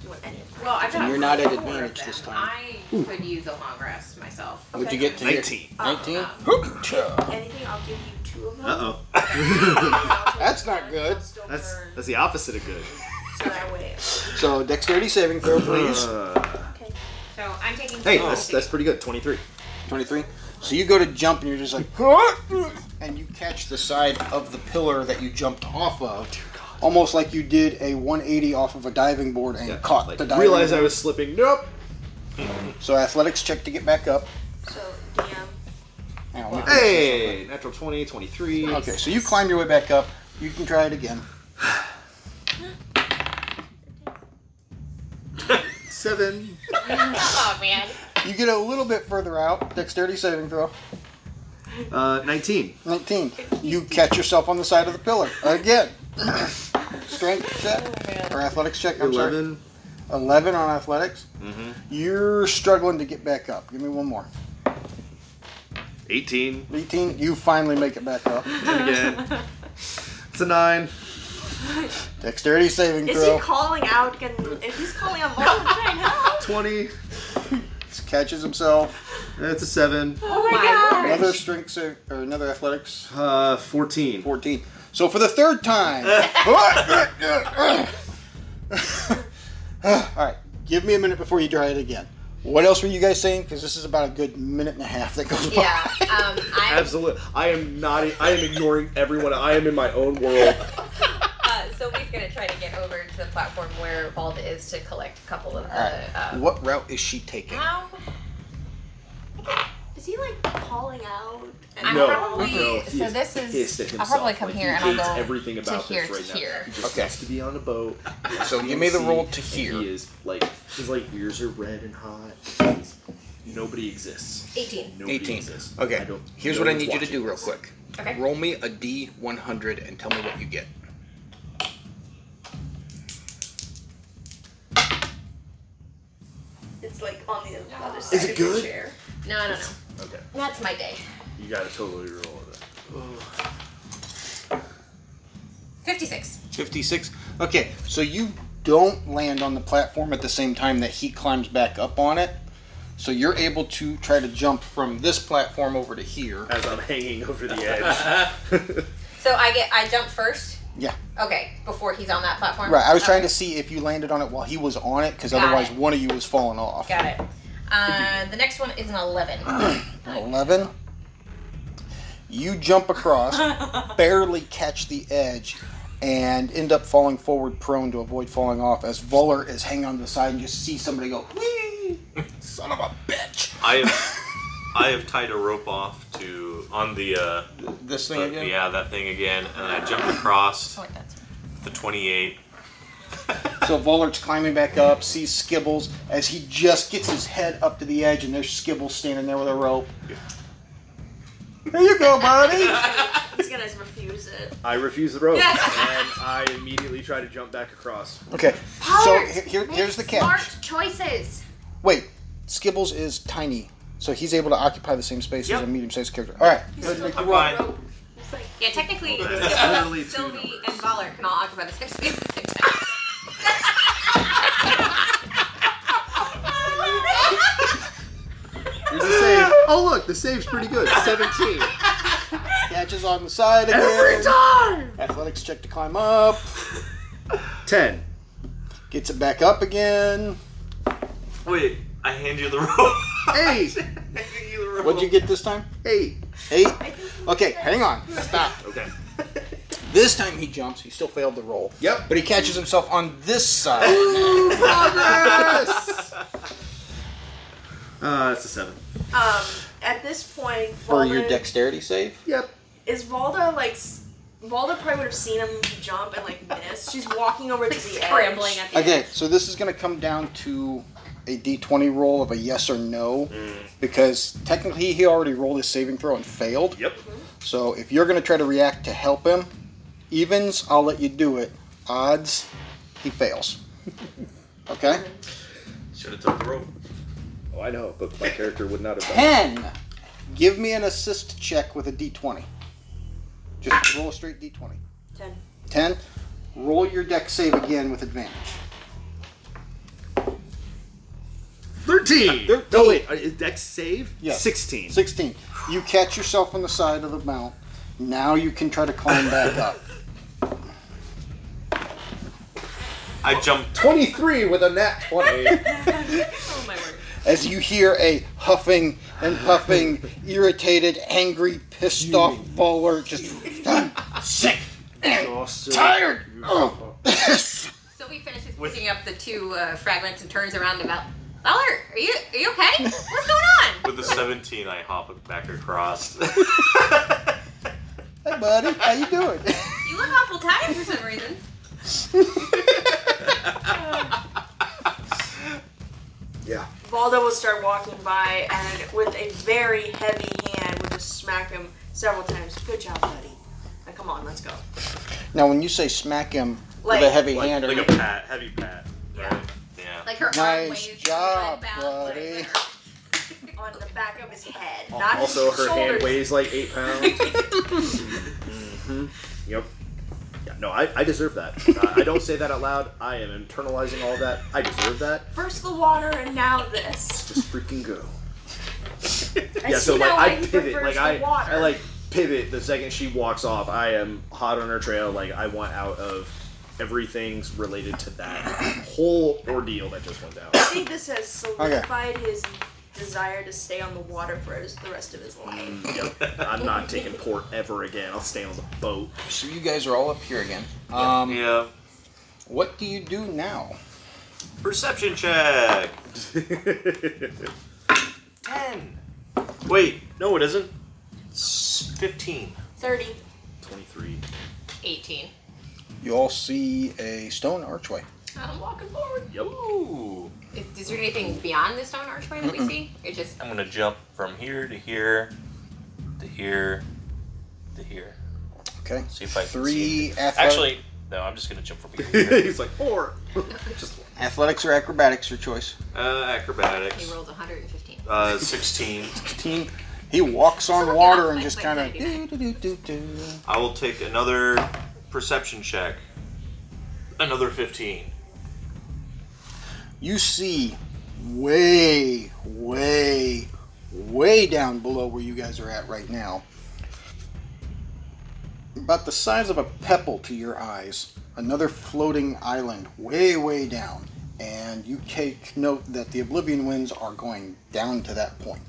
Speaker 8: you want any of them?
Speaker 3: Well, I've got
Speaker 6: And you're not at
Speaker 3: four of
Speaker 6: advantage
Speaker 3: them.
Speaker 6: this time.
Speaker 3: I
Speaker 6: Ooh.
Speaker 3: could use a long rest myself.
Speaker 10: What'd you get to hear?
Speaker 6: 19.
Speaker 10: Nineteen.
Speaker 8: Anything, I'll give you two two of them.
Speaker 6: Uh
Speaker 8: oh.
Speaker 10: That's not good.
Speaker 6: That's that's the opposite of good.
Speaker 8: So I wait.
Speaker 10: So dexterity saving throw, please.
Speaker 6: Uh.
Speaker 3: So I'm taking. two
Speaker 10: Hey, that's-
Speaker 3: to-
Speaker 10: that's-
Speaker 6: That's pretty good. Twenty three.
Speaker 10: Twenty three. So you go to jump and you're just like, "Huh?" and you catch the side of the pillar that you jumped off of, almost like you did a 180 off of a diving board and caught the diving.
Speaker 6: realized
Speaker 10: board.
Speaker 6: I was slipping. Nope.
Speaker 10: So athletics check to get back up.
Speaker 8: So DM.
Speaker 10: Hang on, let me finish this
Speaker 6: Hey, natural 20, 23.
Speaker 10: one. Okay, so you climb your way back up. You can try it again.
Speaker 6: Seven.
Speaker 3: oh man.
Speaker 10: You get a little bit further out. Dexterity saving throw.
Speaker 6: Uh, 19.
Speaker 10: 19. You catch yourself on the side of the pillar again. Strength check or athletics check. I'm
Speaker 6: Eleven.
Speaker 10: sorry. 11 on athletics.
Speaker 6: Mm-hmm.
Speaker 10: You're struggling to get back up. Give me one more.
Speaker 6: 18.
Speaker 10: 18. You finally make it back up.
Speaker 6: And again. It's a 9.
Speaker 10: Dexterity saving
Speaker 8: Is
Speaker 10: throw.
Speaker 8: he calling out? Can, if he's calling out more than I
Speaker 6: 20.
Speaker 10: Catches himself.
Speaker 6: That's a
Speaker 8: know.
Speaker 6: 7.
Speaker 8: Oh my, god.
Speaker 10: Another strength sa- or another athletics.
Speaker 6: Uh, 14.
Speaker 10: 14. So for the third time. All right. Give me a minute before you try it again. What else were you guys saying? Because this is about a good minute and a half that goes by.
Speaker 3: Yeah. Um. I.
Speaker 6: Absolutely. I am not. e, I am ignoring everyone. I am in my own world.
Speaker 3: Uh, Sylvie's gonna try to get over to the platform where Bald is to collect a couple of the. Uh,
Speaker 10: What route is she taking?
Speaker 3: how?
Speaker 8: Is he like calling out?
Speaker 3: I'm
Speaker 6: No.
Speaker 3: probably
Speaker 6: No, he
Speaker 3: so.
Speaker 6: is-
Speaker 3: this
Speaker 6: he is
Speaker 3: is.
Speaker 6: sick
Speaker 3: I'll probably
Speaker 6: himself.
Speaker 3: come
Speaker 6: Like,
Speaker 3: here
Speaker 6: he
Speaker 3: and
Speaker 6: hates
Speaker 3: I'll go
Speaker 6: everything about
Speaker 3: to
Speaker 6: this
Speaker 3: here
Speaker 6: right
Speaker 3: to
Speaker 6: now.
Speaker 3: here.
Speaker 6: He just wants to be on a boat.
Speaker 10: So
Speaker 6: He
Speaker 10: give me the
Speaker 6: wants
Speaker 10: roll
Speaker 6: see,
Speaker 10: to
Speaker 6: and
Speaker 10: hear.
Speaker 6: He is like his like ears are red and hot. He's- nobody exists.
Speaker 3: 18.
Speaker 6: Nobody
Speaker 9: 18.
Speaker 6: Exists. I
Speaker 9: Okay.
Speaker 6: don't-
Speaker 9: Here's
Speaker 6: no
Speaker 9: what I
Speaker 6: one's
Speaker 9: need you to
Speaker 6: watching
Speaker 9: do real
Speaker 6: this.
Speaker 9: quick.
Speaker 3: Okay.
Speaker 9: Roll me a D100 and tell me what you get.
Speaker 8: It's like on the other side.
Speaker 6: Is it good?
Speaker 3: No, I don't know.
Speaker 6: Okay.
Speaker 3: That's my day.
Speaker 6: You gotta totally roll it. Oh.
Speaker 3: Fifty-six.
Speaker 10: 56. Okay, so you don't land on the platform at the same time that he climbs back up on it. So you're able to try to jump from this platform over to here.
Speaker 6: As I'm hanging over the edge.
Speaker 3: So I get. I jump first.
Speaker 10: Yeah.
Speaker 3: Okay. Before he's on that platform.
Speaker 10: Right, I was trying
Speaker 3: Okay.
Speaker 10: to see if you landed on it while he was on it, because
Speaker 3: Got
Speaker 10: otherwise
Speaker 3: it.
Speaker 10: one of you was falling off.
Speaker 3: Got it. Uh, the next one is an eleven.
Speaker 10: 11. You jump across, barely catch the edge, and end up falling forward prone to avoid falling off as Voller is hanging on to the side and just see somebody go, Whee! Son of a bitch!
Speaker 7: I have I have tied a rope off to on the uh,
Speaker 10: This thing
Speaker 7: the-
Speaker 10: again?
Speaker 7: Yeah, that thing again, and I jumped across the twenty-eight.
Speaker 10: So Volert's climbing back up, sees Skibbles as he just gets his head up to the edge, and there's Skibbles standing there with a rope. There you go, buddy.
Speaker 8: He's gonna refuse it.
Speaker 6: I refuse the rope, and I immediately try to jump back across.
Speaker 10: Okay, so
Speaker 3: Pollard,
Speaker 10: he- here,
Speaker 3: make
Speaker 10: here's the catch.
Speaker 3: Smart choices.
Speaker 10: Wait, Skibbles is tiny, so he's able to occupy the same space as a medium-sized character. All right,
Speaker 7: I'm fine.
Speaker 3: Yeah, technically,
Speaker 7: Well,
Speaker 3: Skip,
Speaker 7: that's literally two
Speaker 3: Sylvie, and Baller can all occupy the same space at the same time.
Speaker 6: Here's the save. Oh look, the save's pretty good. Seventeen.
Speaker 10: catches on the side again.
Speaker 6: Every
Speaker 10: time. Athletics check to climb up.
Speaker 6: Ten.
Speaker 10: Gets it back up again.
Speaker 7: Wait, I hand you the rope.
Speaker 6: Eight.
Speaker 10: What'd you get this time?
Speaker 6: Eight.
Speaker 10: Eight. Okay, hang on. Stop.
Speaker 6: Okay.
Speaker 10: This time he jumps. He still failed the roll.
Speaker 6: Yep.
Speaker 10: But he catches himself on this side.
Speaker 6: Progress. Uh, that's a seven.
Speaker 8: Um, at this point,
Speaker 10: For your
Speaker 8: Valda-
Speaker 10: dexterity save?
Speaker 6: Yep.
Speaker 8: Is Valda like? s- Valda probably would have seen him jump and like miss. She's walking over to the edge.
Speaker 3: Scrambling at the
Speaker 10: Okay, so this is going to come down to a d20 roll of a yes or no, because technically he already rolled his saving throw and failed.
Speaker 6: Yep.
Speaker 10: So if you're going to try to react to help him, evens, I'll let you do it. Odds, he fails. Okay?
Speaker 7: Should have took the rope.
Speaker 6: Oh, I know, but my character would not have done.
Speaker 10: 10. Give me an assist check with a d20. Just roll a straight d20.
Speaker 8: Ten.
Speaker 10: 10. Roll your deck save again with advantage.
Speaker 6: Thirteen.
Speaker 10: Thirteen.
Speaker 6: No wait, uh, is Dex save.
Speaker 10: Yes.
Speaker 6: Sixteen.
Speaker 10: 16. You catch yourself on the side of the mount Now you can try to climb back up.
Speaker 7: I jumped.
Speaker 11: 23 with a nat 20.
Speaker 3: Oh my word.
Speaker 10: As you hear a huffing and puffing, irritated, angry, pissed off baller just "I'm sick and tired of this.
Speaker 3: So he finishes picking up the two uh, fragments and turns around about. Dollar, are you are you okay? What's going on?
Speaker 7: With the 17, I hop back across.
Speaker 10: Hey, buddy, how you doing?
Speaker 3: You look awful tired for some reason.
Speaker 10: Yeah.
Speaker 8: Valdo will start walking by and with a very heavy hand will just smack him several times. Good job, buddy. Now come on, let's go.
Speaker 10: Now, when you say smack him
Speaker 8: Like-
Speaker 10: with a heavy
Speaker 8: Like-
Speaker 10: hand, or
Speaker 8: like
Speaker 7: a pat, heavy pat.
Speaker 8: Yeah.
Speaker 7: Yeah.
Speaker 3: Like her arm
Speaker 10: nice
Speaker 3: waves
Speaker 10: job, buddy.
Speaker 8: On the back of his head.
Speaker 6: Al-
Speaker 8: Not
Speaker 6: also,
Speaker 8: his
Speaker 6: her hand
Speaker 8: shoulders.
Speaker 6: weighs like eight pounds. hmm Yep. Yeah, no, I, I deserve that. Uh, I, I don't say that out loud. I am internalizing all that. I deserve that.
Speaker 8: First the water and now this.
Speaker 6: Just freaking go.
Speaker 8: I
Speaker 6: yeah, so
Speaker 8: see
Speaker 6: like
Speaker 8: now why
Speaker 6: I
Speaker 8: he
Speaker 6: pivot,
Speaker 8: prefers
Speaker 6: like
Speaker 8: the
Speaker 6: I,
Speaker 8: water.
Speaker 6: I like pivot the second she walks off. I am hot on her trail. Like I want out of everything's related to that whole ordeal that just went down.
Speaker 8: I think this has solidified his desire to stay on the water for his, the rest of his life.
Speaker 6: Yep. I'm not taking port ever again. I'll stay on the boat.
Speaker 9: So you guys are all up here again. Um,
Speaker 7: yeah.
Speaker 9: What do you do now?
Speaker 7: Perception check. Ten. Wait, no, it isn't. S- Fifteen.
Speaker 8: 30.
Speaker 7: Twenty-three.
Speaker 3: 18.
Speaker 10: You all see a stone archway.
Speaker 3: I'm walking forward.
Speaker 7: Yep. Ooh.
Speaker 3: Is, is there anything beyond the stone archway that we
Speaker 7: Mm-mm.
Speaker 3: see? It just
Speaker 7: I'm gonna jump from here to here, to here, to here.
Speaker 10: Okay.
Speaker 7: See if I can
Speaker 10: Three
Speaker 7: see. anything.
Speaker 10: athletic-
Speaker 7: Actually, no. I'm just gonna jump from here. To here.
Speaker 6: He's like four.
Speaker 10: Athletics or acrobatics, your choice.
Speaker 7: Uh,
Speaker 3: he
Speaker 7: acrobatics.
Speaker 3: rolled 115.
Speaker 7: Uh, sixteen.
Speaker 10: 16. He walks on water and just kind of.
Speaker 7: I will take another perception check. Another fifteen.
Speaker 10: You see way, way, way down below where you guys are at right now. About the size of a pebble to your eyes, another floating island way, way down. And you take note that the Oblivion Winds are going down to that point.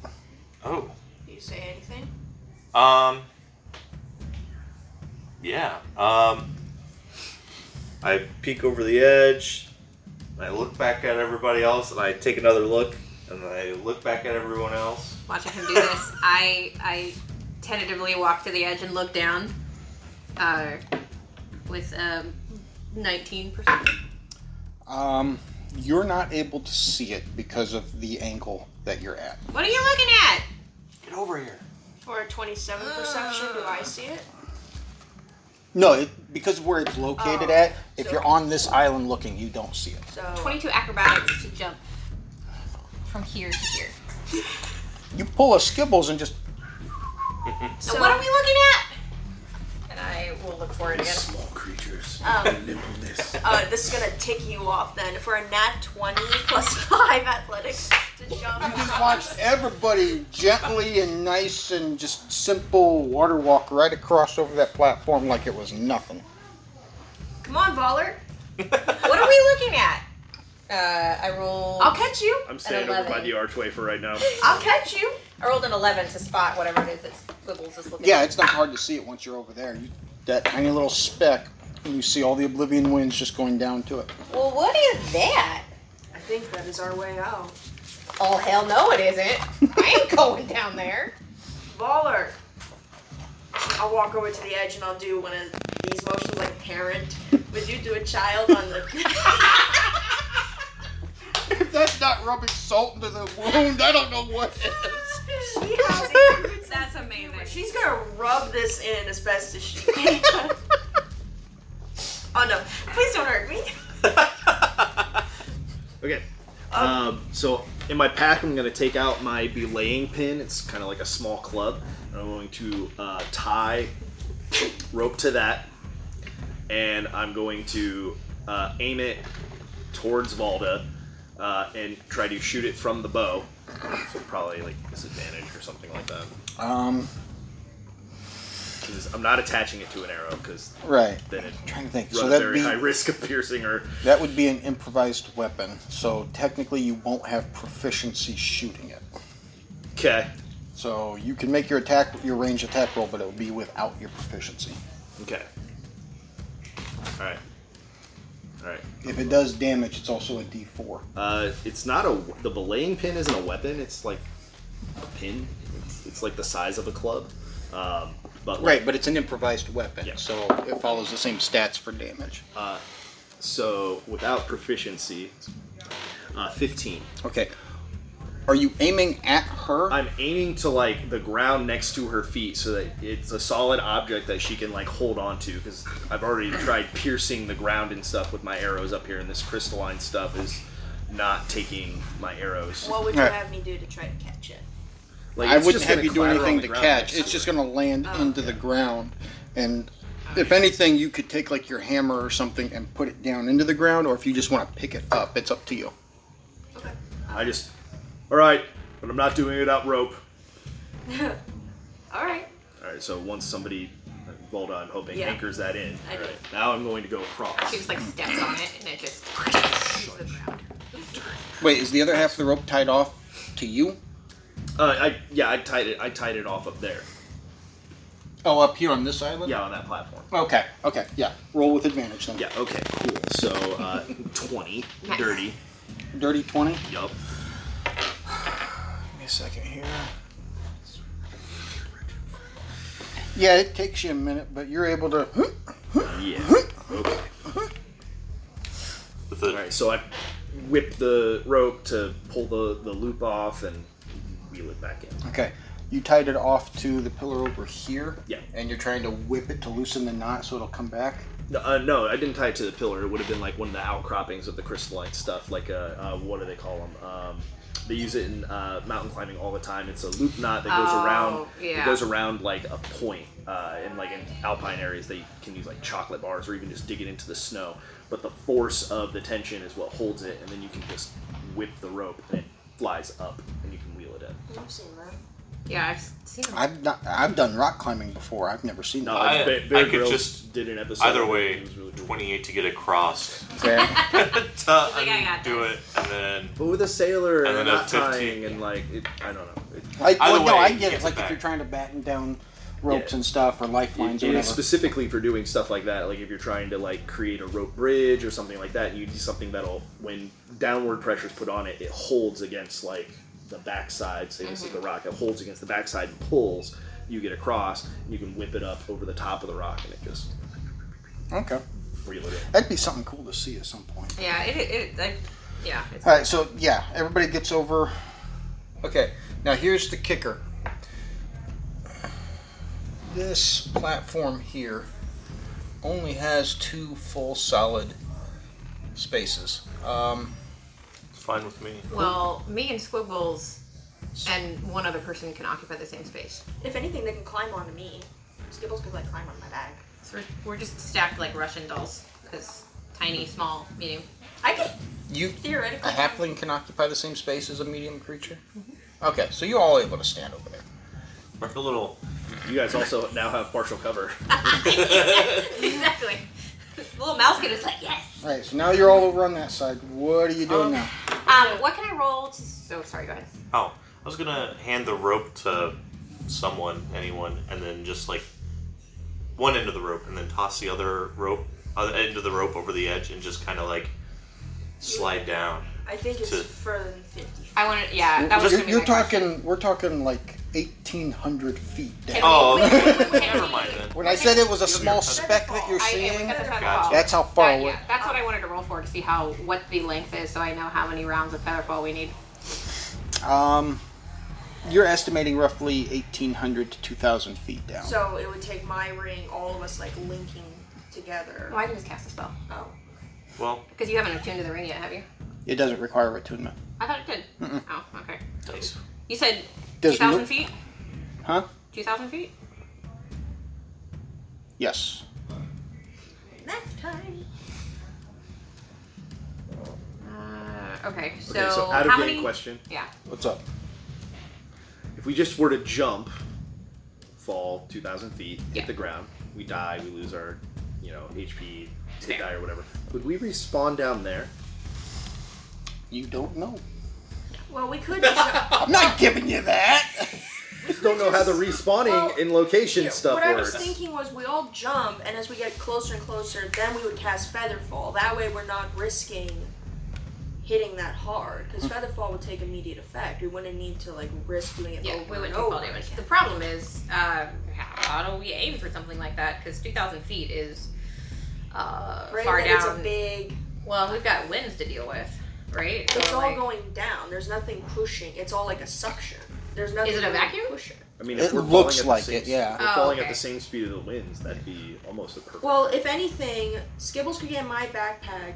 Speaker 7: Oh.
Speaker 8: Do you say anything?
Speaker 7: Um. Yeah. Um. I peek over the edge. and I look back at everybody else, and I take another look, and I look back at everyone else.
Speaker 3: Watching him do this, I I tentatively walked to the edge and looked down uh, with um, 19%.
Speaker 10: Um, you're not able to see it because of the angle that you're at.
Speaker 3: What are you looking at?
Speaker 7: Get over here.
Speaker 8: For a 27 perception, do I see it?
Speaker 10: No, it, because of where it's located
Speaker 8: Oh,
Speaker 10: at, if
Speaker 8: so-
Speaker 10: you're on this island looking, you don't see it.
Speaker 8: So
Speaker 3: 22 acrobatics to jump from here to here.
Speaker 10: You pull a skibbles and just.
Speaker 3: So, what are we looking at? And I will look for it again.
Speaker 6: creatures.
Speaker 8: Um,
Speaker 6: nimbleness.
Speaker 8: uh, this is gonna tick you off then. For a nat 20 plus 5 athletics to jump.
Speaker 10: You just watched everybody gently and nice and just simple water walk right across over that platform like it was nothing.
Speaker 8: Come on, Baller.
Speaker 3: what are we looking at? Uh, I rolled.
Speaker 8: I'll catch you.
Speaker 6: I'm standing over by the archway for right now.
Speaker 3: I'll catch you. I rolled an 11 to spot whatever it is that Quibbles is looking
Speaker 10: Yeah,
Speaker 3: at.
Speaker 10: it's not hard to see it once you're over there. You, that tiny little speck, and you see all the Oblivion winds just going down to it.
Speaker 3: Well, what is that?
Speaker 8: I think that is our way out.
Speaker 3: Oh, hell no, it isn't. I ain't going down there.
Speaker 8: Baller. I'll walk over to the edge and I'll do one of these motions like parent would you do a child on the
Speaker 10: If that's not rubbing salt into the wound, I don't know what
Speaker 3: That's amazing.
Speaker 8: She's gonna rub this in as best as she can. oh no, please don't hurt me.
Speaker 6: Okay.
Speaker 10: Uh,
Speaker 6: Um, so in my pack, I'm going to take out my belaying pin. It's kind of like a small club. And I'm going to uh, tie rope to that, and I'm going to uh, aim it towards Valda uh, and try to shoot it from the bow. So probably like disadvantage or something like that.
Speaker 10: Um,
Speaker 6: 'Cause I'm not attaching it to an arrow because
Speaker 10: Right.
Speaker 6: Then it
Speaker 10: I'm trying to think.
Speaker 6: runs
Speaker 10: So that'd
Speaker 6: very
Speaker 10: be-
Speaker 6: high risk of piercing or
Speaker 10: That would be an improvised weapon, so technically you won't have proficiency shooting it.
Speaker 6: Okay.
Speaker 10: So you can make your attack, your range attack roll, but it will be without your proficiency.
Speaker 6: okay. All right. All right.
Speaker 10: If it does damage, it's also a D4.
Speaker 6: Uh, it's not a the belaying pin isn't a weapon. It's like a pin. It's, it's like the size of a club. Um, but like-
Speaker 10: Right, but it's an improvised weapon, so it follows the same stats for damage.
Speaker 6: Uh, so without proficiency, uh, fifteen.
Speaker 10: Okay. Are you aiming at her?
Speaker 6: I'm aiming to like the ground next to her feet, so that it's a solid object that she can like hold on to. Because I've already tried piercing the ground and stuff with my arrows up here, and this crystalline stuff is not taking my arrows.
Speaker 8: What would you
Speaker 6: Like,
Speaker 8: have me do to try to catch it?
Speaker 10: I
Speaker 6: it's
Speaker 10: wouldn't
Speaker 6: just
Speaker 10: have
Speaker 6: gonna
Speaker 10: you do
Speaker 6: clatter on
Speaker 10: anything
Speaker 6: the
Speaker 10: to
Speaker 6: ground next
Speaker 10: catch.
Speaker 6: to
Speaker 10: It's just Oh, going to land into the ground. And if anything, you could take like your hammer or something and put it down into the ground, or if you just want to pick it up, it's up to you.
Speaker 6: I just, all right, but I'm not doing it without rope.
Speaker 8: All right.
Speaker 6: All right, so once somebody, well done, hoping
Speaker 3: Yeah.
Speaker 6: anchors that in.
Speaker 3: I
Speaker 6: All
Speaker 3: did.
Speaker 6: right, now I'm going to go across.
Speaker 3: She just like steps on it and it just.
Speaker 10: Wait, is the other half of the rope tied off to you?
Speaker 6: Uh, I yeah, I tied it. I tied it off up there.
Speaker 10: Oh, up here on this island?
Speaker 6: Yeah, on that platform.
Speaker 10: Okay, okay, yeah. Roll with advantage then.
Speaker 6: Yeah. Okay. Cool. So uh, twenty,
Speaker 10: Nice.
Speaker 6: dirty.
Speaker 10: Dirty 20?
Speaker 6: Yup.
Speaker 10: Give me a second here. Yeah, it takes you a minute, but you're able to.
Speaker 6: Yeah. Okay. All right, so I whip the rope to pull the, the loop off and wheel it back in.
Speaker 10: Okay. You tied it off to the pillar over here.
Speaker 6: Yeah.
Speaker 10: And you're trying to whip it to loosen the knot so it'll come back.
Speaker 6: No, uh, no, I didn't tie it to the pillar. It would have been like one of the outcroppings of the crystalline stuff. Like, uh, uh, what do they call them? Um, they use it in uh, mountain climbing all the time. It's a loop knot that goes
Speaker 3: Oh,
Speaker 6: around.
Speaker 3: yeah.
Speaker 6: It goes around like a point. Uh, and like in alpine areas, they can use like chocolate bars or even just dig it into the snow. But the force of the tension is what holds it, and then you can just whip the rope and it flies up, and you can wheel it in.
Speaker 8: I've seen that.
Speaker 3: Yeah, I've seen them.
Speaker 10: I've not, I've done rock climbing before. I've never seen
Speaker 6: Uh,
Speaker 10: that.
Speaker 7: I, I could just
Speaker 6: did an episode.
Speaker 7: Either way, twenty-eight to get across.
Speaker 10: Okay.
Speaker 7: to undo it, and then
Speaker 6: But with a sailor
Speaker 7: And
Speaker 6: and,
Speaker 7: then a
Speaker 6: not
Speaker 7: 15,
Speaker 6: tying and like it, I don't know. It,
Speaker 10: I, well, no, I get it. Like if you're trying to batten down ropes and stuff or lifelines
Speaker 6: It
Speaker 10: or
Speaker 6: is
Speaker 10: whatever.
Speaker 6: specifically for doing stuff like that. Like if you're trying to like create a rope bridge or something like that, you do something that'll when downward pressure is put on it, it holds against like the backside. Say this is
Speaker 3: Mm-hmm.
Speaker 6: the rock, it holds against the backside and pulls. You get across, and you can whip it up over the top of the rock, and it just
Speaker 10: okay.
Speaker 6: reel it in.
Speaker 10: That'd be something cool to see at some point.
Speaker 3: Yeah, it. it, it like, yeah. It's,
Speaker 10: All right, so yeah, everybody gets over. Okay, now here's the kicker. This platform here only has two full solid spaces. Um,
Speaker 7: it's fine with me.
Speaker 3: Well, me and Squibbles and one other person can occupy the same space.
Speaker 8: If anything, they can climb onto me. Skibbles could like climb on my back.
Speaker 3: So we're, we're just stacked like Russian dolls because tiny, small, medium.
Speaker 8: I could
Speaker 10: you
Speaker 8: theoretically.
Speaker 10: A halfling can occupy the same space as a medium creature. Okay, so you're all able to stand over there.
Speaker 7: Like a little.
Speaker 6: You guys also now have partial cover.
Speaker 3: exactly. Little mouse kid is like yes.
Speaker 10: All right, so now you're all over on that side. What are you doing now?
Speaker 3: Um, what can I roll? To, so sorry, go ahead.
Speaker 7: Oh, I was gonna hand the rope to someone, anyone, and then just like one end of the rope, and then toss the other rope, other end of the rope over the edge, and just kind of like slide down.
Speaker 8: I think it's
Speaker 7: To-
Speaker 8: further than fifty.
Speaker 3: I want to. Yeah, that was
Speaker 10: you're
Speaker 3: gonna be
Speaker 10: you're
Speaker 3: my
Speaker 10: talking. We're talking like 1,800 feet down.
Speaker 7: Oh, never mind then.
Speaker 10: When I said it was a small speck that you're
Speaker 3: I- it was
Speaker 10: seeing,
Speaker 3: at the Featherfall.
Speaker 10: that's how far
Speaker 3: That-
Speaker 10: away.
Speaker 3: yeah, that's what I wanted to roll for to see how what the length is, so I know how many rounds of featherfall we need.
Speaker 10: Um, you're estimating roughly 1,800 to 2,000 feet down.
Speaker 8: So it would take my ring, all of us like linking together.
Speaker 3: Oh, I can just cast a spell.
Speaker 8: Oh.
Speaker 7: Well,
Speaker 3: Because you haven't attuned to the ring yet, have you?
Speaker 10: it doesn't require attunement.
Speaker 3: I thought it did.
Speaker 10: Mm-mm.
Speaker 3: Oh, okay.
Speaker 7: Nice.
Speaker 3: You said two
Speaker 10: Does
Speaker 3: thousand
Speaker 10: no-
Speaker 3: feet.
Speaker 10: Huh?
Speaker 3: Two thousand feet.
Speaker 10: Yes.
Speaker 3: That's tiny. Uh, okay, so,
Speaker 6: okay, so out of
Speaker 3: how
Speaker 6: game
Speaker 3: many
Speaker 6: question.
Speaker 3: Yeah.
Speaker 10: What's up?
Speaker 6: If we just were to jump fall 2,000 feet, hit the ground, we die, we lose our, you know, HP, hit die or whatever. Would we respawn down there?
Speaker 10: You don't know.
Speaker 8: Well, we could. Just,
Speaker 10: I'm not giving you that.
Speaker 6: Just don't know how the respawning in location stuff
Speaker 8: what I was
Speaker 6: works.
Speaker 8: thinking was we all jump, and as we get closer and closer, then we would cast Featherfall. That way, we're not risking hitting that hard because Featherfall would take immediate effect. We wouldn't need to like risk doing it
Speaker 3: Yeah,
Speaker 8: over
Speaker 3: we wouldn't
Speaker 8: and
Speaker 3: do fall
Speaker 8: over.
Speaker 3: damage. The problem is, uh, how do we aim for something like that? Because 2,000 feet is uh,
Speaker 8: Right,
Speaker 3: far
Speaker 8: and it's a
Speaker 3: down.
Speaker 8: big.
Speaker 3: Well, we've got winds to deal with, right?
Speaker 8: It's
Speaker 3: So,
Speaker 8: all
Speaker 3: like,
Speaker 8: going down. There's nothing pushing. It's all like a suction. There's nothing.
Speaker 3: Is it a
Speaker 8: really
Speaker 3: vacuum?
Speaker 8: Pushing.
Speaker 6: I mean, if
Speaker 10: It
Speaker 6: we're
Speaker 10: looks
Speaker 6: falling
Speaker 10: like
Speaker 6: at the same,
Speaker 10: it, yeah.
Speaker 6: if we're
Speaker 8: Oh,
Speaker 6: falling at
Speaker 8: okay.
Speaker 6: the same speed of the winds, that'd be almost a perfect.
Speaker 8: Well, if anything, Skibbles could get my backpack.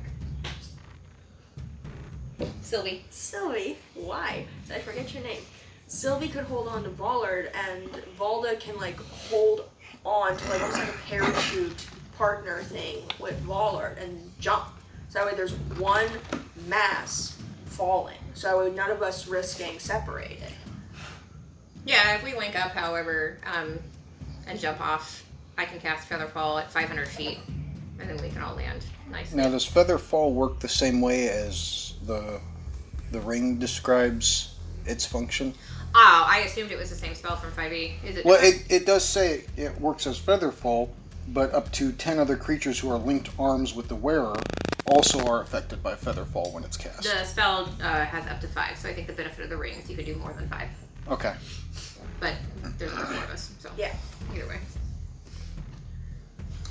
Speaker 3: Sylvie.
Speaker 8: Sylvie, why? Did I forget your name? Sylvie could hold on to Vollard, and Valda can like hold on to like almost like a parachute partner thing with Vollard and jump. So that way, there's one mass falling. So that way, none of us risk getting separated.
Speaker 3: Yeah, if we link up, however, um, and jump off, I can cast Featherfall at 500 feet, and then we can all land nicely.
Speaker 10: Now, does feather fall work the same way as the the ring describes its function?
Speaker 3: Oh, I assumed it was the same spell from 5e. Is it?
Speaker 10: Well, it, it does say it works as feather fall, but up to ten other creatures who are linked arms with the wearer also are affected by feather fall when it's cast.
Speaker 3: the spell uh, has up to five, so I think the benefit of the rings, you could do more than five.
Speaker 10: Okay.
Speaker 3: But there's only four of us, so
Speaker 8: yeah.
Speaker 3: Either way.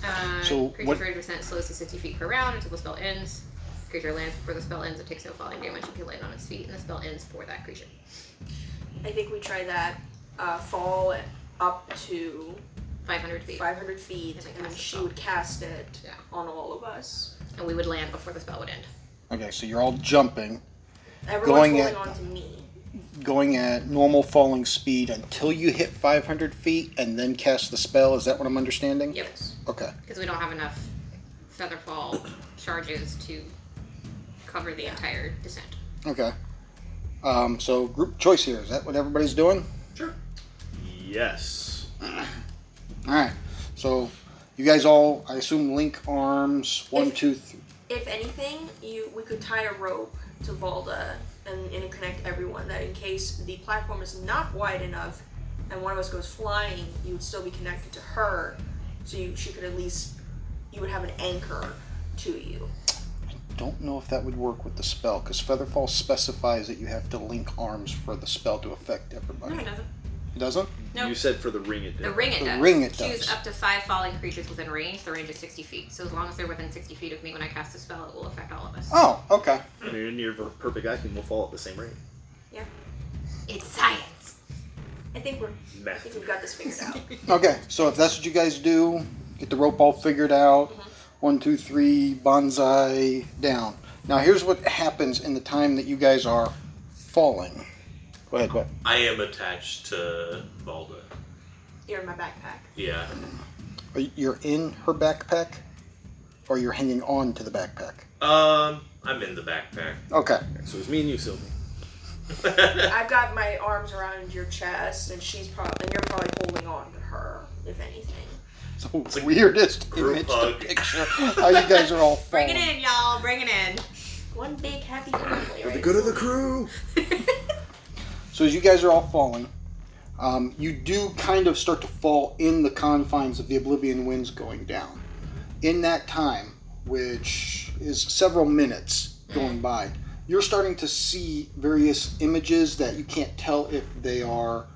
Speaker 3: Uh,
Speaker 10: So
Speaker 3: creature
Speaker 10: what-
Speaker 3: thirty percent slows to sixty feet per round until the spell ends. Creature lands before the spell ends. It takes no falling damage if you land on its feet, and the spell ends for that creature.
Speaker 8: I think we try that uh, fall up to
Speaker 3: 500 feet.
Speaker 8: 500 feet, and then she would cast it on all of us.
Speaker 3: And we would land before the spell would end.
Speaker 10: Okay, so you're all jumping,
Speaker 8: Everyone's
Speaker 10: Going
Speaker 8: holding
Speaker 10: at-
Speaker 8: on to me.
Speaker 10: going at normal falling speed until you hit 500 feet, and then cast the spell. Is that what I'm understanding?
Speaker 3: Yes.
Speaker 10: Okay.
Speaker 3: Because we don't have enough featherfall charges to cover the entire descent.
Speaker 10: Okay. Um, so group choice here. Is that what everybody's doing?
Speaker 6: Yes.
Speaker 10: All right. So you guys all, I assume, link arms. One, two, three.
Speaker 8: If anything, you we could tie a rope to Valda and interconnect everyone. That in case the platform is not wide enough, and one of us goes flying, you would still be connected to her, so you, she could at least you would have an anchor to you.
Speaker 10: Don't know if that would work with the spell because Featherfall specifies that you have to link arms for the spell to affect everybody.
Speaker 3: No, it doesn't.
Speaker 10: It doesn't.
Speaker 3: No. You
Speaker 6: said for the ring it
Speaker 3: The ring it
Speaker 10: the
Speaker 3: does.
Speaker 10: Ring it
Speaker 3: Choose
Speaker 10: does.
Speaker 3: up to five falling creatures within range. The range is 60 feet. So as long as they're within 60 feet of me when I cast a spell, it will affect all of us.
Speaker 10: Oh, okay.
Speaker 6: Near, near per- perfect vacuum will fall at the same rate.
Speaker 8: Yeah.
Speaker 3: It's science.
Speaker 8: I think we're. I
Speaker 6: Math.
Speaker 8: think we've got this figured out.
Speaker 10: Okay. So if that's what you guys do, get the rope all figured out.
Speaker 3: Mm-hmm.
Speaker 10: One, two, three, bonsai down. Now here's what happens in the time that you guys are falling. Go ahead. Go ahead.
Speaker 7: I am attached to Valda.
Speaker 8: You're in my backpack.
Speaker 7: Yeah.
Speaker 10: Are you- You're in her backpack, or you're hanging on to the backpack.
Speaker 7: Um, I'm in the backpack.
Speaker 10: Okay.
Speaker 6: So it's me and you, Sylvie.
Speaker 8: I've got my arms around your chest, and she's probably and you're probably holding on to her, if anything.
Speaker 10: It's the weirdest
Speaker 7: group
Speaker 10: image
Speaker 7: hug.
Speaker 10: to picture. How you guys are all
Speaker 3: Bring
Speaker 10: falling.
Speaker 3: it in, y'all. Bring it in.
Speaker 8: One big happy family.
Speaker 10: For the
Speaker 8: right?
Speaker 10: good of the crew. so as you guys are all falling, um, you do kind of start to fall in the confines of the Oblivion Winds going down. In that time, which is several minutes going by, you're starting to see various images that you can't tell if they are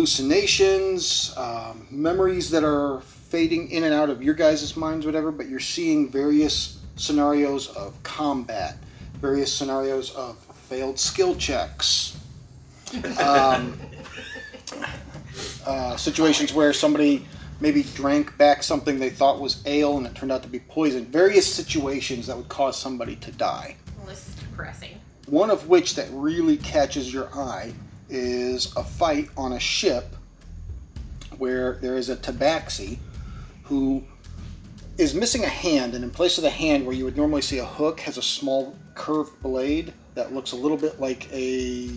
Speaker 10: hallucinations, um, memories that are fading in and out of your guys' minds, whatever, but you're seeing various scenarios of combat, various scenarios of failed skill checks, um, uh, situations where somebody maybe drank back something they thought was ale and it turned out to be poison, various situations that would cause somebody to die.
Speaker 3: Well, this is depressing.
Speaker 10: One of which that really catches your eye is a fight on a ship where there is a tabaxi who is missing a hand, and in place of the hand where you would normally see a hook, has a small curved blade that looks a little bit like a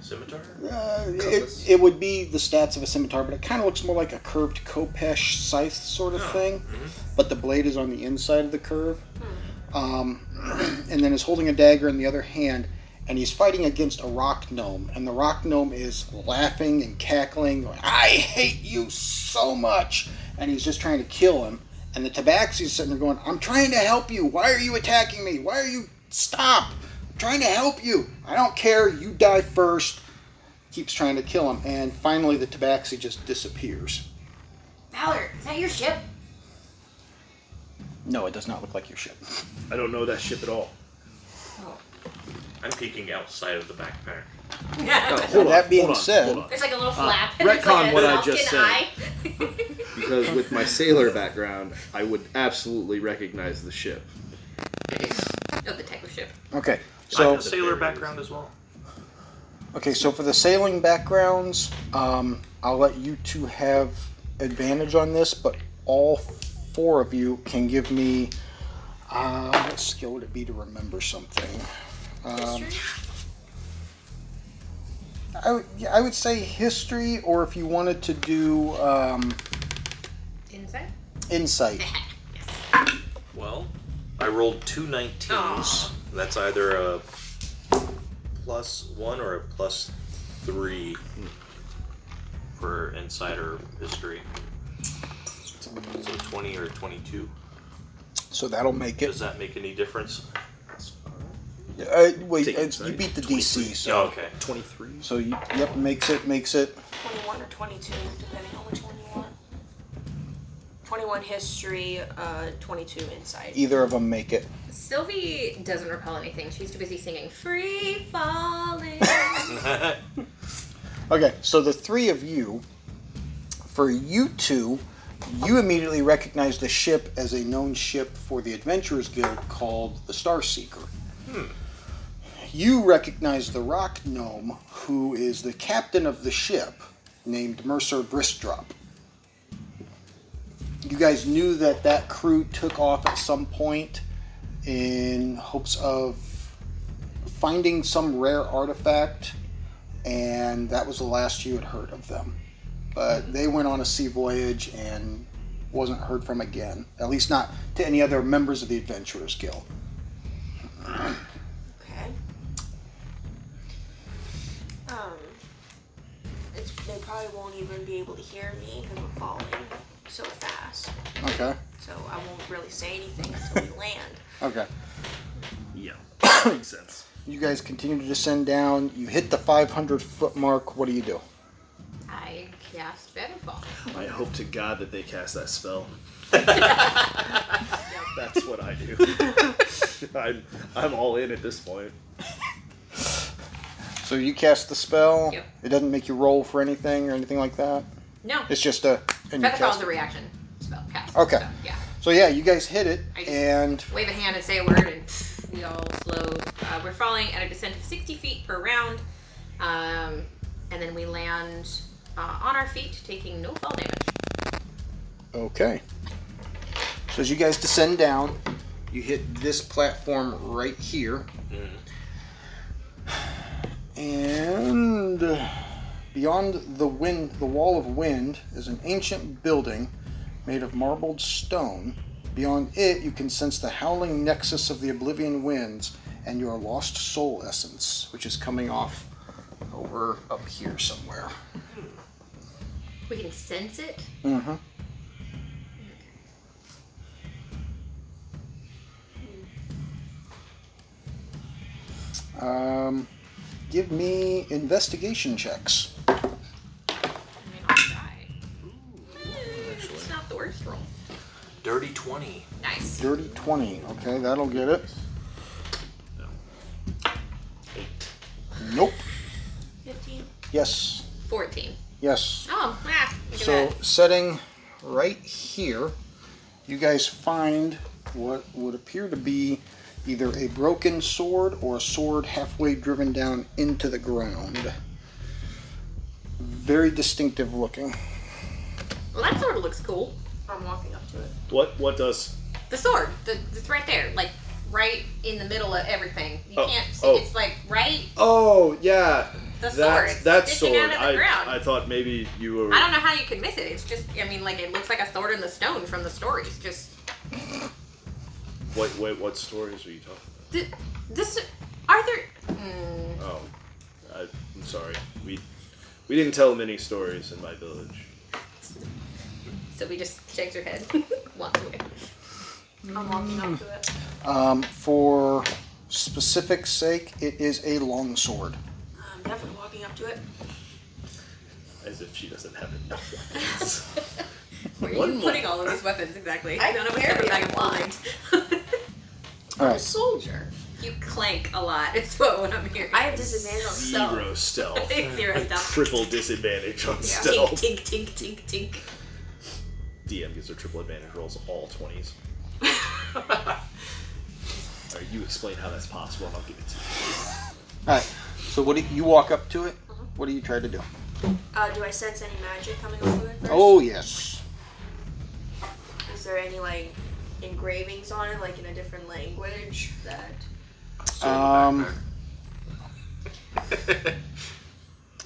Speaker 7: Scimitar?
Speaker 10: Uh, it, it would be the stats of a scimitar, but it kind of looks more like a curved Kopesh scythe sort of thing. But the blade is on the inside of the curve. Um, and then is holding a dagger in the other hand, and he's fighting against a rock gnome. And the rock gnome is laughing and cackling, going, I hate you so much. And he's just trying to kill him. And the tabaxi's sitting there going, I'm trying to help you. Why are you attacking me? Why are you. Stop! I'm trying to help you. I don't care. You die first keeps trying to kill him, and finally the tabaxi just disappears.
Speaker 2: Valor, is that your ship?
Speaker 10: No, it does not look like your ship.
Speaker 6: I don't know that ship at all.
Speaker 7: I'm peeking outside of the backpack.
Speaker 10: With that being said,
Speaker 3: There's like a little
Speaker 6: Oh. Uh,
Speaker 3: flap.
Speaker 6: retcon
Speaker 3: There's like a
Speaker 6: what I
Speaker 3: falcon
Speaker 6: just said.
Speaker 3: eye.
Speaker 6: Because with my sailor background, I would absolutely recognize the ship.
Speaker 3: Oh, the type of ship.
Speaker 7: I
Speaker 10: okay, so
Speaker 7: have a sailor background as well.
Speaker 10: okay, so for the sailing backgrounds, um, I'll let you two have advantage on this, but all four of you can give me uh, what skill would it be to remember something? Um, I would, yeah, I would say history, or if you wanted to do um,
Speaker 3: Inside?
Speaker 10: insight.
Speaker 7: Well, I rolled two 19s. That's either a plus one or a plus three for insider history. So 20 or 22.
Speaker 10: So that'll make it.
Speaker 7: Does that make any difference?
Speaker 10: Uh, wait, it's, you beat the DC, so
Speaker 7: Oh, okay.
Speaker 6: 23.
Speaker 10: so you, yep, makes it, makes it.
Speaker 8: 21 or 22, depending on which one you want. 21 history, uh, 22 inside.
Speaker 10: Either of them make it.
Speaker 3: Sylvie doesn't recall anything. She's too busy singing Free Falling.
Speaker 10: Okay, so the three of you, for you two, you immediately recognize the ship as a known ship for the Adventurers Guild called the Star Seeker. You recognize the rock gnome, who is the captain of the ship, named Mercer Bristrop. You guys knew that that crew took off at some point in hopes of finding some rare artifact and that was the last you had heard of them. But they went on a sea voyage and wasn't heard from again, at least not to any other members of the Adventurers Guild.
Speaker 8: Um, it's, they probably won't even be able to hear me because I'm falling so fast.
Speaker 10: Okay.
Speaker 8: So I won't really say anything until we land.
Speaker 10: Okay.
Speaker 6: Yeah. Makes sense.
Speaker 10: You guys continue to descend down. You hit the 500 foot mark. What do you do?
Speaker 3: I cast Featherfall.
Speaker 6: I hope to God that they cast that spell. That's what I do. I'm, I'm all in at this point.
Speaker 10: So you cast the spell.
Speaker 3: Yep.
Speaker 10: It doesn't make you roll for anything or anything like that.
Speaker 3: No.
Speaker 10: It's just a. and you
Speaker 3: Featherfall
Speaker 10: cast
Speaker 3: is a reaction spell. Cast.
Speaker 10: it. Okay.
Speaker 3: So, yeah.
Speaker 10: So yeah, you guys hit it,
Speaker 3: I just-
Speaker 10: and
Speaker 3: Wave a hand and say a word, and pff, we all slow. Uh, we're falling at a descent of 60 feet per round. Um, and then we land uh, on our feet, taking no fall damage.
Speaker 10: Okay. So as you guys descend down, you hit this platform right here. And uh, beyond the wind, the wall of wind is an ancient building made of marbled stone. Beyond it, you can sense the howling nexus of the oblivion winds and your lost soul essence, which is coming off over up here somewhere.
Speaker 3: We can sense it.
Speaker 10: Mm-hmm. Um, give me investigation checks.
Speaker 3: I mean, I'll die. It's not the worst roll.
Speaker 7: Dirty 20.
Speaker 3: Nice.
Speaker 10: Dirty 20. Okay, that'll get it. Nope.
Speaker 8: 15.
Speaker 10: Yes.
Speaker 3: 14.
Speaker 10: Yes.
Speaker 3: Oh, ah, look at
Speaker 10: So,
Speaker 3: that.
Speaker 10: setting right here, you guys find what would appear to be either a broken sword or a sword halfway driven down into the ground. Very distinctive looking.
Speaker 3: Well, that sword looks cool.
Speaker 8: I'm walking up to it.
Speaker 6: What what does
Speaker 3: The sword, the, it's right there, like right in the middle of everything. You
Speaker 6: Oh,
Speaker 3: can't see.
Speaker 6: oh.
Speaker 3: It's like right.
Speaker 6: Oh yeah.
Speaker 3: The
Speaker 6: that
Speaker 3: sword.
Speaker 6: that
Speaker 3: sticking
Speaker 6: sword.
Speaker 3: out of the ground.
Speaker 6: I, I thought maybe you were.
Speaker 3: I don't know how you could miss it. It's just, I mean, like it looks like a sword in the stone from the stories. Just
Speaker 6: Wait, wait, what stories are you talking?
Speaker 3: th- this, Arthur. Mm,
Speaker 6: about? Oh, I, I'm sorry. We we didn't tell many stories in my village.
Speaker 3: so we just shakes her head, walks away. I'm walking up to it.
Speaker 10: Um, for specific sake, it is a longsword.
Speaker 8: I'm definitely walking up to it.
Speaker 6: As if she doesn't have enough.
Speaker 3: Where are
Speaker 6: One
Speaker 3: you
Speaker 6: more.
Speaker 3: putting all of these weapons exactly?
Speaker 8: I
Speaker 3: don't know
Speaker 8: carry
Speaker 3: what's back blind.
Speaker 10: All right.
Speaker 3: Soldier. You clank a lot. It's what when I'm here. I have disadvantage on
Speaker 6: Zero stealth.
Speaker 3: Zero stealth.
Speaker 6: Triple disadvantage on
Speaker 3: Tink,
Speaker 6: stealth.
Speaker 3: tink, tink, tink, tink.
Speaker 6: DM gives her triple advantage rolls all 20s. Alright, you explain how that's possible and I'll give it to
Speaker 10: All right. So what do you, you walk up to it? What do you try to do?
Speaker 8: Uh, do I sense any magic coming off of it? First?
Speaker 10: Oh yes.
Speaker 8: Is there any like engravings on it, like in a different language that?
Speaker 10: Um,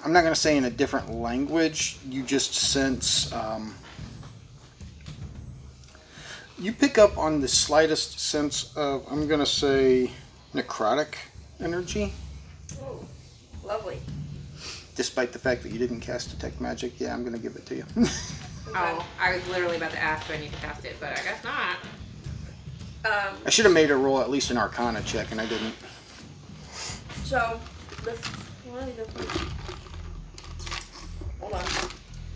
Speaker 10: I'm not gonna say in a different language. You just sense. Um, you pick up on the slightest sense of I'm gonna say necrotic energy,
Speaker 8: Oh, lovely.
Speaker 10: despite the fact that you didn't cast detect magic. Yeah, I'm gonna give it to you.
Speaker 3: Oh, I was literally about to ask when you could cast it, but I guess not.
Speaker 8: Um,
Speaker 10: I should have made her roll at least an Arcana check, and I didn't.
Speaker 8: So, the, what are the, hold on,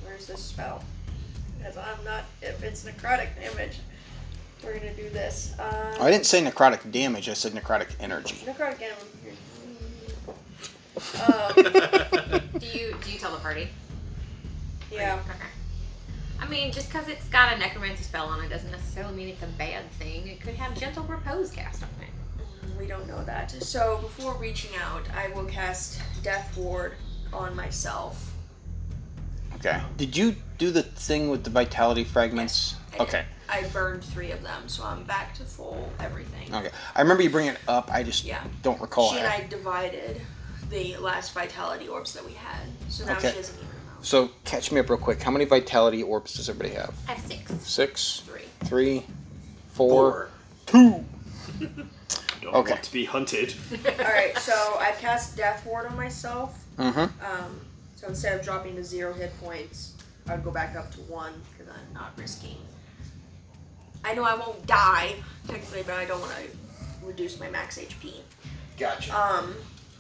Speaker 8: where's this spell? Because I'm not, if it's necrotic damage, we're gonna do this. Um,
Speaker 10: Oh, I didn't say necrotic damage. I said necrotic energy.
Speaker 8: Necrotic damage.
Speaker 3: do you do you tell the party?
Speaker 8: Yeah.
Speaker 3: I mean, just because it's got a necromancy spell on it doesn't necessarily mean it's a bad thing. It could have gentle repose cast on it.
Speaker 8: We don't know that. So before reaching out, I will cast Death Ward on myself.
Speaker 10: Okay. Did you do the thing with the vitality fragments?
Speaker 8: I-
Speaker 10: Okay.
Speaker 8: I burned three of them, so I'm back to full everything.
Speaker 10: Okay. I remember you bringing it up. I just
Speaker 8: Yeah.
Speaker 10: don't recall
Speaker 8: she
Speaker 10: it.
Speaker 8: and I divided the last vitality orbs that we had, so now
Speaker 10: Okay.
Speaker 8: she doesn't even.
Speaker 10: So catch me up real quick. How many vitality orbs does everybody have?
Speaker 3: I have six.
Speaker 10: Six.
Speaker 8: Three.
Speaker 10: Three. Four.
Speaker 6: you. Don't
Speaker 10: Okay.
Speaker 6: want to be hunted.
Speaker 8: All right, so I've cast Death Ward on myself.
Speaker 10: Mm-hmm.
Speaker 6: Mhm.
Speaker 8: Um, so instead of dropping to zero hit points, I would go back up to one because I'm not risking. I know I won't die technically, but I don't want to reduce my max HP.
Speaker 9: Gotcha.
Speaker 8: Um,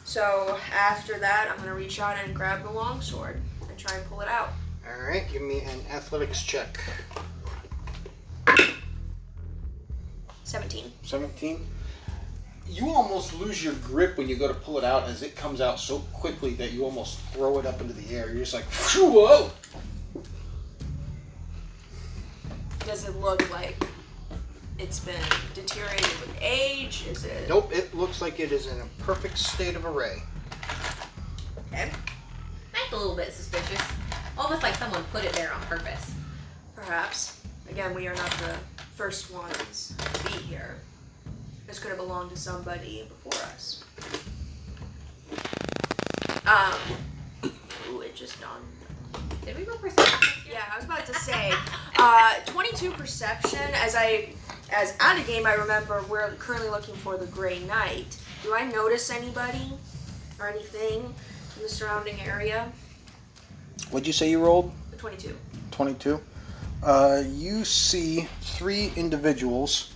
Speaker 8: so after that, I'm gonna reach out and grab the longsword and try and pull it out.
Speaker 10: All right. Give me an athletics check.
Speaker 8: Seventeen.
Speaker 10: Seventeen. You almost lose your grip when you go to pull it out, as it comes out so quickly that you almost throw it up into the air. You're just like, whoa!
Speaker 8: Does it look like it's been deteriorated with age? Is it?
Speaker 10: Nope. It looks like it is in a perfect state of array.
Speaker 8: Okay.
Speaker 3: That's a little bit suspicious. Almost like someone put it there on purpose.
Speaker 8: Perhaps. Again, we are not the first ones to be here. This could have belonged to somebody before us. Um. Ooh, it just dawned.
Speaker 3: Did we go perception?
Speaker 8: Yeah, I was about to say. Uh, 22 perception. As I, as out of game, I remember we're currently looking for the Gray Knight. Do I notice anybody or anything in the surrounding area?
Speaker 10: What'd you say you rolled?
Speaker 8: 22.
Speaker 10: 22. Uh, you see three individuals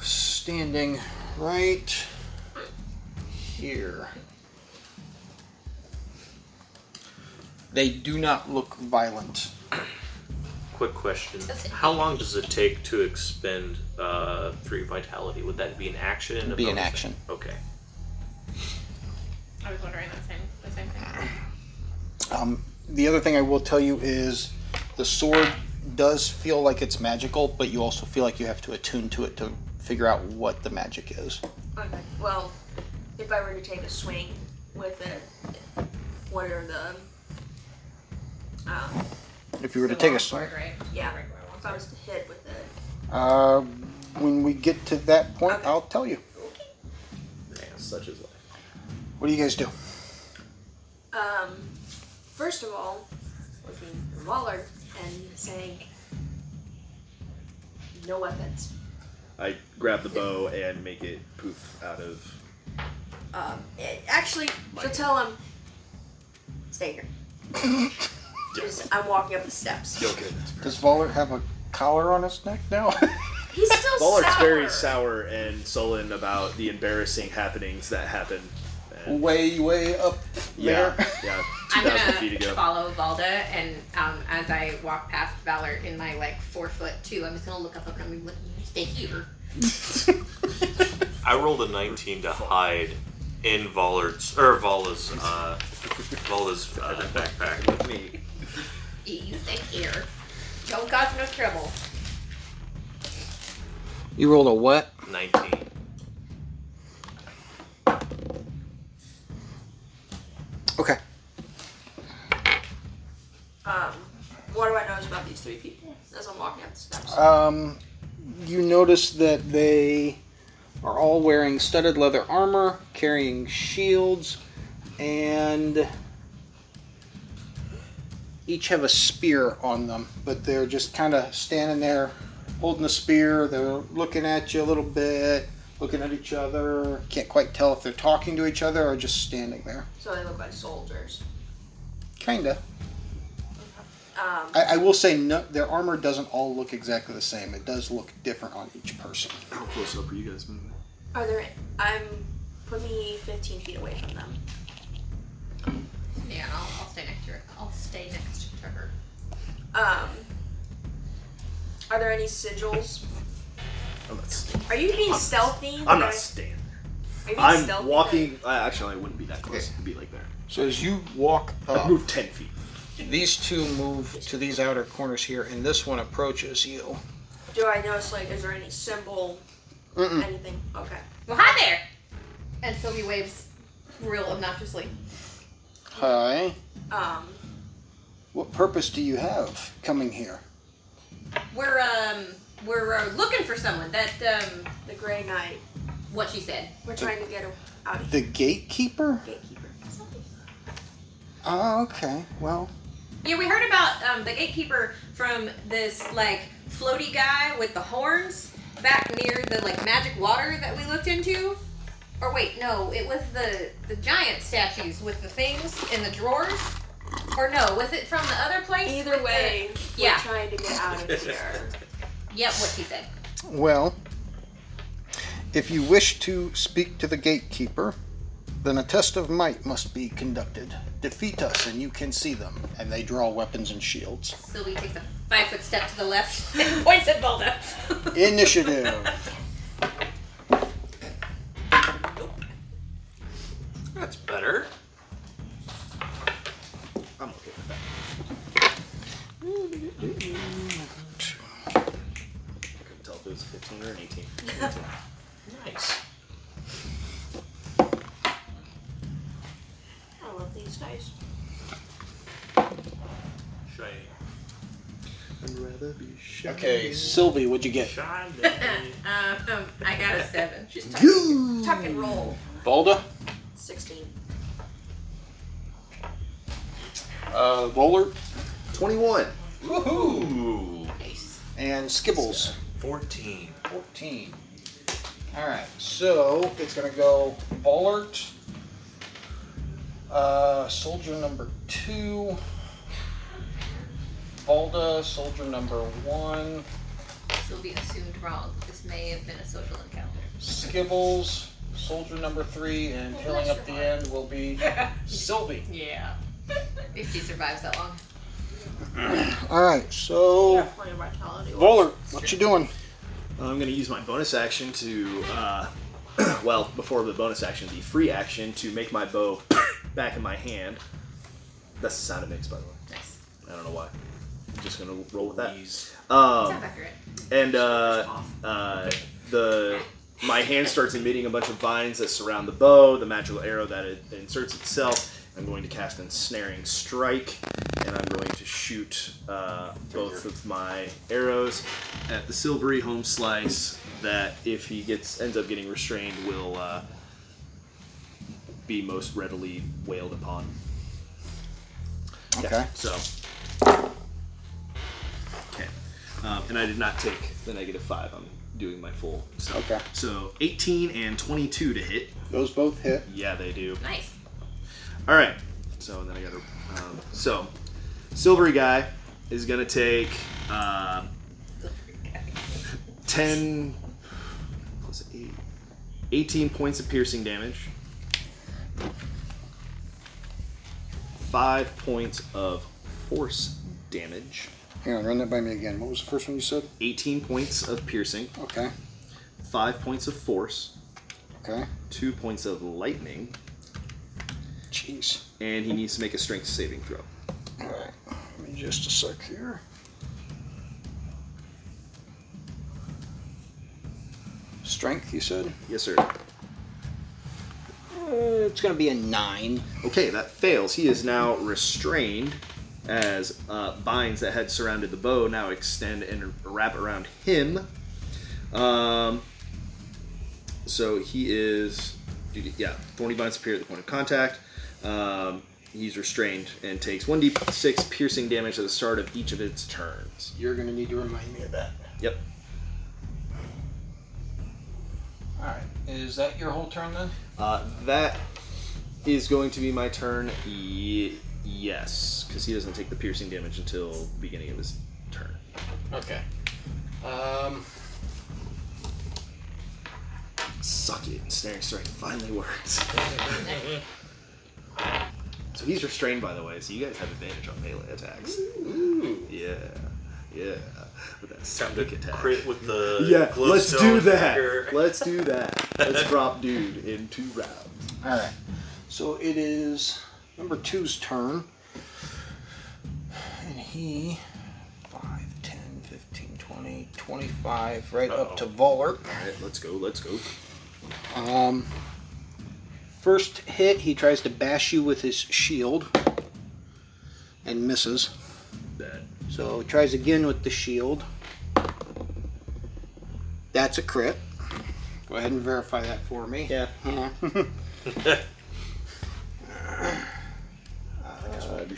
Speaker 10: standing right here. They do not look violent.
Speaker 7: Quick question: How long does it take to expend uh, three vitality? Would that be an action? and a
Speaker 10: Be an
Speaker 7: bonus
Speaker 10: action.
Speaker 7: Okay.
Speaker 3: I was wondering the same the same thing.
Speaker 10: Um, the other thing I will tell you is the sword does feel like it's magical, but you also feel like you have to attune to it to figure out what the magic is.
Speaker 8: Okay. Well, if I were to take a swing with it, what are the? Um,
Speaker 10: If you were to take a sword.
Speaker 8: yeah. If I was to hit with it,
Speaker 10: Uh, when we get to that point, I'll tell you.
Speaker 6: Such is life.
Speaker 10: What do you guys do?
Speaker 8: Um, first of all, looking at Waller and saying, no weapons.
Speaker 6: I grab the bow and make it poof out of.
Speaker 8: Um, eh, actually, she'll tell him, stay here. Just- I'm walking up the steps.
Speaker 11: Does Voller have a collar on his neck now?
Speaker 8: He's still
Speaker 6: Ballard's
Speaker 8: sour.
Speaker 6: very sour and sullen about the embarrassing happenings that happened. And
Speaker 11: way, way up
Speaker 6: yeah,
Speaker 11: there.
Speaker 6: yeah, two
Speaker 3: I'm
Speaker 6: thousand feet
Speaker 3: gonna
Speaker 6: ago.
Speaker 3: follow Valda, and um, as I walk past Valor in my like four foot two, I'm just gonna look up and I'm gonna be like, "You stay here.
Speaker 7: I rolled a 19 to hide in Volar's or Vala's uh, Vala's uh, backpack with me.
Speaker 3: You stay here. Don't cause no trouble."
Speaker 10: You rolled a what?
Speaker 7: 19.
Speaker 10: Okay.
Speaker 8: Um, what do I know about these three people as I'm walking up the steps?
Speaker 6: Uh,
Speaker 10: Um, you notice that they are all wearing studded leather armor, carrying shields, and each have a spear on them. But they're just kind of standing there holding a spear. They're looking at you a little bit, looking at each other. Can't quite tell if they're talking to each other or just standing there.
Speaker 8: So they look like soldiers.
Speaker 10: Kinda.
Speaker 8: Um,
Speaker 10: I, I will say no, their armor doesn't all look exactly the same. It does look different on each person.
Speaker 6: How close up are you guys moving?
Speaker 8: are there? I'm put me 15 feet away from them.
Speaker 3: Yeah, I'll, I'll stay next to her. I'll stay next to her.
Speaker 8: Um, are there any sigils?
Speaker 6: I'm not
Speaker 8: Are you being
Speaker 6: I'm not-
Speaker 8: stealthy?
Speaker 6: I'm not
Speaker 8: Like,
Speaker 6: staying.
Speaker 8: Are you being
Speaker 6: I'm
Speaker 8: stealthy?
Speaker 6: walking. I actually, I wouldn't be that close to be like there.
Speaker 10: So as you walk
Speaker 6: I
Speaker 10: up,
Speaker 6: moved ten feet.
Speaker 10: these two move to these outer corners here, and this one approaches you.
Speaker 8: Do I notice like is there any symbol?
Speaker 10: Mm-mm.
Speaker 8: Anything? Okay.
Speaker 3: Well, hi there. And Sylvie waves real obnoxiously.
Speaker 10: Hi.
Speaker 8: Um,
Speaker 10: What purpose do you have coming here?
Speaker 3: We're um we're uh, looking for someone that um
Speaker 8: the Grey Knight.
Speaker 3: What she said.
Speaker 8: We're trying to get him out of
Speaker 10: The gatekeeper?
Speaker 8: gatekeeper.
Speaker 10: Oh, okay. Well,
Speaker 3: Yeah, we heard about um, the gatekeeper from this like floaty guy with the horns back near the like magic water that we looked into. Or wait, no, it was the the giant statues with the things in the drawers. Or no, was it from the other place?
Speaker 8: Either way, we're
Speaker 3: Yeah.
Speaker 8: trying to get out of here.
Speaker 3: Yep, what she said.
Speaker 10: well. If you wish to speak to the gatekeeper, then a test of might must be conducted. Defeat us, and you can see them. And they draw weapons and shields.
Speaker 3: Sylvie takes a five foot step to the left and points at Valda.
Speaker 10: Initiative.
Speaker 7: That's better.
Speaker 6: I'm okay with that. I couldn't tell if it was 15 or an 18.
Speaker 7: Nice.
Speaker 8: I love these guys.
Speaker 6: I'd rather be shy.
Speaker 10: Okay, Sylvie, what'd you get?
Speaker 3: um, I got a seven. She's
Speaker 10: Goo.
Speaker 8: Tuck and roll.
Speaker 10: Balda?
Speaker 8: 16.
Speaker 10: Uh, Roller?
Speaker 6: 21.
Speaker 10: Woohoo! And Skibbles?
Speaker 7: 14.
Speaker 10: 14. Alright, so it's going to go Ballert, uh, soldier number 2, Balda, soldier number 1,
Speaker 3: Sylvie assumed wrong. This may have been a social encounter.
Speaker 10: Skibbles, soldier number 3, and filling up the end will be Sylvie.
Speaker 3: Yeah. If she survives that long.
Speaker 10: Alright, so. Roller, what you doing?
Speaker 6: I'm going to use my bonus action to, uh, well, before the bonus action, the free action to make my bow back in my hand. That's the sound it makes, by the way.
Speaker 3: Nice.
Speaker 6: I don't know why. I'm just going to roll with that.
Speaker 3: Sounds
Speaker 6: Um,
Speaker 3: accurate.
Speaker 6: and uh, uh, the my hand starts emitting a bunch of vines that surround the bow, the magical arrow that it inserts itself. I'm going to cast ensnaring strike, and I'm going to shoot uh, both of my arrows at the silvery home slice. That if he gets ends up getting restrained, will uh, be most readily wailed upon. Yeah,
Speaker 10: Okay.
Speaker 6: so. Okay. Um, and I did not take the negative five. I'm doing my full. So.
Speaker 10: Okay.
Speaker 6: So 18 and 22 to hit.
Speaker 10: Those both hit.
Speaker 6: Yeah, they do.
Speaker 3: Nice.
Speaker 6: All right. So and then I got to. Um, so, silvery guy is gonna take uh, ten plus eight, 18 points of piercing damage. Five points of force damage.
Speaker 10: Hang on, run that by me again. What was the first one you said?
Speaker 6: 18 points of piercing.
Speaker 10: Okay.
Speaker 6: Five points of force.
Speaker 10: Okay.
Speaker 6: Two points of lightning.
Speaker 10: Jeez.
Speaker 6: And he needs to make a strength saving throw.
Speaker 10: Alright. Give me just a sec here. Strength, you said?
Speaker 6: Yes, sir.
Speaker 10: Uh, it's going to be a nine.
Speaker 6: Okay, that fails. He is now restrained as uh, binds that had surrounded the bow now extend and wrap around him. Um, so he is, yeah, thorny binds appear at the point of contact. Um, he's restrained and takes 1d6 piercing damage at the start of each of its turns.
Speaker 10: You're going to need to remind me of that.
Speaker 6: Yep.
Speaker 15: All right. Is that your whole turn then?
Speaker 6: Uh, that is going to be my turn. Ye- yes, because he doesn't take the piercing damage until the beginning of his turn.
Speaker 15: Okay. Um.
Speaker 6: Suck it. Snaring strike finally works. so he's restrained, by the way, so you guys have advantage on melee attacks. Yeah. Yeah. With that psychic attack.
Speaker 7: Crit with the
Speaker 6: yeah, let's do
Speaker 7: glowstone
Speaker 6: that.
Speaker 7: dagger.
Speaker 6: Let's do that. Let's drop dude in two rounds.
Speaker 10: All right. So it is number two's turn. And he.
Speaker 15: 10, 15, 20, 25, right up to Volert.
Speaker 6: Alright, let's go, let's go.
Speaker 10: Um, first hit, he tries to bash you with his shield and misses.
Speaker 6: Bad.
Speaker 10: So he tries again with the shield. That's a crit. Go ahead and verify that for me.
Speaker 6: Yeah.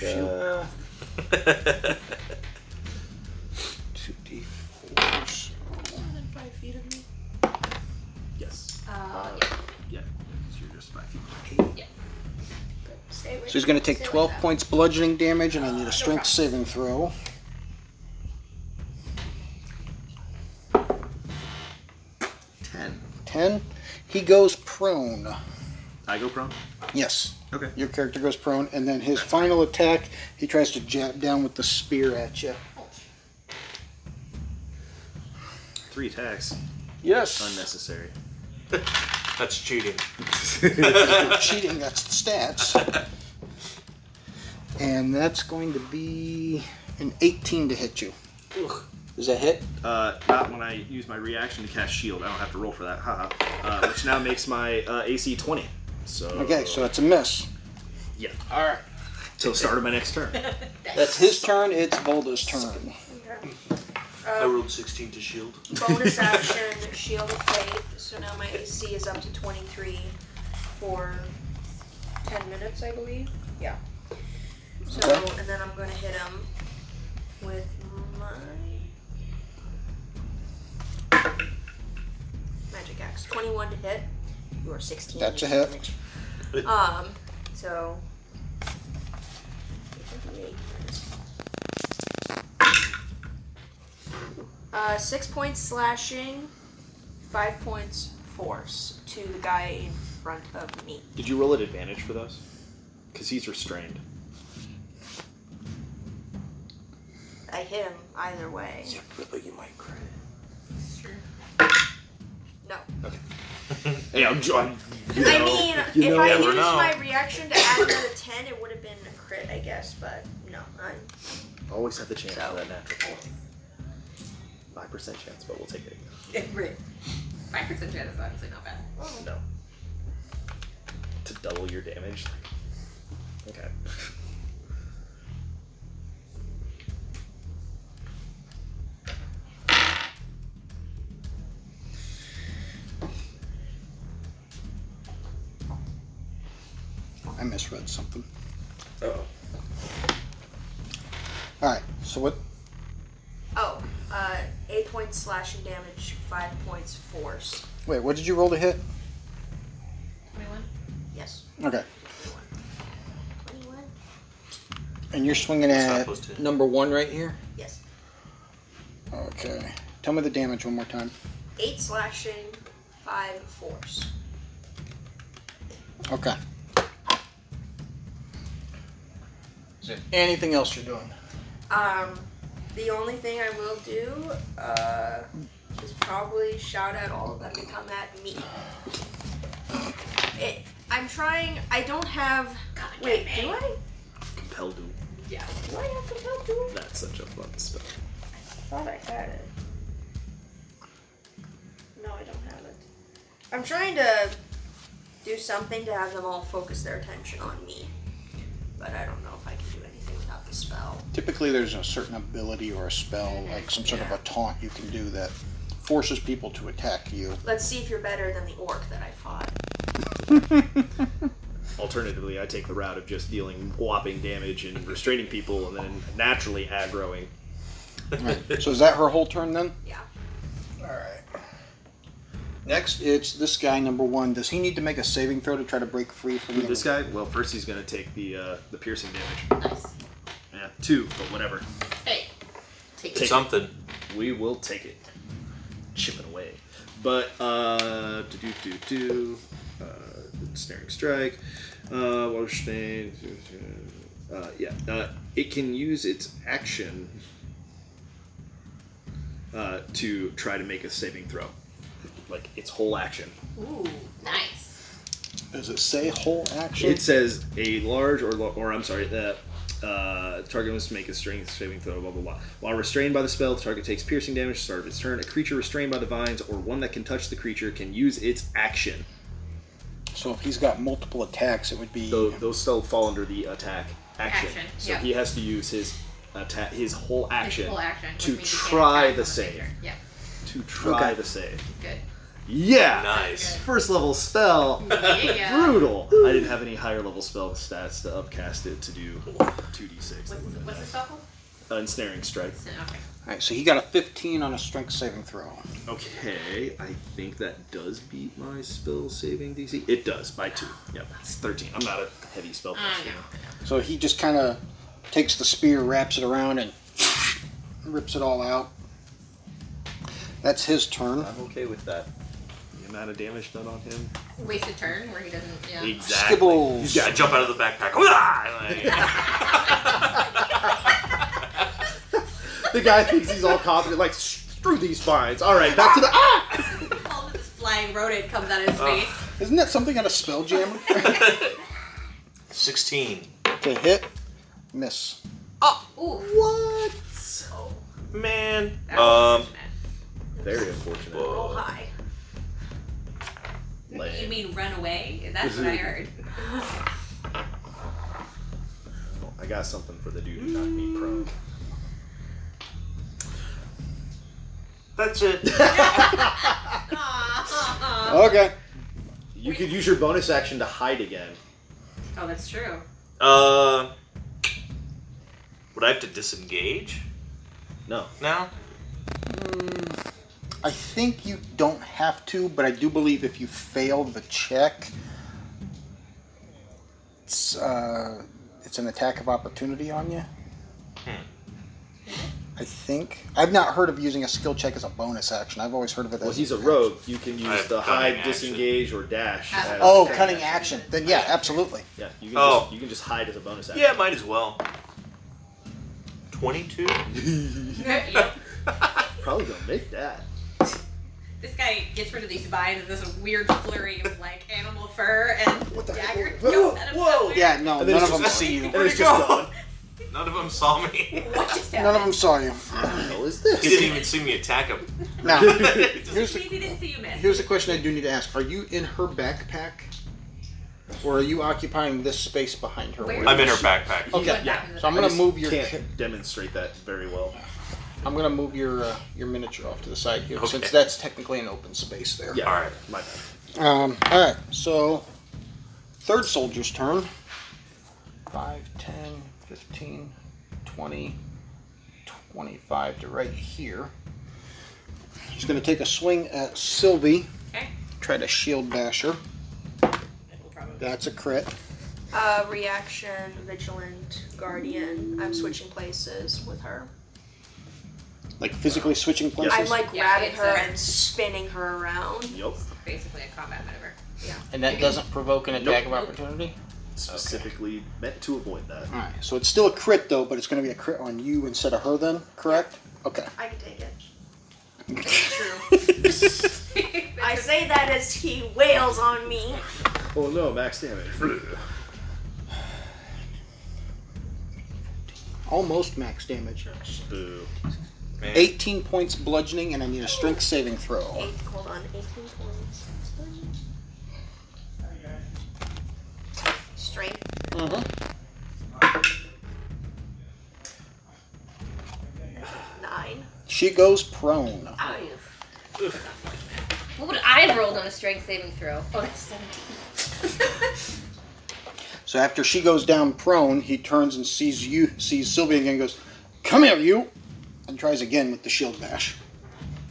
Speaker 10: Yeah.
Speaker 6: Uh,
Speaker 10: 2d4s.
Speaker 8: Five feet of me.
Speaker 6: Yes.
Speaker 8: Uh,
Speaker 6: yeah. So you're just five feet.
Speaker 8: Yeah.
Speaker 10: So he's going to take 12 points bludgeoning damage, and I need a strength saving throw.
Speaker 6: Ten.
Speaker 10: 10. He goes prone.
Speaker 6: I go prone?
Speaker 10: Yes.
Speaker 6: Okay.
Speaker 10: Your character goes prone, and then his final attack, he tries to jab down with the spear at you.
Speaker 6: Three attacks.
Speaker 10: Yes.
Speaker 6: Unnecessary.
Speaker 7: That's cheating.
Speaker 10: You're cheating, that's the stats. And that's going to be an 18 to hit you. Does that hit?
Speaker 6: Uh, not when I use my reaction to cast shield. I don't have to roll for that. Haha. Uh, which now makes my uh, AC 20. So
Speaker 10: Okay, so that's a miss.
Speaker 6: yeah.
Speaker 15: All right.
Speaker 6: Till the start of my next turn.
Speaker 10: That's his turn, it's Volda's turn.
Speaker 7: I rolled 16 to shield.
Speaker 8: Bonus action, Shield of Faith. So now my AC is up to 23 for 10 minutes, I believe. Yeah. So,
Speaker 10: Okay.
Speaker 8: and then I'm going to hit him with my Magic Axe. 21 to hit. You are 16.
Speaker 10: That's a hit.
Speaker 8: damage. Um, so. Uh, six points slashing, five points force to the guy in front of me.
Speaker 6: Did you roll at advantage for those? Because he's restrained.
Speaker 8: I hit him either way.
Speaker 6: But you might crit.
Speaker 8: No.
Speaker 6: Hey, I'm John.
Speaker 8: I mean,
Speaker 6: you
Speaker 8: if
Speaker 6: know,
Speaker 8: I
Speaker 6: never
Speaker 8: used
Speaker 6: know.
Speaker 8: my reaction to add another 10, it would have been a crit, I guess, but no. I,
Speaker 6: Always have the chance for that natural. Five percent chance, but we'll take it.
Speaker 3: Five percent chance is honestly not bad.
Speaker 8: Oh.
Speaker 6: No. To double your damage. Okay.
Speaker 10: I misread something.
Speaker 6: Oh.
Speaker 10: All right. So what?
Speaker 8: Oh, uh, eight points slashing damage, five points force.
Speaker 10: Wait, what did you roll to hit?
Speaker 8: Twenty-one. Yes.
Speaker 10: Okay. And you're swinging at
Speaker 16: number one right here.
Speaker 8: Yes.
Speaker 10: Okay. Tell me the damage one more time.
Speaker 8: Eight slashing, five force.
Speaker 10: Okay.
Speaker 16: Is there anything else you're doing?
Speaker 8: Um, the only thing I will do uh, is probably shout at all of them to come at me. It, I'm trying. I don't have. wait, do I?
Speaker 6: Compel duel.
Speaker 8: Yeah. Do I have compelled duel?
Speaker 6: That's such a fun spell.
Speaker 8: thought I had it. No, I don't have it. I'm trying to do something to have them all focus their attention on me, but I don't know if I can do anything without the spell.
Speaker 10: Typically, there's a certain ability or a spell, like some sort of a taunt you can do that forces people to attack you.
Speaker 8: Let's see if you're better than the orc that I fought.
Speaker 6: Alternatively, I take the route of just dealing whopping damage and restraining people and then naturally aggroing.
Speaker 10: So is that her whole turn then?
Speaker 8: Yeah.
Speaker 10: All right. Next, it's this guy number one. Does he need to make a saving throw to try to break free from the-
Speaker 6: This guy, well, first he's going to take the uh, the piercing damage. Nice. Yeah, two, but whatever.
Speaker 3: Hey, take,
Speaker 6: Take
Speaker 3: it.
Speaker 6: it. We will take it. Chip it away. But uh, do do do do. Uh, snaring strike. Uh, water stain. Uh, yeah. Uh, it can use its action uh, to try to make a saving throw, like its whole action.
Speaker 3: Ooh, nice.
Speaker 10: Does it say whole action?
Speaker 6: It says a large or, lo- or I'm sorry, the uh, target must make a strength saving throw, blah, blah, blah. While restrained by the spell, the target takes piercing damage at the start of its turn. A creature restrained by the vines or one that can touch the creature can use its action.
Speaker 10: So if he's got multiple attacks, it would be.
Speaker 6: Tho- those still fall under the attack action.
Speaker 3: Action,
Speaker 6: So
Speaker 3: yeah.
Speaker 6: he has to use his attack, his whole action,
Speaker 3: whole action, which
Speaker 6: to
Speaker 3: means he can't
Speaker 6: try
Speaker 3: attack on
Speaker 6: the
Speaker 3: the
Speaker 6: save.
Speaker 3: Yeah,
Speaker 6: To try
Speaker 10: Okay.
Speaker 6: the save.
Speaker 3: good.
Speaker 6: Yeah.
Speaker 7: Nice.
Speaker 6: First level spell.
Speaker 3: Yeah.
Speaker 6: Brutal. I didn't have any higher level spell stats to upcast it to do 2d6. That would've been
Speaker 3: What's the spell called?
Speaker 6: Uh, ensnaring strike.
Speaker 3: So, okay.
Speaker 10: All right, so he got a 15 on a strength saving throw.
Speaker 6: Okay, I think that does beat my spell saving DC. It does by two. Yep, it's thirteen. I'm not a heavy spell
Speaker 3: I
Speaker 6: caster.
Speaker 3: know.
Speaker 10: So he just kind of takes the spear, wraps it around, and rips it all out. That's his turn.
Speaker 6: I'm okay with that. The amount of damage done on him.
Speaker 3: Waste a turn where he doesn't. Yeah.
Speaker 7: Exactly.
Speaker 10: Skibbles.
Speaker 7: He's got to jump out of the backpack. Hooah! Like,
Speaker 17: The guy thinks he's all confident, like, screw these vines. All right, back to the. Ah!
Speaker 3: All of this flying rodent comes out of his face.
Speaker 10: Isn't that something out of Spelljammer?
Speaker 7: 16.
Speaker 10: okay, hit, miss.
Speaker 3: Oh, ooh.
Speaker 6: What?
Speaker 7: Man.
Speaker 3: That's
Speaker 7: Um.
Speaker 3: unfortunate.
Speaker 6: Very unfortunate.
Speaker 8: Roll high.
Speaker 3: You
Speaker 6: Lame.
Speaker 3: mean run away? That's what I heard.
Speaker 6: Well, I got something for the dude who knocked me prone.
Speaker 7: That's it.
Speaker 3: Aw.
Speaker 10: Okay.
Speaker 6: You could use your bonus action to hide again.
Speaker 3: Oh, that's true.
Speaker 7: Uh. Would I have to disengage
Speaker 6: No.
Speaker 7: now?
Speaker 10: I think you don't have to, but I do believe if you fail the check, it's, uh, it's an attack of opportunity on you.
Speaker 6: Hmm.
Speaker 10: I think. I've not heard of using a skill check as a bonus action. I've always heard of it
Speaker 6: Well,
Speaker 10: as
Speaker 6: he's a
Speaker 10: an
Speaker 6: rogue. You can use
Speaker 7: have
Speaker 6: the
Speaker 7: cunning
Speaker 6: hide,
Speaker 7: action.
Speaker 6: disengage, or dash.
Speaker 3: As a
Speaker 6: as-
Speaker 10: Oh, cunning action. Then yeah, absolutely.
Speaker 6: Yeah, you can,
Speaker 7: Oh.
Speaker 6: just, you can just hide as a bonus action.
Speaker 7: Yeah, might as well. 22?
Speaker 3: Yeah.
Speaker 6: Probably gonna make that.
Speaker 3: This guy gets rid of these vines and this weird flurry of like animal fur and dagger
Speaker 6: Whoa,
Speaker 3: comes out of
Speaker 6: whoa.
Speaker 3: nowhere.
Speaker 10: Yeah, no,
Speaker 6: And
Speaker 10: none
Speaker 6: then
Speaker 10: of
Speaker 6: it's
Speaker 10: them
Speaker 6: just-
Speaker 10: see you.
Speaker 6: And it's just gone.
Speaker 7: None of them saw me.
Speaker 3: What just
Speaker 10: None
Speaker 3: happened?
Speaker 10: of them saw you.
Speaker 6: hell is
Speaker 7: He
Speaker 6: this?
Speaker 7: didn't even see me attack him.
Speaker 10: Now, here's
Speaker 3: He
Speaker 10: the,
Speaker 3: didn't see you miss.
Speaker 10: here's the question I do need to ask: Are you in her backpack, or are you occupying this space behind her?
Speaker 3: Where?
Speaker 7: I'm in her backpack.
Speaker 10: Okay,
Speaker 3: What
Speaker 6: yeah.
Speaker 3: happened to
Speaker 10: So I'm
Speaker 3: that?
Speaker 10: gonna move your
Speaker 6: Can't
Speaker 10: ca-
Speaker 6: demonstrate that very well.
Speaker 10: I'm gonna move your uh, your miniature off to the side here, since
Speaker 7: Okay.
Speaker 10: that's technically an open space there.
Speaker 6: Yeah.
Speaker 7: Alright.
Speaker 6: My bad.
Speaker 10: Um, all right, so third soldier's turn. 5, 10, 15, 20,
Speaker 18: 25 to right here.
Speaker 10: He's going to take a swing at Sylvie.
Speaker 3: Okay.
Speaker 10: Try to shield bash her. That's a crit.
Speaker 8: Uh, reaction, vigilant, guardian. I'm switching places with her.
Speaker 10: Like physically switching places.
Speaker 8: I'm like
Speaker 3: Yeah,
Speaker 8: grabbing
Speaker 3: it's
Speaker 8: her
Speaker 3: a-
Speaker 8: and spinning her around.
Speaker 6: Yep.
Speaker 3: Basically, a combat maneuver. Yeah.
Speaker 19: And that doesn't provoke an attack of opportunity?
Speaker 6: Specifically meant to avoid that.
Speaker 10: All right, so it's still a crit though, but it's going to be a crit on you instead of her then, correct? Okay.
Speaker 8: I can take it. True. I say that as he wails on me.
Speaker 6: Oh no, max damage.
Speaker 10: Almost max damage.
Speaker 6: Boo.
Speaker 10: 18 points bludgeoning, and I need a strength saving throw.
Speaker 8: Eight, hold on, 18 points. Strength.
Speaker 10: Mm-hmm.
Speaker 8: Nine.
Speaker 10: She goes prone.
Speaker 3: What would I have rolled on a strength saving throw? Oh, that's 17.
Speaker 10: So after she goes down prone, he turns and sees you, sees Sylvia again, and goes, "Come here, you!" and tries again with the shield bash.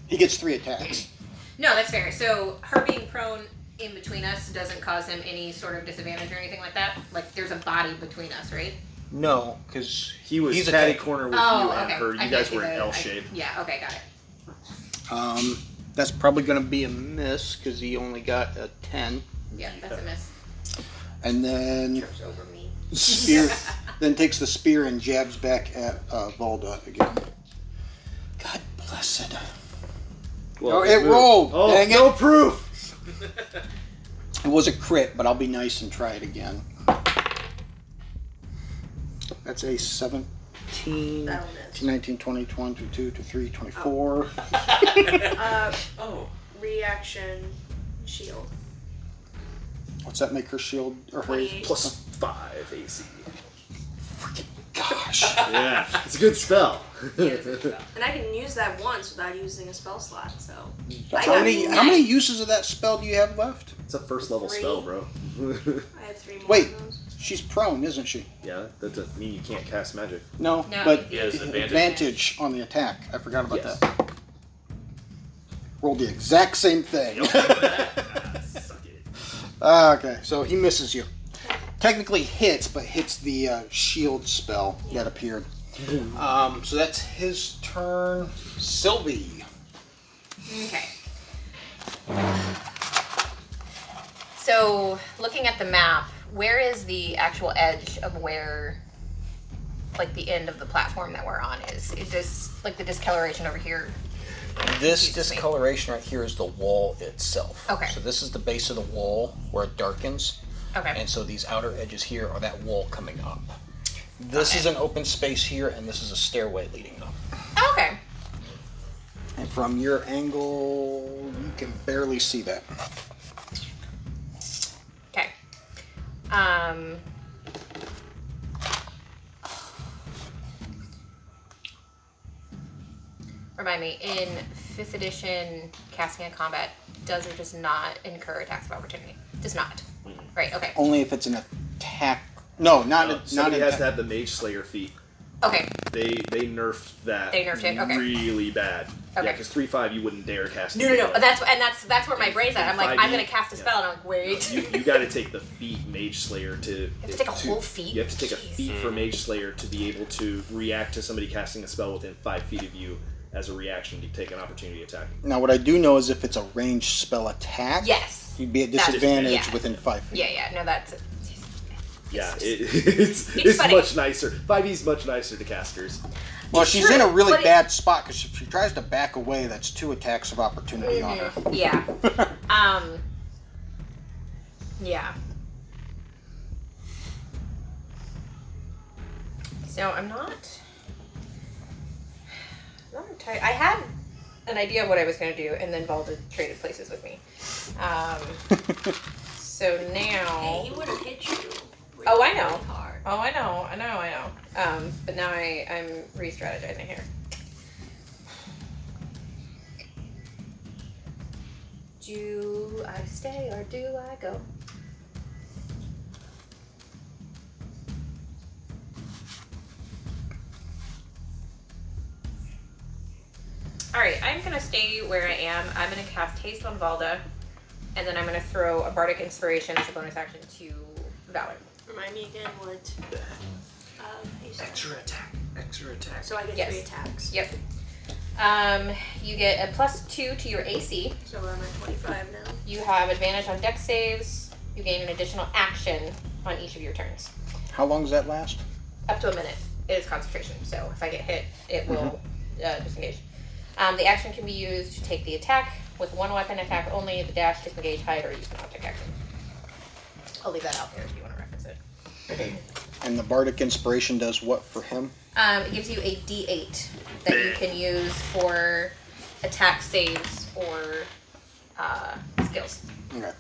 Speaker 10: He gets three attacks.
Speaker 3: no, that's fair. So her being prone in between us doesn't cause him any sort of disadvantage or anything like that. Like there's a body between us, right?
Speaker 19: No, because
Speaker 6: He was
Speaker 19: He's
Speaker 6: catty
Speaker 19: attacking.
Speaker 6: corner with
Speaker 3: oh,
Speaker 6: you
Speaker 3: okay.
Speaker 6: and her. You
Speaker 3: I can't
Speaker 6: guys
Speaker 3: see
Speaker 6: were in
Speaker 3: the-
Speaker 6: L
Speaker 3: I-
Speaker 6: shape.
Speaker 3: yeah. Okay, got it.
Speaker 10: Um, that's probably going to be a miss because he only got a ten.
Speaker 3: Yeah, that's a miss.
Speaker 10: And then
Speaker 8: Trips over me.
Speaker 10: spear, then takes the spear and jabs back at uh, Valda again. God bless it.
Speaker 6: Well,
Speaker 10: oh, it
Speaker 6: moved.
Speaker 10: rolled.
Speaker 6: Oh,
Speaker 10: Dang
Speaker 6: no
Speaker 10: it.
Speaker 6: proof.
Speaker 10: It was a crit, but I'll be nice and try it again. That's a 17,
Speaker 8: That'll
Speaker 10: 19, 20, 22, 23, 24.
Speaker 8: Uh,
Speaker 7: Oh.
Speaker 8: reaction, shield.
Speaker 10: What's that make her shield or her
Speaker 8: Twenty-eight.
Speaker 6: Plus five AC.
Speaker 10: Gosh.
Speaker 6: yeah, it's a good spell.
Speaker 8: And I can use that once without using a spell slot, so. I
Speaker 10: How
Speaker 8: got
Speaker 10: many, how many uses of that spell do you have left?
Speaker 6: It's a first level
Speaker 8: Three.
Speaker 6: spell, bro.
Speaker 8: I have three more.
Speaker 10: Wait,
Speaker 8: of those.
Speaker 10: she's prone, isn't she?
Speaker 6: yeah, that doesn't mean you can't cast magic.
Speaker 10: No,
Speaker 3: No,
Speaker 10: but
Speaker 3: yeah, it's
Speaker 7: advantage.
Speaker 10: advantage on the attack. I forgot about
Speaker 6: Yes.
Speaker 10: that. Rolled the exact same thing.
Speaker 6: Suck it.
Speaker 10: Ah, okay, so he misses you. Technically hits, but hits the uh, shield spell that appeared. Um, so that's his turn. Sylvie.
Speaker 3: Okay. So, looking at the map, where is the actual edge of where, like, the end of the platform that we're on is? Is this, like, the discoloration over here?
Speaker 19: This discoloration right here is the wall itself.
Speaker 3: Okay.
Speaker 19: So this is the base of the wall where it darkens,
Speaker 3: Okay.
Speaker 19: and so these outer edges here are that wall coming up. This is an open space here, and this is a stairway leading up.
Speaker 3: Oh, Okay.
Speaker 10: And from your angle, you can barely see that.
Speaker 3: Okay. Um. Remind me, in fifth edition, casting in combat does or does not incur attacks of opportunity. Does not.
Speaker 6: Mm-hmm.
Speaker 3: Right. Okay.
Speaker 10: Only if it's an attack. No, not
Speaker 6: Uh,
Speaker 10: a, not
Speaker 6: somebody
Speaker 10: an
Speaker 6: has to
Speaker 10: attack.
Speaker 6: have the mage slayer feat.
Speaker 3: Okay.
Speaker 6: They they nerfed that.
Speaker 3: They nerfed it, okay.
Speaker 6: Really bad. Yeah,
Speaker 3: Okay.
Speaker 6: because three five you wouldn't dare cast.
Speaker 3: No,
Speaker 6: it
Speaker 3: no, no.
Speaker 6: anyway.
Speaker 3: That's and that's that's where my brain's at. I'm like,
Speaker 6: 5e,
Speaker 3: I'm gonna cast a spell, and I'm like, wait.
Speaker 6: You, you got to take the feat mage slayer to. You
Speaker 3: have to take a whole feat?
Speaker 6: You have to take a
Speaker 3: Jeez.
Speaker 6: feat for mage slayer to be able to react to somebody casting a spell within five feet of you as a reaction to take an opportunity attack.
Speaker 10: Now, what I do know is if it's a ranged spell attack,
Speaker 3: yes.
Speaker 10: you'd be at
Speaker 3: That's-
Speaker 10: disadvantage
Speaker 3: yeah.
Speaker 10: within five feet.
Speaker 3: Yeah, yeah. No, that's
Speaker 6: Yeah, it, it's it's,
Speaker 3: funny.
Speaker 6: much nicer. Five E's much nicer to casters.
Speaker 10: Well, she's
Speaker 3: True,
Speaker 10: in a really
Speaker 3: but it-
Speaker 10: bad spot because if she tries to back away, that's two attacks of opportunity on her.
Speaker 3: yeah. Um. Yeah. So I'm not. Not entirely. I had an idea of what I was going to do, and then Valda traded places with me. Um, so now.
Speaker 8: Hey, he would have hit you. really
Speaker 3: Oh, I know.
Speaker 8: Hard.
Speaker 3: Oh, I know, I know, I know. Um, but now I, I'm re-strategizing here. Do I stay or do I go? All right, I'm gonna stay where I am. I'm gonna cast Haste on Valda, and then I'm gonna throw a bardic inspiration as a bonus action to Valor.
Speaker 8: Remind me again what. Um,
Speaker 6: extra attack. Extra attack.
Speaker 8: So I get
Speaker 3: Yes.
Speaker 8: three attacks.
Speaker 3: Yep. Um, you get a plus two to your AC.
Speaker 8: So we're on at 25 now.
Speaker 3: You have advantage on deck saves. You gain an additional action on each of your turns,
Speaker 10: How long does that last?
Speaker 3: up to a minute. It is concentration, so if I get hit, it will uh, disengage. Um, the action can be used to take the attack with one weapon attack only. The dash, disengage, hide, or use an object action. I'll leave that out there if you want to reference it.
Speaker 10: And the bardic inspiration does what for him?
Speaker 3: Um, it gives you a D8 that you can use for attack saves or uh, skills.
Speaker 10: Okay. So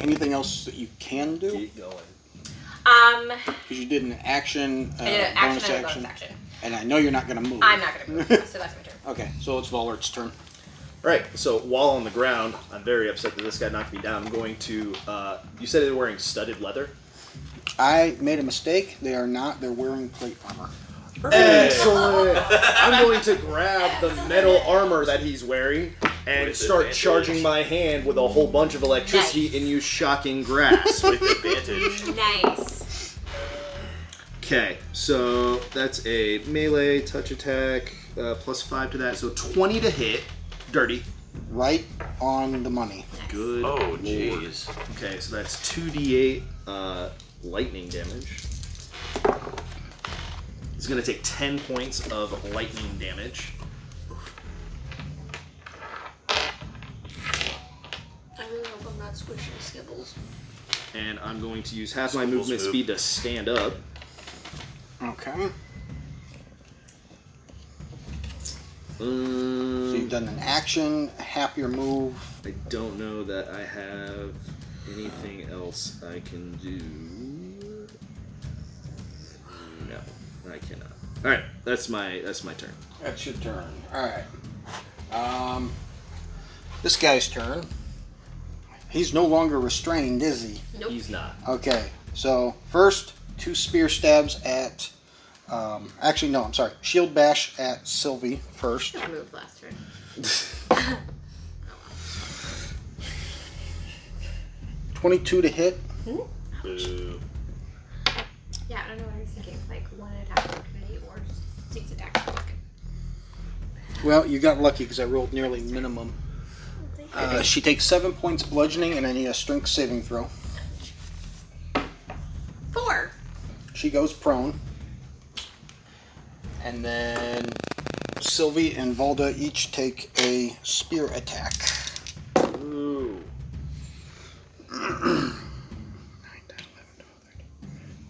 Speaker 10: anything else that you can do?
Speaker 6: Keep going.
Speaker 3: Um,
Speaker 10: Because you did an action, uh,
Speaker 3: I did an action and
Speaker 10: bonus
Speaker 3: a bonus
Speaker 10: action,
Speaker 3: action.
Speaker 10: and I know you're not going to move.
Speaker 3: I'm not gonna move, so that's my turn.
Speaker 10: Okay, so it's Volart's turn.
Speaker 6: All right, so while on the ground, I'm very upset that this guy knocked me down. I'm going to. Uh, you said they were wearing studded leather.
Speaker 10: I made a mistake. They are not. They're wearing plate armor.
Speaker 6: Excellent. I'm going to grab the metal armor that he's wearing and
Speaker 7: With
Speaker 6: start
Speaker 7: advantage.
Speaker 6: charging my hand with a whole bunch of electricity and use shocking grasp.
Speaker 7: with advantage.
Speaker 20: Nice.
Speaker 6: Okay, so that's a melee touch attack uh, plus five to that, so 20 to hit. Dirty.
Speaker 10: Right on the money.
Speaker 6: Good.
Speaker 7: Oh,
Speaker 6: lord.
Speaker 7: jeez.
Speaker 6: Okay, so that's 2d8 uh, lightning damage. It's going to take 10 points of lightning damage.
Speaker 8: I really hope I'm not squishing skibbles.
Speaker 6: And I'm going to use half my
Speaker 7: Scribble's
Speaker 6: movement
Speaker 7: move.
Speaker 6: speed to stand up.
Speaker 10: Okay. So
Speaker 6: Um,
Speaker 10: you've done an action, half your move.
Speaker 6: I don't know that I have anything else I can do. No, I cannot. All right, that's my that's my turn.
Speaker 10: That's your turn. All right. Um, this guy's turn. He's no longer restrained, is he?
Speaker 6: He's not.
Speaker 10: Okay, so first two spear stabs at. Um, actually, no, I'm sorry. Shield bash at Sylvie first.
Speaker 3: I moved last turn.
Speaker 10: Twenty-two to hit.
Speaker 7: Boo.
Speaker 3: Yeah, I don't know what I was thinking. Like one attack opportunity or six attacks.
Speaker 10: Well, you got lucky because I rolled nearly minimum. Uh, she takes seven points bludgeoning, and I need a strength saving throw.
Speaker 3: Four.
Speaker 10: She goes prone. And then Sylvie and Valda each take a spear attack.
Speaker 6: Ooh.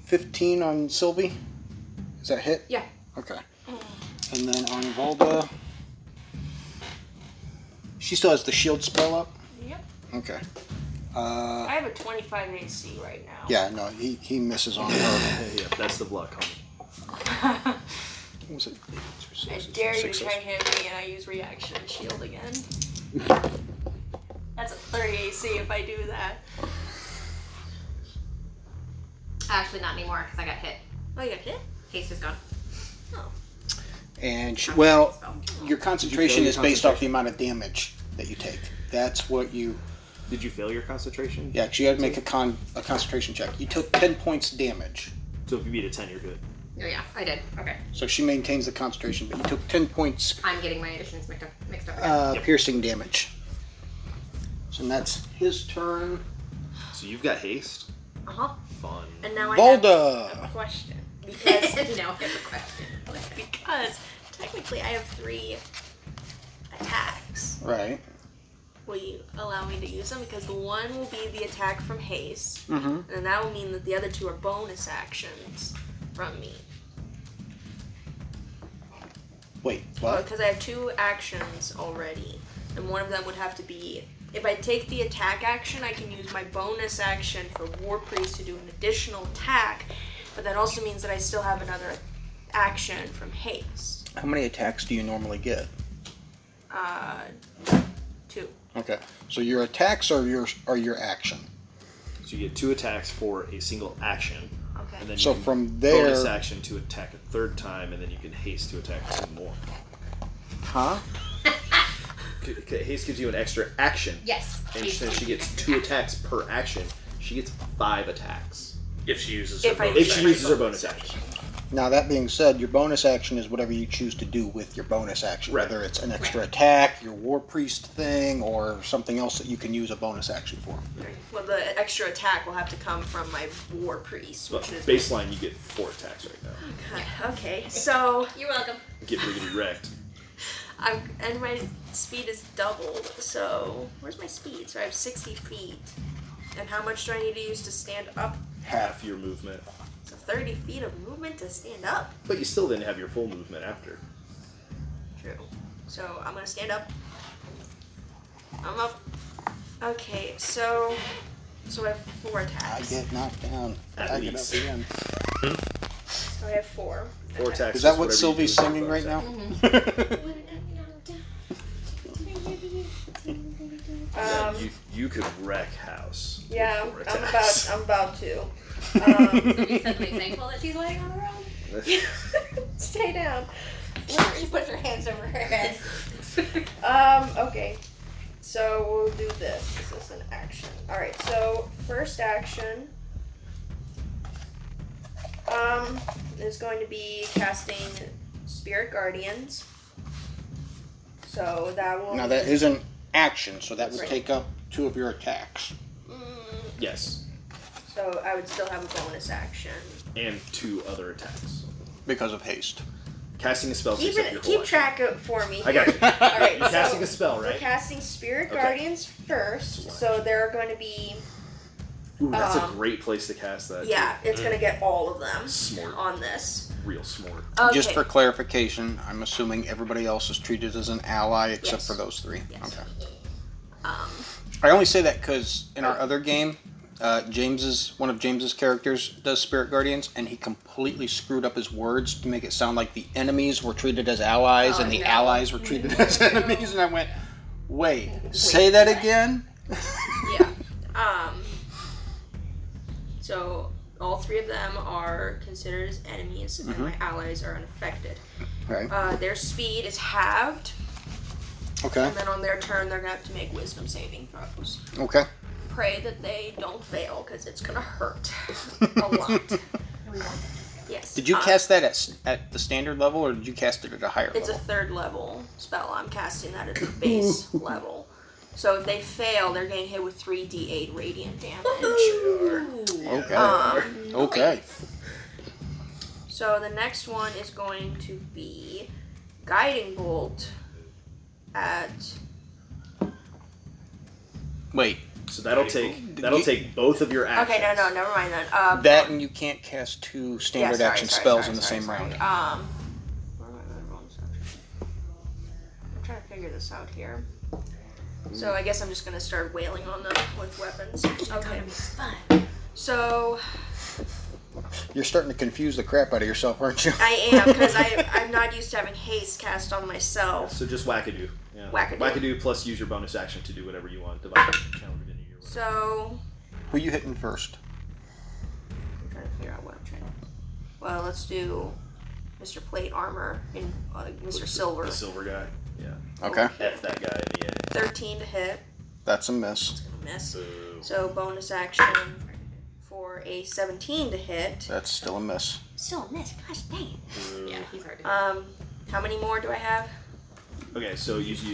Speaker 10: 15 on Sylvie. Is that a hit?
Speaker 3: Yeah.
Speaker 10: Okay. And then on Valda. She still has the shield spell up?
Speaker 8: Yep.
Speaker 10: Okay. Uh,
Speaker 8: I have a 25 AC right now.
Speaker 10: yeah, no, he, he misses on her.
Speaker 6: Yeah, that's the block. Homie.
Speaker 10: What was it?
Speaker 8: I dare you to
Speaker 10: Sixes.
Speaker 8: try to hit me and I use reaction shield again. That's a 30 AC if I do that.
Speaker 3: Actually, not anymore because I got hit.
Speaker 8: Oh, you got hit?
Speaker 3: Haste is gone. Oh,
Speaker 10: And she, well, your concentration
Speaker 6: your
Speaker 10: is based off the amount of damage that you take. That's what you.
Speaker 6: Did you fail your concentration?
Speaker 10: Yeah, 'cause you had to make a con a concentration check. You took ten points damage,
Speaker 6: So if you beat a ten, you're good.
Speaker 3: Oh yeah, I did. Okay,
Speaker 10: so she maintains the concentration, but you took ten points
Speaker 3: I'm getting my additions mixed up. Mixed up. Again.
Speaker 10: uh, piercing damage. So and that's his turn.
Speaker 6: So you've got haste.
Speaker 8: Uh huh.
Speaker 6: Fun.
Speaker 8: And now I have
Speaker 10: Volda.
Speaker 8: a question. Because,
Speaker 3: Yes. no, it's a question.
Speaker 8: because technically I have three attacks.
Speaker 10: Right.
Speaker 8: Will you allow me to use them? Because the one will be the attack from haste,
Speaker 10: Mm-hmm.
Speaker 8: and that will mean that the other two are bonus actions from me.
Speaker 10: Wait.
Speaker 8: Well,
Speaker 10: What?
Speaker 8: because I have two actions already, and one of them would have to be if I take the attack action, I can use my bonus action for War Priest to do an additional attack, but that also means that I still have another action from haste.
Speaker 10: How many attacks do you normally get?
Speaker 8: Uh, two.
Speaker 10: Okay. So your attacks are your are your action.
Speaker 6: So you get two attacks for a single action, and
Speaker 8: Okay.
Speaker 6: then
Speaker 10: So
Speaker 6: you can
Speaker 10: from
Speaker 6: bonus
Speaker 10: there,
Speaker 6: action to attack a third time, and then you can haste to attack two more.
Speaker 10: huh?
Speaker 5: c- c- haste gives you an extra action.
Speaker 3: Yes.
Speaker 5: And since she gets two attacks per action, she gets five attacks.
Speaker 7: If she uses
Speaker 8: If I-
Speaker 5: If she uses her bonus action.
Speaker 10: Now that being said, your bonus action is whatever you choose to do with your bonus action,
Speaker 5: Right.
Speaker 10: whether it's an extra attack, your war priest thing, or something else that you can use a bonus action for.
Speaker 8: Well, the extra attack will have to come from my war priest,
Speaker 5: Well,
Speaker 8: which is
Speaker 5: baseline, you get four attacks right now.
Speaker 8: God, okay. So
Speaker 3: you're welcome.
Speaker 5: Get really wrecked.
Speaker 8: I'm and my speed is doubled. So where's my speed? So I have 60 feet. And how much do I need to use to stand up?
Speaker 5: Half your movement.
Speaker 8: So 30 feet of movement to stand up.
Speaker 5: But you still didn't have your full movement after.
Speaker 8: True. So I'm gonna stand up. I'm up. Okay, so so I have four
Speaker 10: I
Speaker 8: attacks.
Speaker 10: get knocked down.
Speaker 5: At
Speaker 10: I get up
Speaker 5: least.
Speaker 10: again.
Speaker 8: So I have four.
Speaker 5: Four attacks.
Speaker 10: Is that
Speaker 5: plus
Speaker 10: what
Speaker 5: whatever you
Speaker 10: Sylvie's
Speaker 5: do with
Speaker 10: singing
Speaker 5: your
Speaker 10: right now?
Speaker 5: bonus action.
Speaker 8: Um,
Speaker 5: You, you could wreck house. with
Speaker 8: yeah,
Speaker 5: four
Speaker 8: I'm
Speaker 5: attacks.
Speaker 8: about I'm about to. Um,
Speaker 3: Suddenly thankful that she's laying on her own.
Speaker 8: stay down.
Speaker 3: She puts her hands over her head.
Speaker 8: Um, okay. So we'll do this. This is an action. Alright, so first action um is going to be casting Spirit Guardians. So that will
Speaker 10: Now that is an action, so that would
Speaker 8: Right.
Speaker 10: take up two of your attacks.
Speaker 8: Mm,
Speaker 5: yes,
Speaker 8: so I would still have a bonus action.
Speaker 5: and two other attacks.
Speaker 10: Because of haste.
Speaker 5: Casting a spell
Speaker 8: Keep
Speaker 5: takes up your
Speaker 8: it
Speaker 5: whole
Speaker 8: keep
Speaker 5: action.
Speaker 8: track of for me.
Speaker 5: I got you.
Speaker 8: Alright,
Speaker 5: You're casting
Speaker 8: so
Speaker 5: a spell,
Speaker 8: We're
Speaker 5: right?
Speaker 8: casting Spirit
Speaker 5: Okay.
Speaker 8: Guardians first. So there are going to be
Speaker 5: Ooh, that's
Speaker 8: um,
Speaker 5: a great place to cast that. too.
Speaker 8: yeah, it's going to get all of them
Speaker 5: Mm. Smart.
Speaker 8: on this.
Speaker 5: real smart.
Speaker 8: Okay.
Speaker 10: Just for clarification, I'm assuming everybody else is treated as an ally except
Speaker 8: Yes.
Speaker 10: for those three. Okay.
Speaker 8: Um, Oh.
Speaker 10: I only say that because in our other game, uh, James's one of James's characters does Spirit Guardians, and he completely screwed up his words to make it sound like the enemies were treated as allies
Speaker 3: Oh,
Speaker 10: and the
Speaker 3: no.
Speaker 10: allies were treated as enemies. And I went, wait, say that again.
Speaker 8: yeah. Um, so all three of them are considered as enemies, and
Speaker 5: Mm-hmm.
Speaker 8: my allies are unaffected.
Speaker 10: Right.
Speaker 8: Uh, their speed is halved,
Speaker 10: Okay.
Speaker 8: and then on their turn, they're gonna have to make wisdom saving throws.
Speaker 10: Okay.
Speaker 8: Pray that they don't fail, because it's gonna hurt a lot. yes.
Speaker 10: Did you
Speaker 8: um,
Speaker 10: cast that at, s- at the standard level, or did you cast it at a higher
Speaker 8: It's a
Speaker 10: level?
Speaker 8: third level spell. I'm casting that at the base level. So if they fail, they're getting hit with 3d8 radiant damage.
Speaker 10: okay.
Speaker 8: Um,
Speaker 10: okay.
Speaker 8: So the next one is going to be Guiding Bolt at.
Speaker 10: Wait,
Speaker 5: So that'll take that'll take both of your actions.
Speaker 8: Okay, no, no, never mind then. Um,
Speaker 10: that and you can't cast two
Speaker 8: yeah,
Speaker 10: standard
Speaker 8: sorry,
Speaker 10: action
Speaker 8: sorry,
Speaker 10: spells
Speaker 8: sorry,
Speaker 10: in the
Speaker 8: sorry,
Speaker 10: same
Speaker 8: sorry.
Speaker 10: round.
Speaker 8: Um, where am I gonna roll this action? I'm trying to figure this out here. So I guess I'm just gonna start wailing on them with weapons. Okay. So
Speaker 10: You're starting to confuse the crap out of yourself, aren't you?
Speaker 8: I am because I I'm not used to having haste cast on myself.
Speaker 5: So just wackadoo. Yeah.
Speaker 8: Wackadoo.
Speaker 5: Wackadoo plus use your bonus action to do whatever you want. Divine channel divinity or whatever.
Speaker 8: So
Speaker 10: Who you hitting first?
Speaker 8: I'm trying to figure out what I'm trying. to... Well, let's do Mr. Plate Armor and uh, Mr. Silver.
Speaker 5: The silver guy. Yeah.
Speaker 10: Okay.
Speaker 5: F that guy in the end.
Speaker 8: 13 to hit.
Speaker 10: That's a miss.
Speaker 8: Miss.
Speaker 5: Boo.
Speaker 8: So bonus action for a 17 to hit.
Speaker 10: That's still a miss.
Speaker 8: Still a miss. Gosh dang it.
Speaker 5: Boo.
Speaker 3: Yeah, he's hard to
Speaker 8: Um, how many more do I have?
Speaker 5: Okay, so you use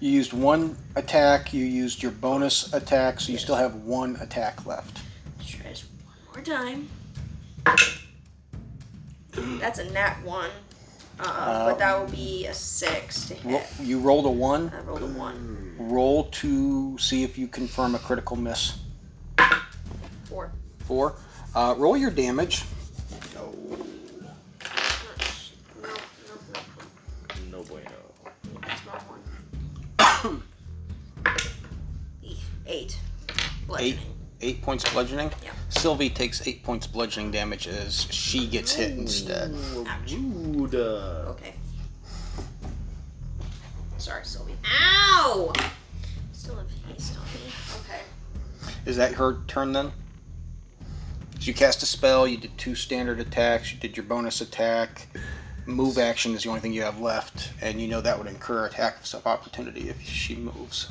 Speaker 10: You used one attack, you used your bonus attack, so you still have one attack left.
Speaker 8: Sure is one more time. That's a nat one. Uh, but that will be a six to
Speaker 10: Ro-
Speaker 8: hit.
Speaker 10: You rolled a one,
Speaker 8: I rolled a one.
Speaker 10: roll to see if you confirm a critical miss.
Speaker 8: Four.
Speaker 10: Four. Uh, roll your damage.
Speaker 8: No, no, no.
Speaker 5: no bueno.
Speaker 8: That's wrong one. Eek. Eight.
Speaker 10: Eight.
Speaker 8: Bludgeoning.
Speaker 10: Eight points bludgeoning.
Speaker 8: Yeah.
Speaker 10: Sylvie takes eight points bludgeoning damage as she gets hit instead.
Speaker 8: Ouch.
Speaker 5: Rude.
Speaker 8: Okay. Sorry, Sylvie.
Speaker 3: Ow!
Speaker 8: Still have haste on me. Okay.
Speaker 10: Is that her turn then? So you cast a spell, you did two standard attacks, you did your bonus attack. move action is the only thing you have left, and you know that would incur attack of opportunity if she moves.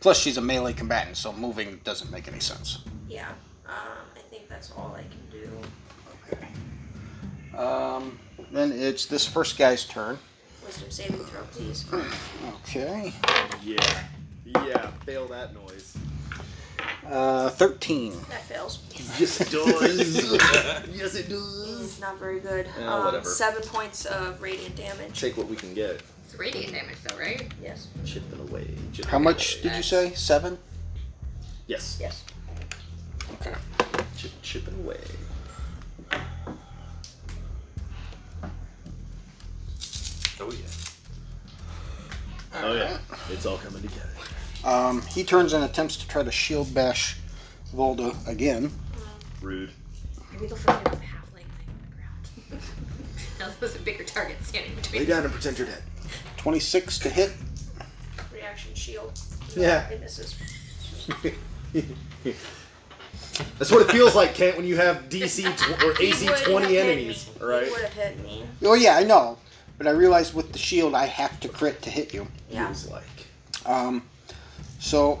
Speaker 10: Plus, she's a melee combatant, so moving doesn't make any sense.
Speaker 8: Yeah. Um, I think that's all I can do.
Speaker 10: Um, then it's this first guy's turn.
Speaker 8: Wisdom saving throw, please.
Speaker 10: Okay.
Speaker 6: Yeah. Yeah, fail that noise.
Speaker 10: Uh, 13.
Speaker 8: That fails.
Speaker 6: Yes, it does. yes, it does.
Speaker 8: It's not very good.
Speaker 6: Yeah,
Speaker 8: um,
Speaker 6: Uh, whatever.
Speaker 8: Seven points of radiant damage.
Speaker 6: Take what we can get.
Speaker 3: It's radiant damage, though, right?
Speaker 8: Yes.
Speaker 6: Chip it away. Chip
Speaker 10: How
Speaker 6: it
Speaker 10: much
Speaker 6: away.
Speaker 10: did you say? Seven?
Speaker 6: Yes.
Speaker 8: Yes.
Speaker 10: Okay.
Speaker 6: Chip, chip it away.
Speaker 7: Oh yeah.
Speaker 6: Oh yeah, it's all coming together.
Speaker 10: Um, he turns and attempts to try to shield bash Volda again.
Speaker 6: Rude.
Speaker 3: Maybe they'll forget about the halfling laying on the ground. now there's a bigger target standing between.
Speaker 6: Lay down and pretend you're dead.
Speaker 10: 26 to hit.
Speaker 8: Reaction shield.
Speaker 6: Yeah.
Speaker 8: It misses.
Speaker 6: That's what it feels like, Kent, when you have DC tw- or
Speaker 8: He
Speaker 6: AC
Speaker 8: would have
Speaker 6: 20
Speaker 8: hit
Speaker 6: enemies.
Speaker 8: me.
Speaker 6: All right.
Speaker 8: He would have hit me.
Speaker 10: Oh, yeah, I know. But I realized with the shield, I have to crit to hit you.
Speaker 8: Yeah.
Speaker 6: Feels like.
Speaker 10: Um, so.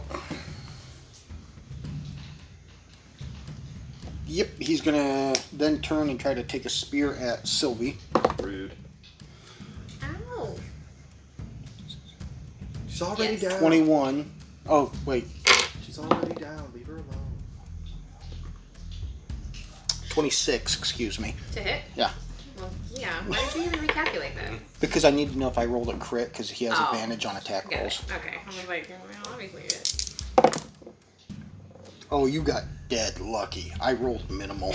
Speaker 10: Yep, he's gonna then turn and try to take a spear at Sylvie.
Speaker 6: Rude.
Speaker 3: Ow!
Speaker 6: She's already
Speaker 3: Yes.
Speaker 6: down.
Speaker 10: 21. Oh, wait.
Speaker 6: She's already down. Leave her alone.
Speaker 10: 26, excuse me.
Speaker 3: To hit?
Speaker 10: Yeah.
Speaker 3: Well, yeah. Why did you even recalculate that?
Speaker 10: Because I need to know if I rolled a crit, because he has
Speaker 3: Oh.
Speaker 10: advantage on attack
Speaker 3: Got
Speaker 10: rolls.
Speaker 3: it. Okay. I was like, well, obviously it is.
Speaker 10: Oh, you got dead lucky. I rolled minimal.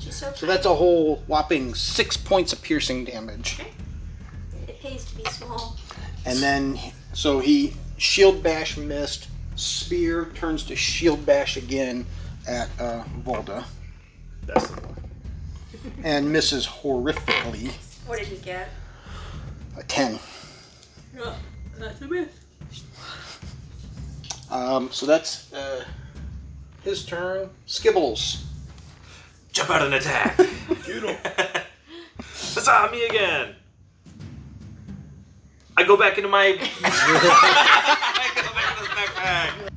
Speaker 8: She's so.
Speaker 10: so that's a whole whopping six points of piercing damage.
Speaker 8: It pays to be small.
Speaker 10: And then, so he shield bash missed, spear turns to shield bash again at uh, Volda,
Speaker 6: That's the one.
Speaker 10: and misses horrifically.
Speaker 8: What did he get?
Speaker 10: A 10.
Speaker 8: No, that's a miss.
Speaker 10: Um, so that's uh, his turn. Skibbles.
Speaker 7: Jump out and attack. Huzzah, me again. I go back into my. I go back into the backpack.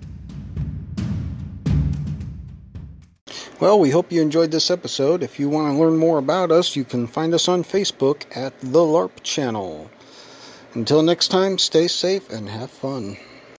Speaker 21: Well, we hope you enjoyed this episode. If you want to learn more about us, you can find us on Facebook at The LARP Channel. Until next time, stay safe and have fun.